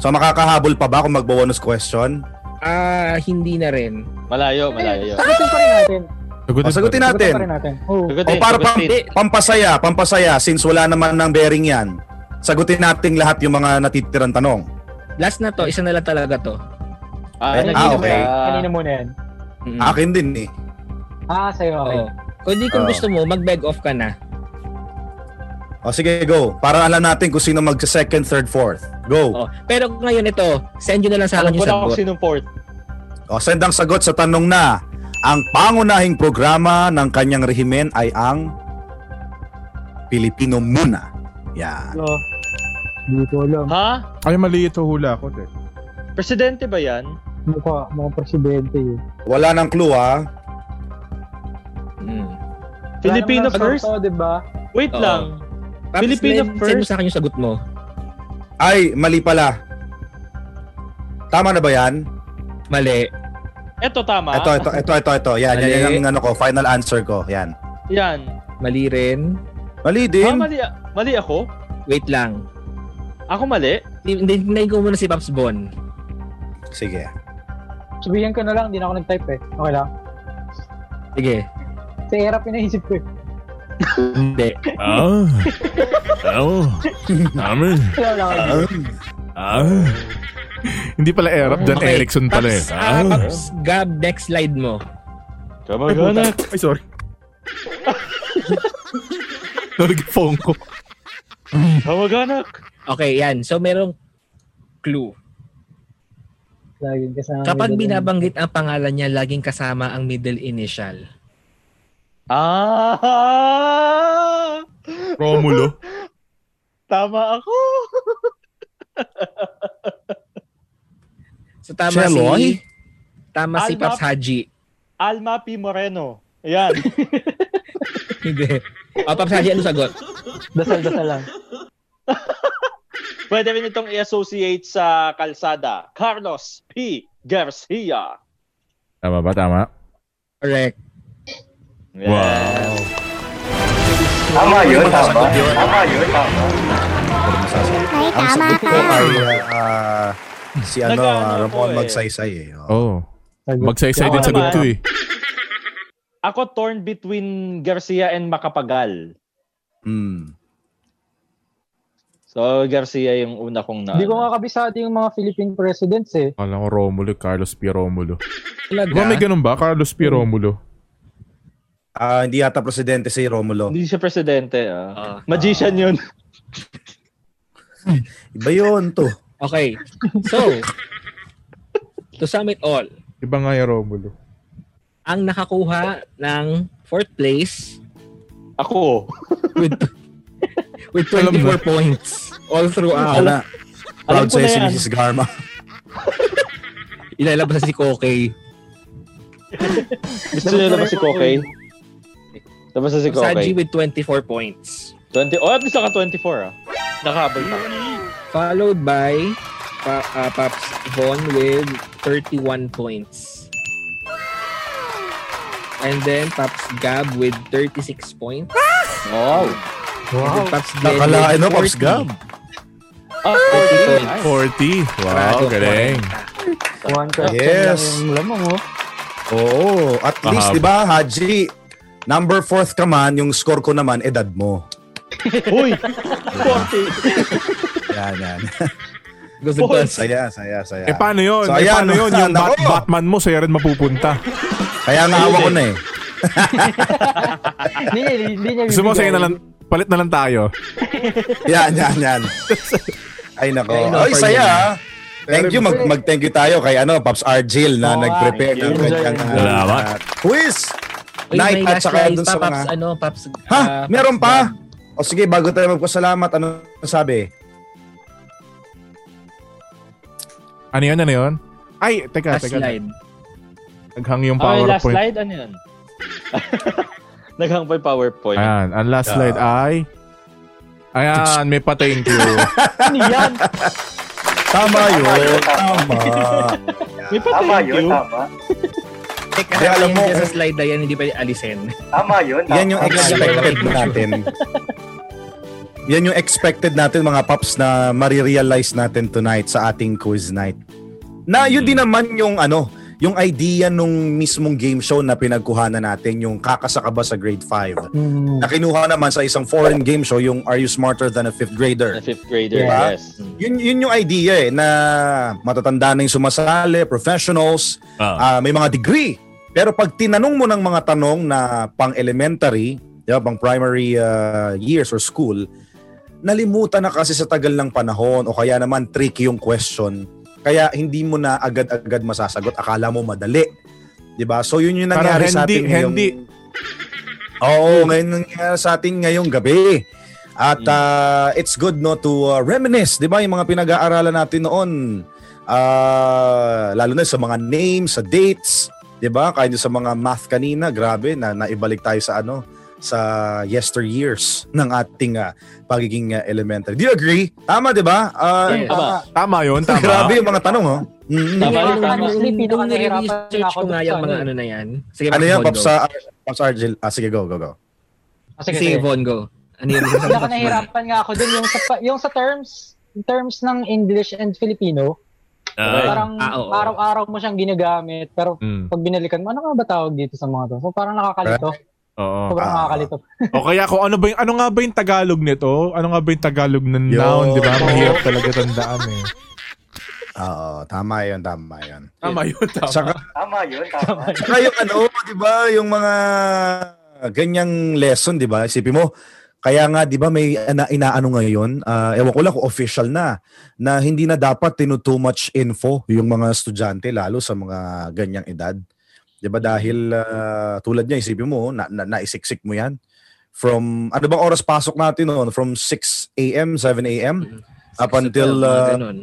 So makakahabol pa ba kung magbo-bonus question? mag- ah, hindi na rin. Malayo, malayo. Sagutin pa rin natin. Sagutin O, Oh, sagutin Sagutin pa natin. rin natin. Oh, Oo. Sagutin, O Oh, para pam, sagutin. pampasaya, pampasaya since wala naman ng bearing yan. Sagutin natin lahat yung mga natitirang tanong. Last na to, isa na lang talaga to. Ah, Ay, ah, nagino okay. ka. Kanina muna yan. Mm. Akin din eh. Ah, sa'yo, okay. Oo. Kung di kung Oo. gusto mo, mag-beg off ka na. O sige, go. Para alam natin kung sino mag-second, third, fourth. Go. Oo. Pero ngayon ito, send nyo na lang sa Alam akin ko yung na kung sagot. sinong fourth. O send ang sagot sa tanong na. Ang pangunahing programa ng kanyang rehimen ay ang Pilipino Muna. Yan. So, Hindi ko alam. Ha? Ay, mali ito hula ko. Dek. Presidente ba yan? Mukha, mga presidente yun. Wala ng clue ah. Mm. Filipino wala naman first? sagot to, diba? Wait Oo. lang. Tapos Filipino then, first? Send mo sa akin yung sagot mo. Ay, mali pala. Tama na ba yan? Mali. Eto tama. Ito, ito, ito, ito, ito. Yan, yan, Mali. yan ang ano ko, final answer ko. Yan. Yan. Mali rin. Mali Ha, din. Ah, mali, mali ako? Wait lang. Ako mali? Hindi hindi ko muna si Pops Bon. Sige. Sabihin ko na lang, hindi na ako nag-type eh. Okay lang. Sige. Sa era pinaisip ko eh. Hindi. Ah. Oh. Amen. Wala lang. Ah. Hindi pala Erap dyan, Okay. Erickson pala eh. Pops, ah, Pops, Gab, next slide mo. Kamagana. Ay, sorry. Nag-phone ko. Kamaganak. Okay, yan. So, merong clue. Laging kasama. Kapag nila. binabanggit ang pangalan niya, laging kasama ang middle initial. Ah! Romulo. Tama ako. So, tama Cheloy? si... Tama si Alma? Pops Haji. Alma P. Moreno. Ayan. Hindi. O, Pops Haji, ano sagot? Dasal-dasal lang. Pwede rin itong i-associate sa kalsada. Carlos P. Garcia. Tama ba? Tama. Correct. Wow. Tama yun, tama. Sagot yun. Tama yun, tama. Ay, Ang tama sagot ka. ko ay ah, si ano, Nag-ano ah, ako Ramon eh. Magsaysay eh. Oh. Oh. Magsaysay Ako din sagot naman. ko eh. Ako torn between Garcia and Macapagal. Mm. So, Garcia yung una kong na. Hindi ko makakabisado yung mga Philippine presidents eh. Alam ko Romulo, Carlos P. Romulo. Diba may Talaga? ganun ba? Carlos P. Romulo. Ah, hindi yata presidente si Romulo. Hindi siya presidente. Ah. Oo. Magician yun. Iba yun to. Okay. So, to sum it all, Iba nga yung Romulo. ang nakakuha ng fourth place Ako. with with Alam 24 points all throughout. Wala. Proud Alam ko sa'yo na si yan. Mrs. Garma. Ilalabas si Kokey. Gusto niya naman si Kokey. Tapos na si Saji Kokey. with 24 points. 20, oh, at least naka 24 ah. Nakahabol pa. Followed by pa, ah, Pops Von with 31 points. And then Pops Gab with 36 points. Wow. Wow. Pops Glenn Nakalain with no, ano, Pops 40. Gab. Ah, 40. 40 points. 40. Wow, Sarado, galing. 1 question Yes. lang yung lamang, oh. Oo. At least, Mahaba. di ba, Haji, number fourth ka man, yung score ko naman, edad mo. Uy! 40. Yan, yan. Gusto ko. Saya, saya, saya. Eh paano yun? So, eh ayan. paano yun? Yung bat- Nako. Batman mo sa'yo rin mapupunta. Kaya nga awa ko na eh. Hindi niya, hindi niya Gusto mo bibigay. sa'yo na lang, palit na lang tayo. Yan, yan, yan. Ay, nako. Ay, Ay, nako, saya yun. ah. Thank you. Mag, mag-thank you tayo kay ano, Pops Argil na Oo, nag-prepare ng thank you. kanyang ah, Salamat. ah, quiz. Uy, Night may at last saka line dun pa, sa mga- Pops, ano, Pops, Ha? ah, meron pa? Pops O sige, bago tayo magpasalamat, ano sabi? Ano yun? Ano yun? Ay, teka, Last teka. slide. Naghang yung Okay, last PowerPoint. slide. Ano yun? Naghang pa yung PowerPoint. Ayan, ang last Yeah. slide ay... Ayan, may pa-thank you. Ano yan? Tama yun. Tama. May Tama pa-thank yun, you. tama. Teka, Kaya alam alam mo mo. Sa kung- slide na yan, hindi pa alisin. Tama yun. Yan yung tama. expected natin. Yan yung expected natin mga paps na marirealize natin tonight sa ating quiz night. Na yun din naman yung ano, yung idea nung mismong game show na pinagkuhanan natin, yung kakasaka ba sa grade Mm. 5. Hmm. Na kinuha naman sa isang foreign game show, yung Are You Smarter Than a Fifth Grader? Na fifth grader, Diba? yes. Yun, yun yung idea eh, na matatanda na yung sumasali, professionals, ah, may mga degree. Pero pag tinanong mo ng mga tanong na pang elementary, di ba, pang primary ah, years or school, nalimutan na kasi sa tagal ng panahon o kaya naman tricky yung question. Kaya hindi mo na agad-agad masasagot. Akala mo madali. Di ba? So yun yung Parang nangyari sa hindi, atin ngayong... hindi. Oo, ngayon nangyari sa atin ngayong gabi. At ah, it's good no to ah, reminisce, 'di ba? Yung mga pinag-aaralan natin noon. Ah, lalo na sa mga names, sa dates, 'di ba? Kaya yung sa mga math kanina, grabe na naibalik tayo sa ano sa yesteryears ng ating ah, pagiging ah, elementary. Do you agree? Tama 'di ba? Ah, Yes. Tama. Tama yun, tama. grabe yung mga tanong, oh. Mm-mm. Tama, Nung- tama. Honestly, nung- pinaka- nung nire-research ko nakakabuksan nga yung mga eh. ano na yan. Sige, Ano Von, yan, go. Pops ah, Pops Argel? Ah, sige, go, go, go. Ah, sige, sige. Sige, Von, go. Ano yung isa Wala ka nahihirapan nga ako dun yung sa, yung sa terms terms ng English and Filipino. Parang Ah, oo. araw-araw mo siyang ginagamit pero Mm, pag binalikan mo, ano nga ba tawag dito sa mga to? So parang nakakalito. oo. Sobrang Ah. nakakalito. O kaya kung ano ba yung ano nga ba yung Tagalog nito? Ano nga ba yung Tagalog ng Yo. noun, 'di ba? Mahirap talaga tandaan eh. Oo, tama 'yon, tama 'yon. Tama yun, tama. Saka Tama yun. Tama. Tsaka yung ano, di ba, yung mga ganyang lesson, di ba? Isipin mo, kaya nga, di ba, may ina- inaano ngayon, ah, ewan ko lang kung official na, na hindi na dapat tinu too much info yung mga estudyante, lalo sa mga ganyang edad. Di ba, dahil ah, tulad niya, isipin mo, na, na, naisiksik mo yan. From, ano bang oras pasok natin noon? From 6 a.m., 7 a.m.? Up Sa until, mga ah, ganun.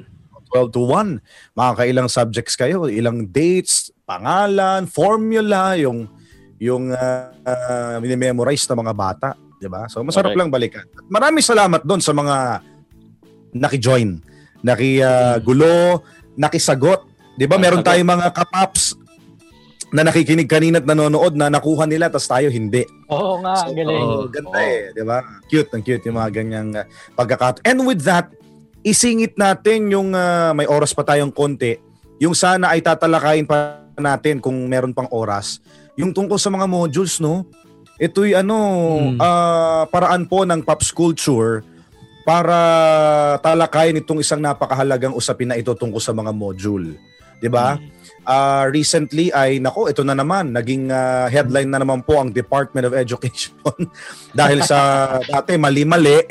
12 to 1. Makakailang subjects kayo, ilang dates, pangalan, formula, yung yung ah, ah, minememorize ng mga bata, 'di ba? So masarap Correct. lang balikan. At Maraming salamat doon sa mga naki-join, naki-gulo, nakisagot, 'di ba? Meron tayong mga kapaps na nakikinig kanina at nanonood na nakuha nila tas tayo hindi. Oo nga, ang galing. Oo, ganda eh, 'di ba? Cute, ang cute yung mga ganyang uh, pagkakato. And with that, isingit natin yung uh, may oras pa tayong konti, yung sana ay tatalakayin pa natin kung meron pang oras, yung tungkol sa mga modules, no? Ito'y ano, Hmm. ah, paraan po ng pop culture para talakayin itong isang napakahalagang usapin na ito tungkol sa mga module. 'Di ba? Ah, recently ay nako, ito na naman, naging ah, headline na naman po ang Department of Education dahil sa dati mali-mali.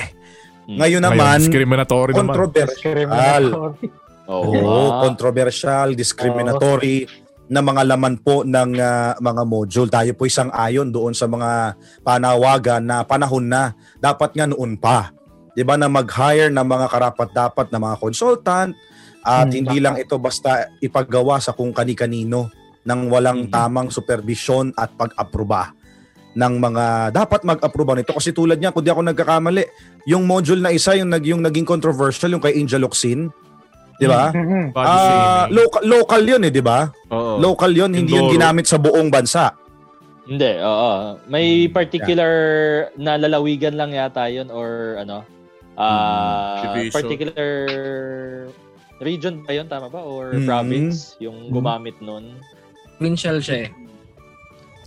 Ngayon naman, Ngayon, discriminatory naman. controversial. Oo. Oo, Ah. controversial, discriminatory na mga laman po ng ah, mga module. Tayo po isang ayon doon sa mga panawagan na panahon na dapat nga noon pa. 'Di ba na mag-hire ng mga karapat-dapat na mga consultant at Hmm, hindi lang ito basta ipaggawa sa kung kani-kanino nang walang Mhm. tamang supervision at pag-aproba ng mga dapat mag-aproba nito kasi tulad niya kung di ako nagkakamali yung module na isa yung nag yung naging controversial yung kay Angel Locsin 'di Hmm. ba Mm-hmm. Mm-mm. Body Ah, shaming. Oh. local, local yun eh, di ba? Oo. Local yun, hindi yun Mindoro. ginamit sa buong bansa. Hindi, oo. May particular na lalawigan lang yata yun or ano? Ah, Division. particular region ba yun? Tama ba? Or Mm. province yung gumamit nun? Provincial siya eh.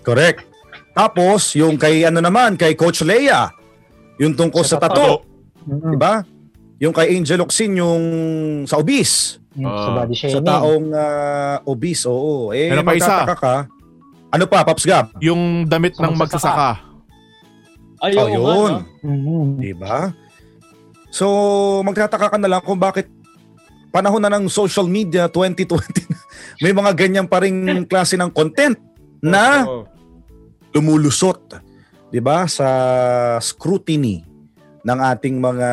Correct. Tapos, yung kay ano naman, kay Coach Lea, yung tungkol sa, Sa tato, Mm-mm. Mm-hmm. di ba? Yung kay Angel Oxin, yung sa obese. Mm-hmm. Sa body Oh. Sa shaming. taong ah, obese, oo. Eh, Ano pa isa? magtataka ka. Ano pa, Paps Gab? Yung damit ng magsasaka. Ay, Oh, oo nga, yun. no? ano? Mm-hmm. Mm-mm. Di ba? So, magtataka ka na lang kung bakit panahon na ng social media 2020 may mga ganyan pa ring klase ng content na Oo. lumulusot 'di ba sa scrutiny ng ating mga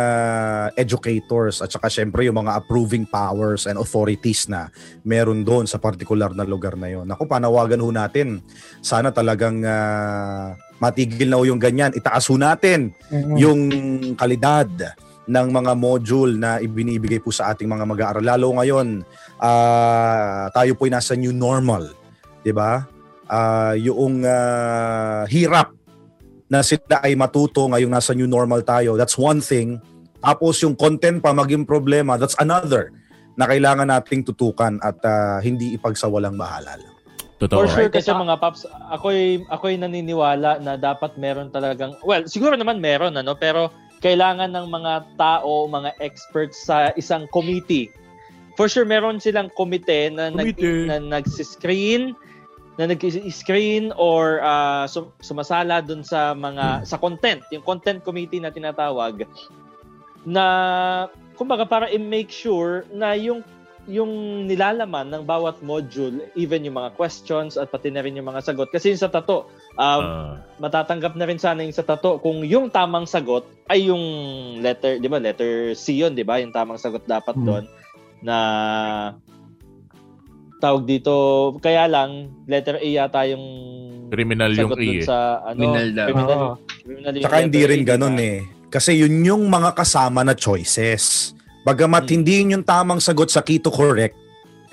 educators at saka syempre yung mga approving powers and authorities na meron doon sa particular na lugar na yon. Naku, panawagan ho natin. Sana talagang ah, matigil na ho yung ganyan. Itaas ho natin Mm-hmm. Mm. Mm-mm. yung kalidad ng mga module na ibinibigay po sa ating mga mag-aaral. Lalo ngayon, ah, tayo po'y nasa new normal, 'di ba? ah, yung ah, hirap na sila ay matuto ngayong nasa new normal tayo. That's one thing. Tapos yung content pa maging problema, that's another na kailangan nating tutukan at ah, hindi ipagsawalang bahala lang. Totoo. For sure Alright. kasi mga paps, ako'y ako'y naniniwala na dapat meron talagang well, siguro naman meron ano, pero kailangan ng mga tao, mga experts sa isang committee. For sure meron silang komite na nag Committee. na nag-screen na nag-screen or ah, sum- sumasala dun sa Hmm. mga sa content, yung content committee na tinatawag na kumbaga para i-make sure na yung yung nilalaman ng bawat module, even yung mga questions at pati na rin yung mga sagot. Kasi yung sa tato, um, Ah. matatanggap na rin sana yung sa tato kung yung tamang sagot ay yung letter, di ba, letter C yun, di ba? Yung tamang sagot dapat Hmm. doon na tawag dito, kaya lang, letter A yata yung criminal yung sagot E. dun eh. sa ano, Criminal daw. criminal, Oo. criminal yung Tsaka hindi letter rin A, di ba? ganun eh. Kasi yun yung mga kasama na choices. Bagamat Hmm. hindi yun yung tamang sagot sa Kito Correct,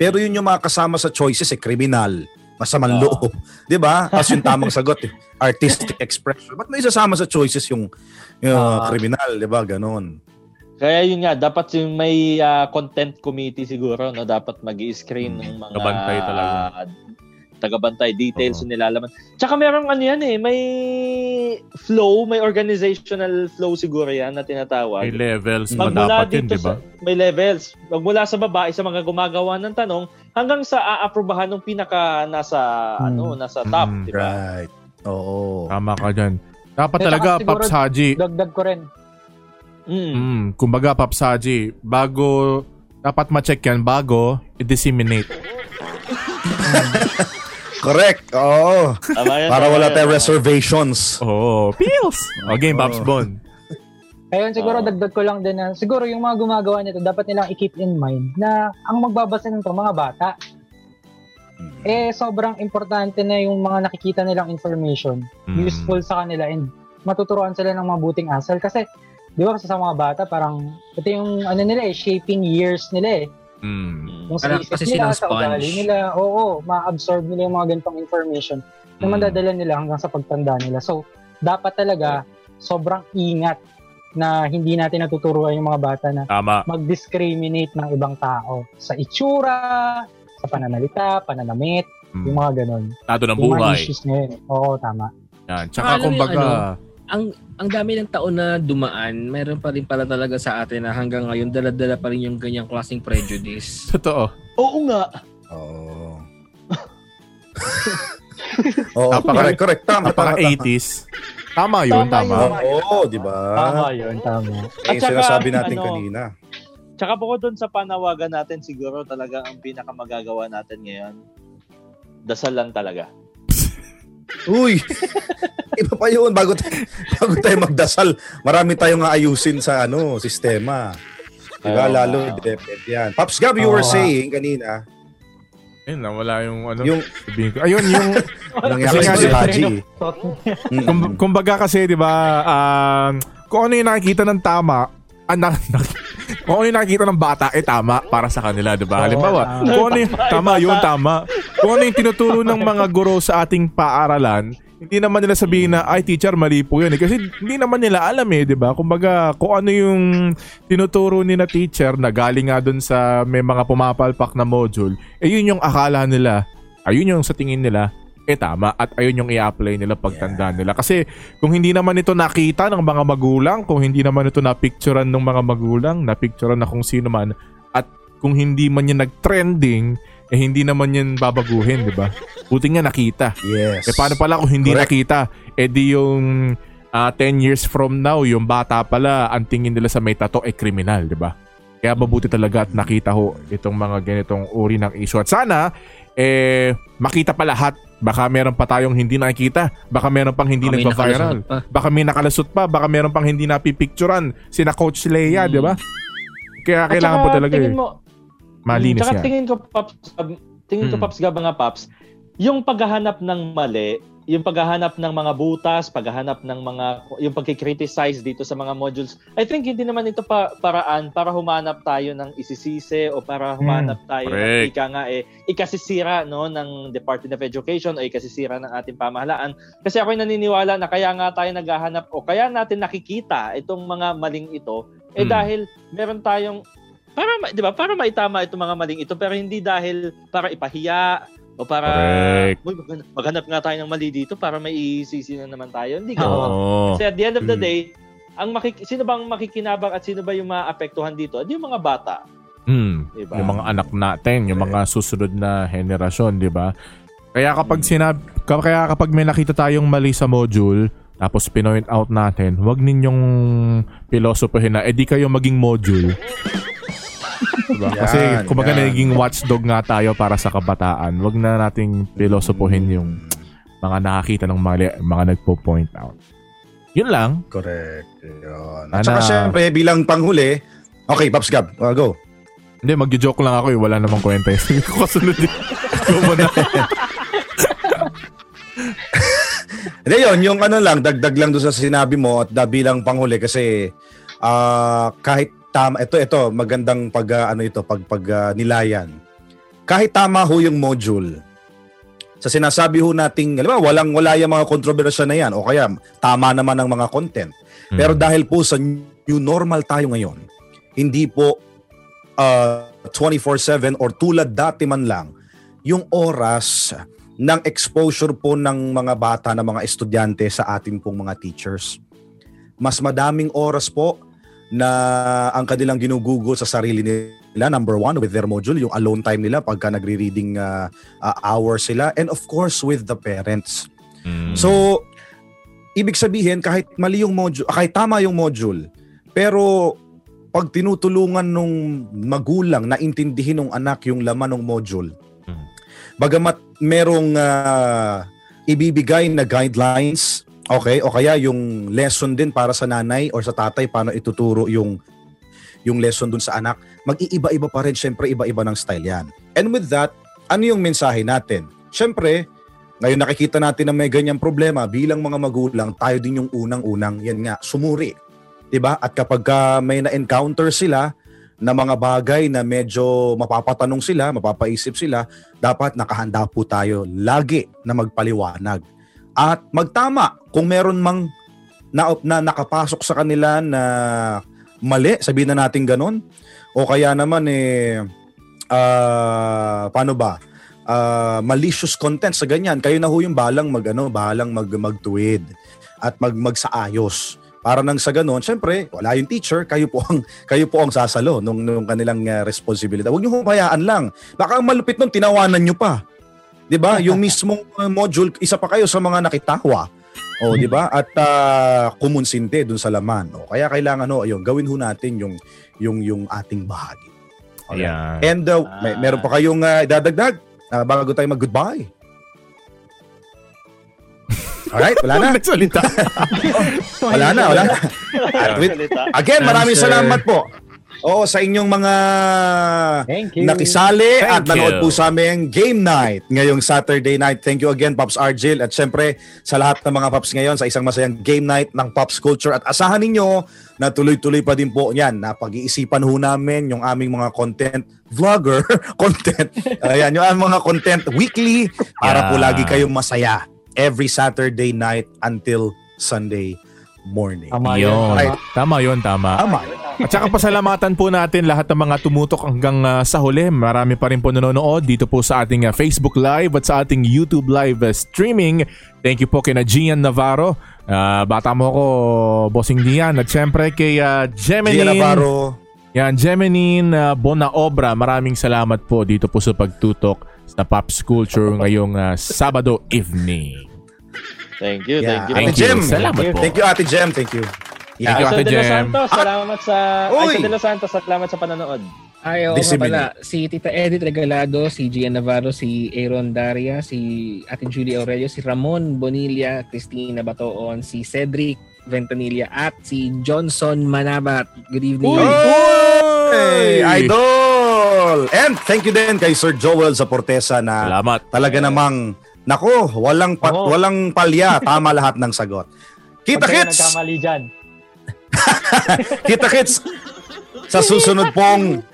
pero yun yung mga kasama sa choices eh, kriminal, masamang Ah. loob. 'Di ba? Tapos yung tamang sagot eh, artistic expression. Ba't na isasama sa choices yung, yung Ah. kriminal, 'di ba? Ganon. Kaya yun nga, dapat yung may ah, content committee siguro, no? Dapat mag screen ng mga... Tagabantay Mm. talaga. tagabantay Oo. details yung nilalaman. Tsaka merong ano yan eh, may flow, may organizational flow siguro yan na tinatawag. May levels pa Magmula dapat yun, dito di ba? sa, may levels. Magmula sa babae sa mga gumagawa ng tanong hanggang sa aaprobahan ng pinaka nasa ano, nasa top, Mm, di ba? Right. Oo. Tama ka dyan. Dapat Eh, talaga, saka siguro- Paps Haji, Dagdag ko rin. Mm. Mm, kumbaga Pops Haji, bago dapat ma-check yan bago i-disseminate. Correct. Oo. Tama yan, Para tama wala yan, tayong tama. reservations. Oh, pills. O game Pops Oh. Bon. Ayun, siguro Oo. dagdag ko lang din na siguro yung mga gumagawa nito dapat nilang i-keep in mind na ang magbabasa nito mga bata. Mm. Eh, sobrang importante na yung mga nakikita nilang information. Mm. Useful sa kanila and matuturuan sila ng mabuting asal. Kasi, di ba kasi sa mga bata, parang ito yung ano nila eh, shaping years nila eh. Mm. Yung sa Parang isip kasi nila, silang sa ugali sponge. nila, oo, ma-absorb nila yung mga ganitong information na Mm. madadala nila hanggang sa pagtanda nila. So, dapat talaga sobrang ingat na hindi natin natuturuan yung mga bata na Tama. mag-discriminate ng ibang tao sa itsura, sa pananalita, pananamit, yung Mm. mga ganun. Tado ng Yung mga buhay. issues na yun. Oo, tama. Yan. Ah, Tsaka alam mo kumbaga, yung ang ang dami ng taon na dumaan, meron pa rin pala talaga sa atin na hanggang ngayon dala-dala pa rin yung ganyang klaseng prejudice. totoo. Oo nga. Oo. Oo, Napaka- correct, correct. Tama, tama, Napaka tama. 80s. Tama yun, tama. Oo, di ba? Tama yun, tama. Eh, At saka, sinasabi natin ano, kanina. Tsaka bukod doon sa panawagan natin, siguro talaga ang pinakamagagawa natin ngayon, dasal lang talaga. Uy! Iba pa yun. Bago, tayo- bago tayo magdasal, marami tayong aayusin sa ano sistema. Diba? Ayaw, Lalo, ayaw. depend yan. Pops Gab, you were Oo. saying kanina, Ayun, nawala yung ano. yung sabihin ko. Ayun, yung nangyari Kasi sa Ano nga, si Haji. Tot- Kum- Mm. kumbaga kasi, di ba, um, kung ano yung nakikita ng tama, ah, na, na, kung ano yung nakikita ng bata, eh tama para sa kanila, di ba? Halimbawa, kung ano yung, tama, yun, tama. Kung ano yung tinuturo ng mga guro sa ating paaralan, hindi naman nila sabihin na, ay teacher, mali po yun. Eh. Kasi hindi naman nila alam eh, di ba? Kumbaga, kung ano yung tinuturo ni na teacher na galing nga dun sa may mga pumapalpak na module, eh yun yung akala nila, ayun yung sa tingin nila, eh tama at ayun yung i-apply nila pagtanda nila kasi kung hindi naman ito nakita ng mga magulang kung hindi naman ito napicturan ng mga magulang napicturan na kung sino man at kung hindi man yan nag-trending eh hindi naman yan babaguhin di ba buti nga nakita Yes. eh paano pala kung hindi Correct. nakita eh di yung ah, 10 years from now yung bata pala ang tingin nila sa may tato eh kriminal di ba kaya mabuti talaga at nakita ho itong mga ganitong uri ng issue. At sana, eh, makita pa lahat. Baka meron pa tayong hindi nakikita. Baka meron pang hindi Kami nagpa-viral. nakalusot pa. Baka may nakalasot pa. Baka meron pang hindi napipicturan. Sina Coach Leia, Mm. di ba? Kaya kailangan po talaga eh. tingin mo, Malinis tsaka nga. um, tingin ko, Paps, tingin ko, Mm. Paps, gaba nga, Paps, yung paghahanap ng mali, yung paghahanap ng mga butas, paghahanap ng mga yung pagki-criticize dito sa mga modules. I think hindi naman ito pa paraan para humanap tayo ng isisisi o para humanap tayo Hmm, ng correct. ika nga eh ikasisira no ng Department of Education o ikasisira ng ating pamahalaan. Kasi ako'y naniniwala na kaya nga tayo naghahanap o kaya natin nakikita itong mga maling ito eh Hmm. dahil meron tayong para ma- 'di ba? Para maitama itong mga maling ito pero hindi dahil para ipahiya o para Correct. Uy, maghanap, maghanap nga tayo ng mali dito para may iisisi na naman tayo. Hindi ganun. Oo. Kasi at the end of the Mm. day, ang makik- sino bang makikinabang at sino ba yung maapektuhan dito? At yung mga bata, Mm. 'di ba? Yung mga anak natin, yung mga susunod na henerasyon, di ba? Kaya kapag sinab ka- kaya kapag may nakita tayong mali sa module, tapos pinoint out natin, wag ninyong pilosopohin na, eh di kayo maging module. Diba? Yan, Kasi kumbaga yan. naging watchdog nga tayo para sa kabataan. Wag na nating pilosopohin yung mga nakakita ng mali, mga nagpo-point out. Yun lang. Correct. Yun. Sana- At saka syempre, bilang panghuli, okay, Pops Gab, uh, go. Hindi, magjo-joke lang ako eh. Wala namang kwenta. eh. Sige ko kasunod eh. Go mo na. Hindi yun, yung ano lang, dagdag lang doon sa sinabi mo at da, bilang panghuli kasi ah, kahit tama, ito, ito, magandang pag, ah, ano ito, pag, pag ah, nilayan. Kahit tama ho yung module, sa sinasabi ho nating, alam mo, walang wala yung mga kontrobersya na yan o kaya tama naman ang mga content. Pero dahil po sa new normal tayo ngayon, hindi po ah, 24-7 or tulad dati man lang, yung oras ng exposure po ng mga bata, ng mga estudyante sa atin pong mga teachers. Mas madaming oras po na ang kanilang ginugugol sa sarili nila, number one, with their module, yung alone time nila pagka nagre-reading ah, ah, hour sila, and of course, with the parents. So, ibig sabihin, kahit mali yung module, ah, kahit tama yung module, pero pag tinutulungan nung magulang na intindihin ng anak yung laman ng module, Mm. bagamat merong ah, ibibigay na guidelines, okay, o kaya yung lesson din para sa nanay or sa tatay paano ituturo yung yung lesson dun sa anak, mag-iiba-iba pa rin, syempre iba-iba ng style yan. And with that, ano yung mensahe natin? Syempre, ngayon nakikita natin na may ganyang problema bilang mga magulang, tayo din yung unang-unang yan nga, sumuri. 'Di ba? At kapag ah, may na-encounter sila na mga bagay na medyo mapapatanong sila, mapapaisip sila, dapat nakahanda po tayo lagi na magpaliwanag at magtama kung meron mang na, na nakapasok sa kanila na mali, sabihin na natin ganun. O kaya naman eh ah, paano ba? ah, malicious content sa ganyan, kayo na ho yung balang mag ano, balang mag magtuwid at mag magsaayos. Para nang sa ganun, syempre, wala yung teacher, kayo po ang kayo po ang sasalo nung nung kanilang ah, responsibilidad. Huwag niyo humayaan lang. Baka ang malupit nun tinawanan niyo pa. 'Di ba? Yung mismong ah, module, isa pa kayo sa mga nakitawa. O, 'di ba? At ah, kumunsinte dun sa laman. O, kaya kailangan ano, ayun, gawin ho natin yung yung yung ating bahagi. Alright. Ayan. And uh, may, meron pa kayong uh, idadagdag uh, bago tayo mag-goodbye. Alright, wala na. Nagsalita. Wala na, wala na. At with- Salita. again, maraming Yes, sir. salamat po. Oo, sa inyong mga Thank you. nakisali Thank at nanood you. po sa aming game night ngayong Saturday night. Thank you again, Pops Argil. At syempre, sa lahat ng mga Pops ngayon, sa isang masayang game night ng Pops Culture. At asahan ninyo na tuloy-tuloy pa din po yan. Na pag-iisipan ho namin yung aming mga content vlogger, content, ayan, yung aming mga content weekly para po Yeah. lagi kayong masaya every Saturday night until Sunday morning. Tama yun. yan. Tama yun, tama. Tama. At saka pasalamatan po natin lahat ng mga tumutok hanggang ah, sa huli. Marami pa rin po nanonood dito po sa ating ah, Facebook Live at sa ating YouTube Live ah, streaming. Thank you po kina Gian Navarro. Ah, bata mo ko, Bossing Gian. At syempre kay ah, Gemini. Gia Navarro, Yan, Geminine uh, Bonaobra, maraming salamat po dito po sa pagtutok sa Pops Culture ngayong ah, Sabado evening. Thank you, Yeah. thank you. Ate Thank Jem. you. Salamat po. Thank you, Ate Jem. Thank you. Thank you, Aisha Ate De Los Jem. Santos, salamat sa Uy! Aisha De Los Santos, salamat sa pananood. Ay, oo nga Disseminate. pala. Si Tita Edith Regalado, si Gian Navarro, si Aaron Daria, si Ate Julie Aurelio, si Ramon Bonilla, Christina Batoon, si Cedric Ventanilla, at si Johnson Manabat. Good evening. Hey, idol! And thank you din kay Sir Joel Zaportesa na Salamat. talaga namang Nako, walang pa- Oh. Oo. walang palya, tama lahat ng sagot. Kita Huwag kayo kits. nagkamali dyan. Kita kits sa susunod pong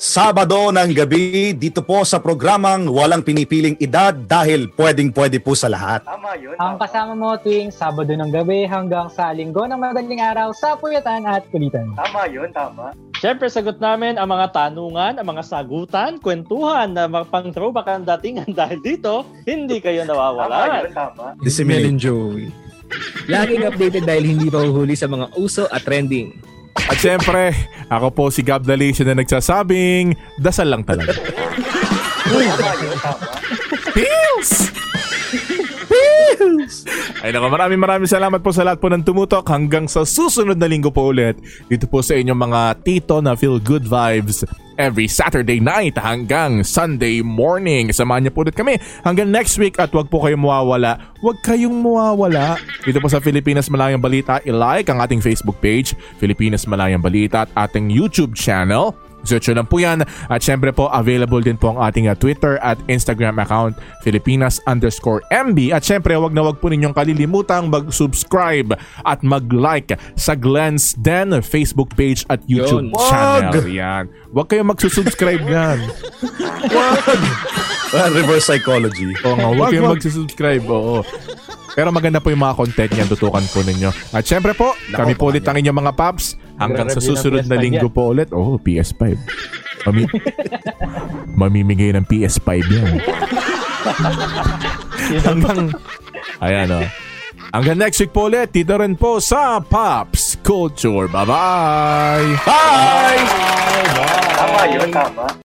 Sabado ng gabi dito po sa programang Walang Pinipiling Edad dahil pwedeng-pwede po sa lahat. Tama yun. Ang tama. kasama mo tuwing Sabado ng gabi hanggang sa linggo ng madaling araw sa Puyatan at Kulitan. Tama yun, tama. Siyempre, sagot namin ang mga tanungan, ang mga sagutan, kwentuhan na mga pang-throwback ang datingan dahil dito, hindi kayo Tama nawawalan. yun, tama. Mel Disseminate. and Joey. Laging updated dahil hindi pa huhuli sa mga uso at trending. At syempre, ako po si Gab Dalicia na nagsasabing, dasal lang talaga. Tama yun, tama. Pills! Ay naku, maraming maraming salamat po sa lahat po ng tumutok hanggang sa susunod na linggo po ulit dito po sa inyong mga tito na feel good vibes every Saturday night hanggang Sunday morning. Samahan niyo po ulit kami hanggang next week at wag po kayong mawawala. Wag kayong mawawala. Dito po sa Pilipinas Malayang Balita, i-like ang ating Facebook page, Pilipinas Malayang Balita at ating YouTube channel. Search nyo lang po yan. At syempre po, available din po ang ating uh, Twitter at Instagram account, Filipinas underscore MB. At syempre, wag na wag po ninyong kalilimutang mag-subscribe at mag-like sa Glenn's Den Facebook page at YouTube Yun. channel. Wag! Yan. Wag kayong magsusubscribe yan. Well, reverse psychology. Oo nga, huwag Wag, kayong wag. magsusubscribe. Oo. Pero maganda po yung mga content niya, tutukan po ninyo. At syempre po, kami po ulit ang inyong mga paps hanggang sa Magre-review ng susunod na PS5 linggo yan. po ulit. Oh, PS5. Mami mamimigay ng PS5 yan. hanggang, ayan o. Hanggang next week po ulit, dito rin po sa Pops Culture. Bye-bye! Bye! Tama yun, tama.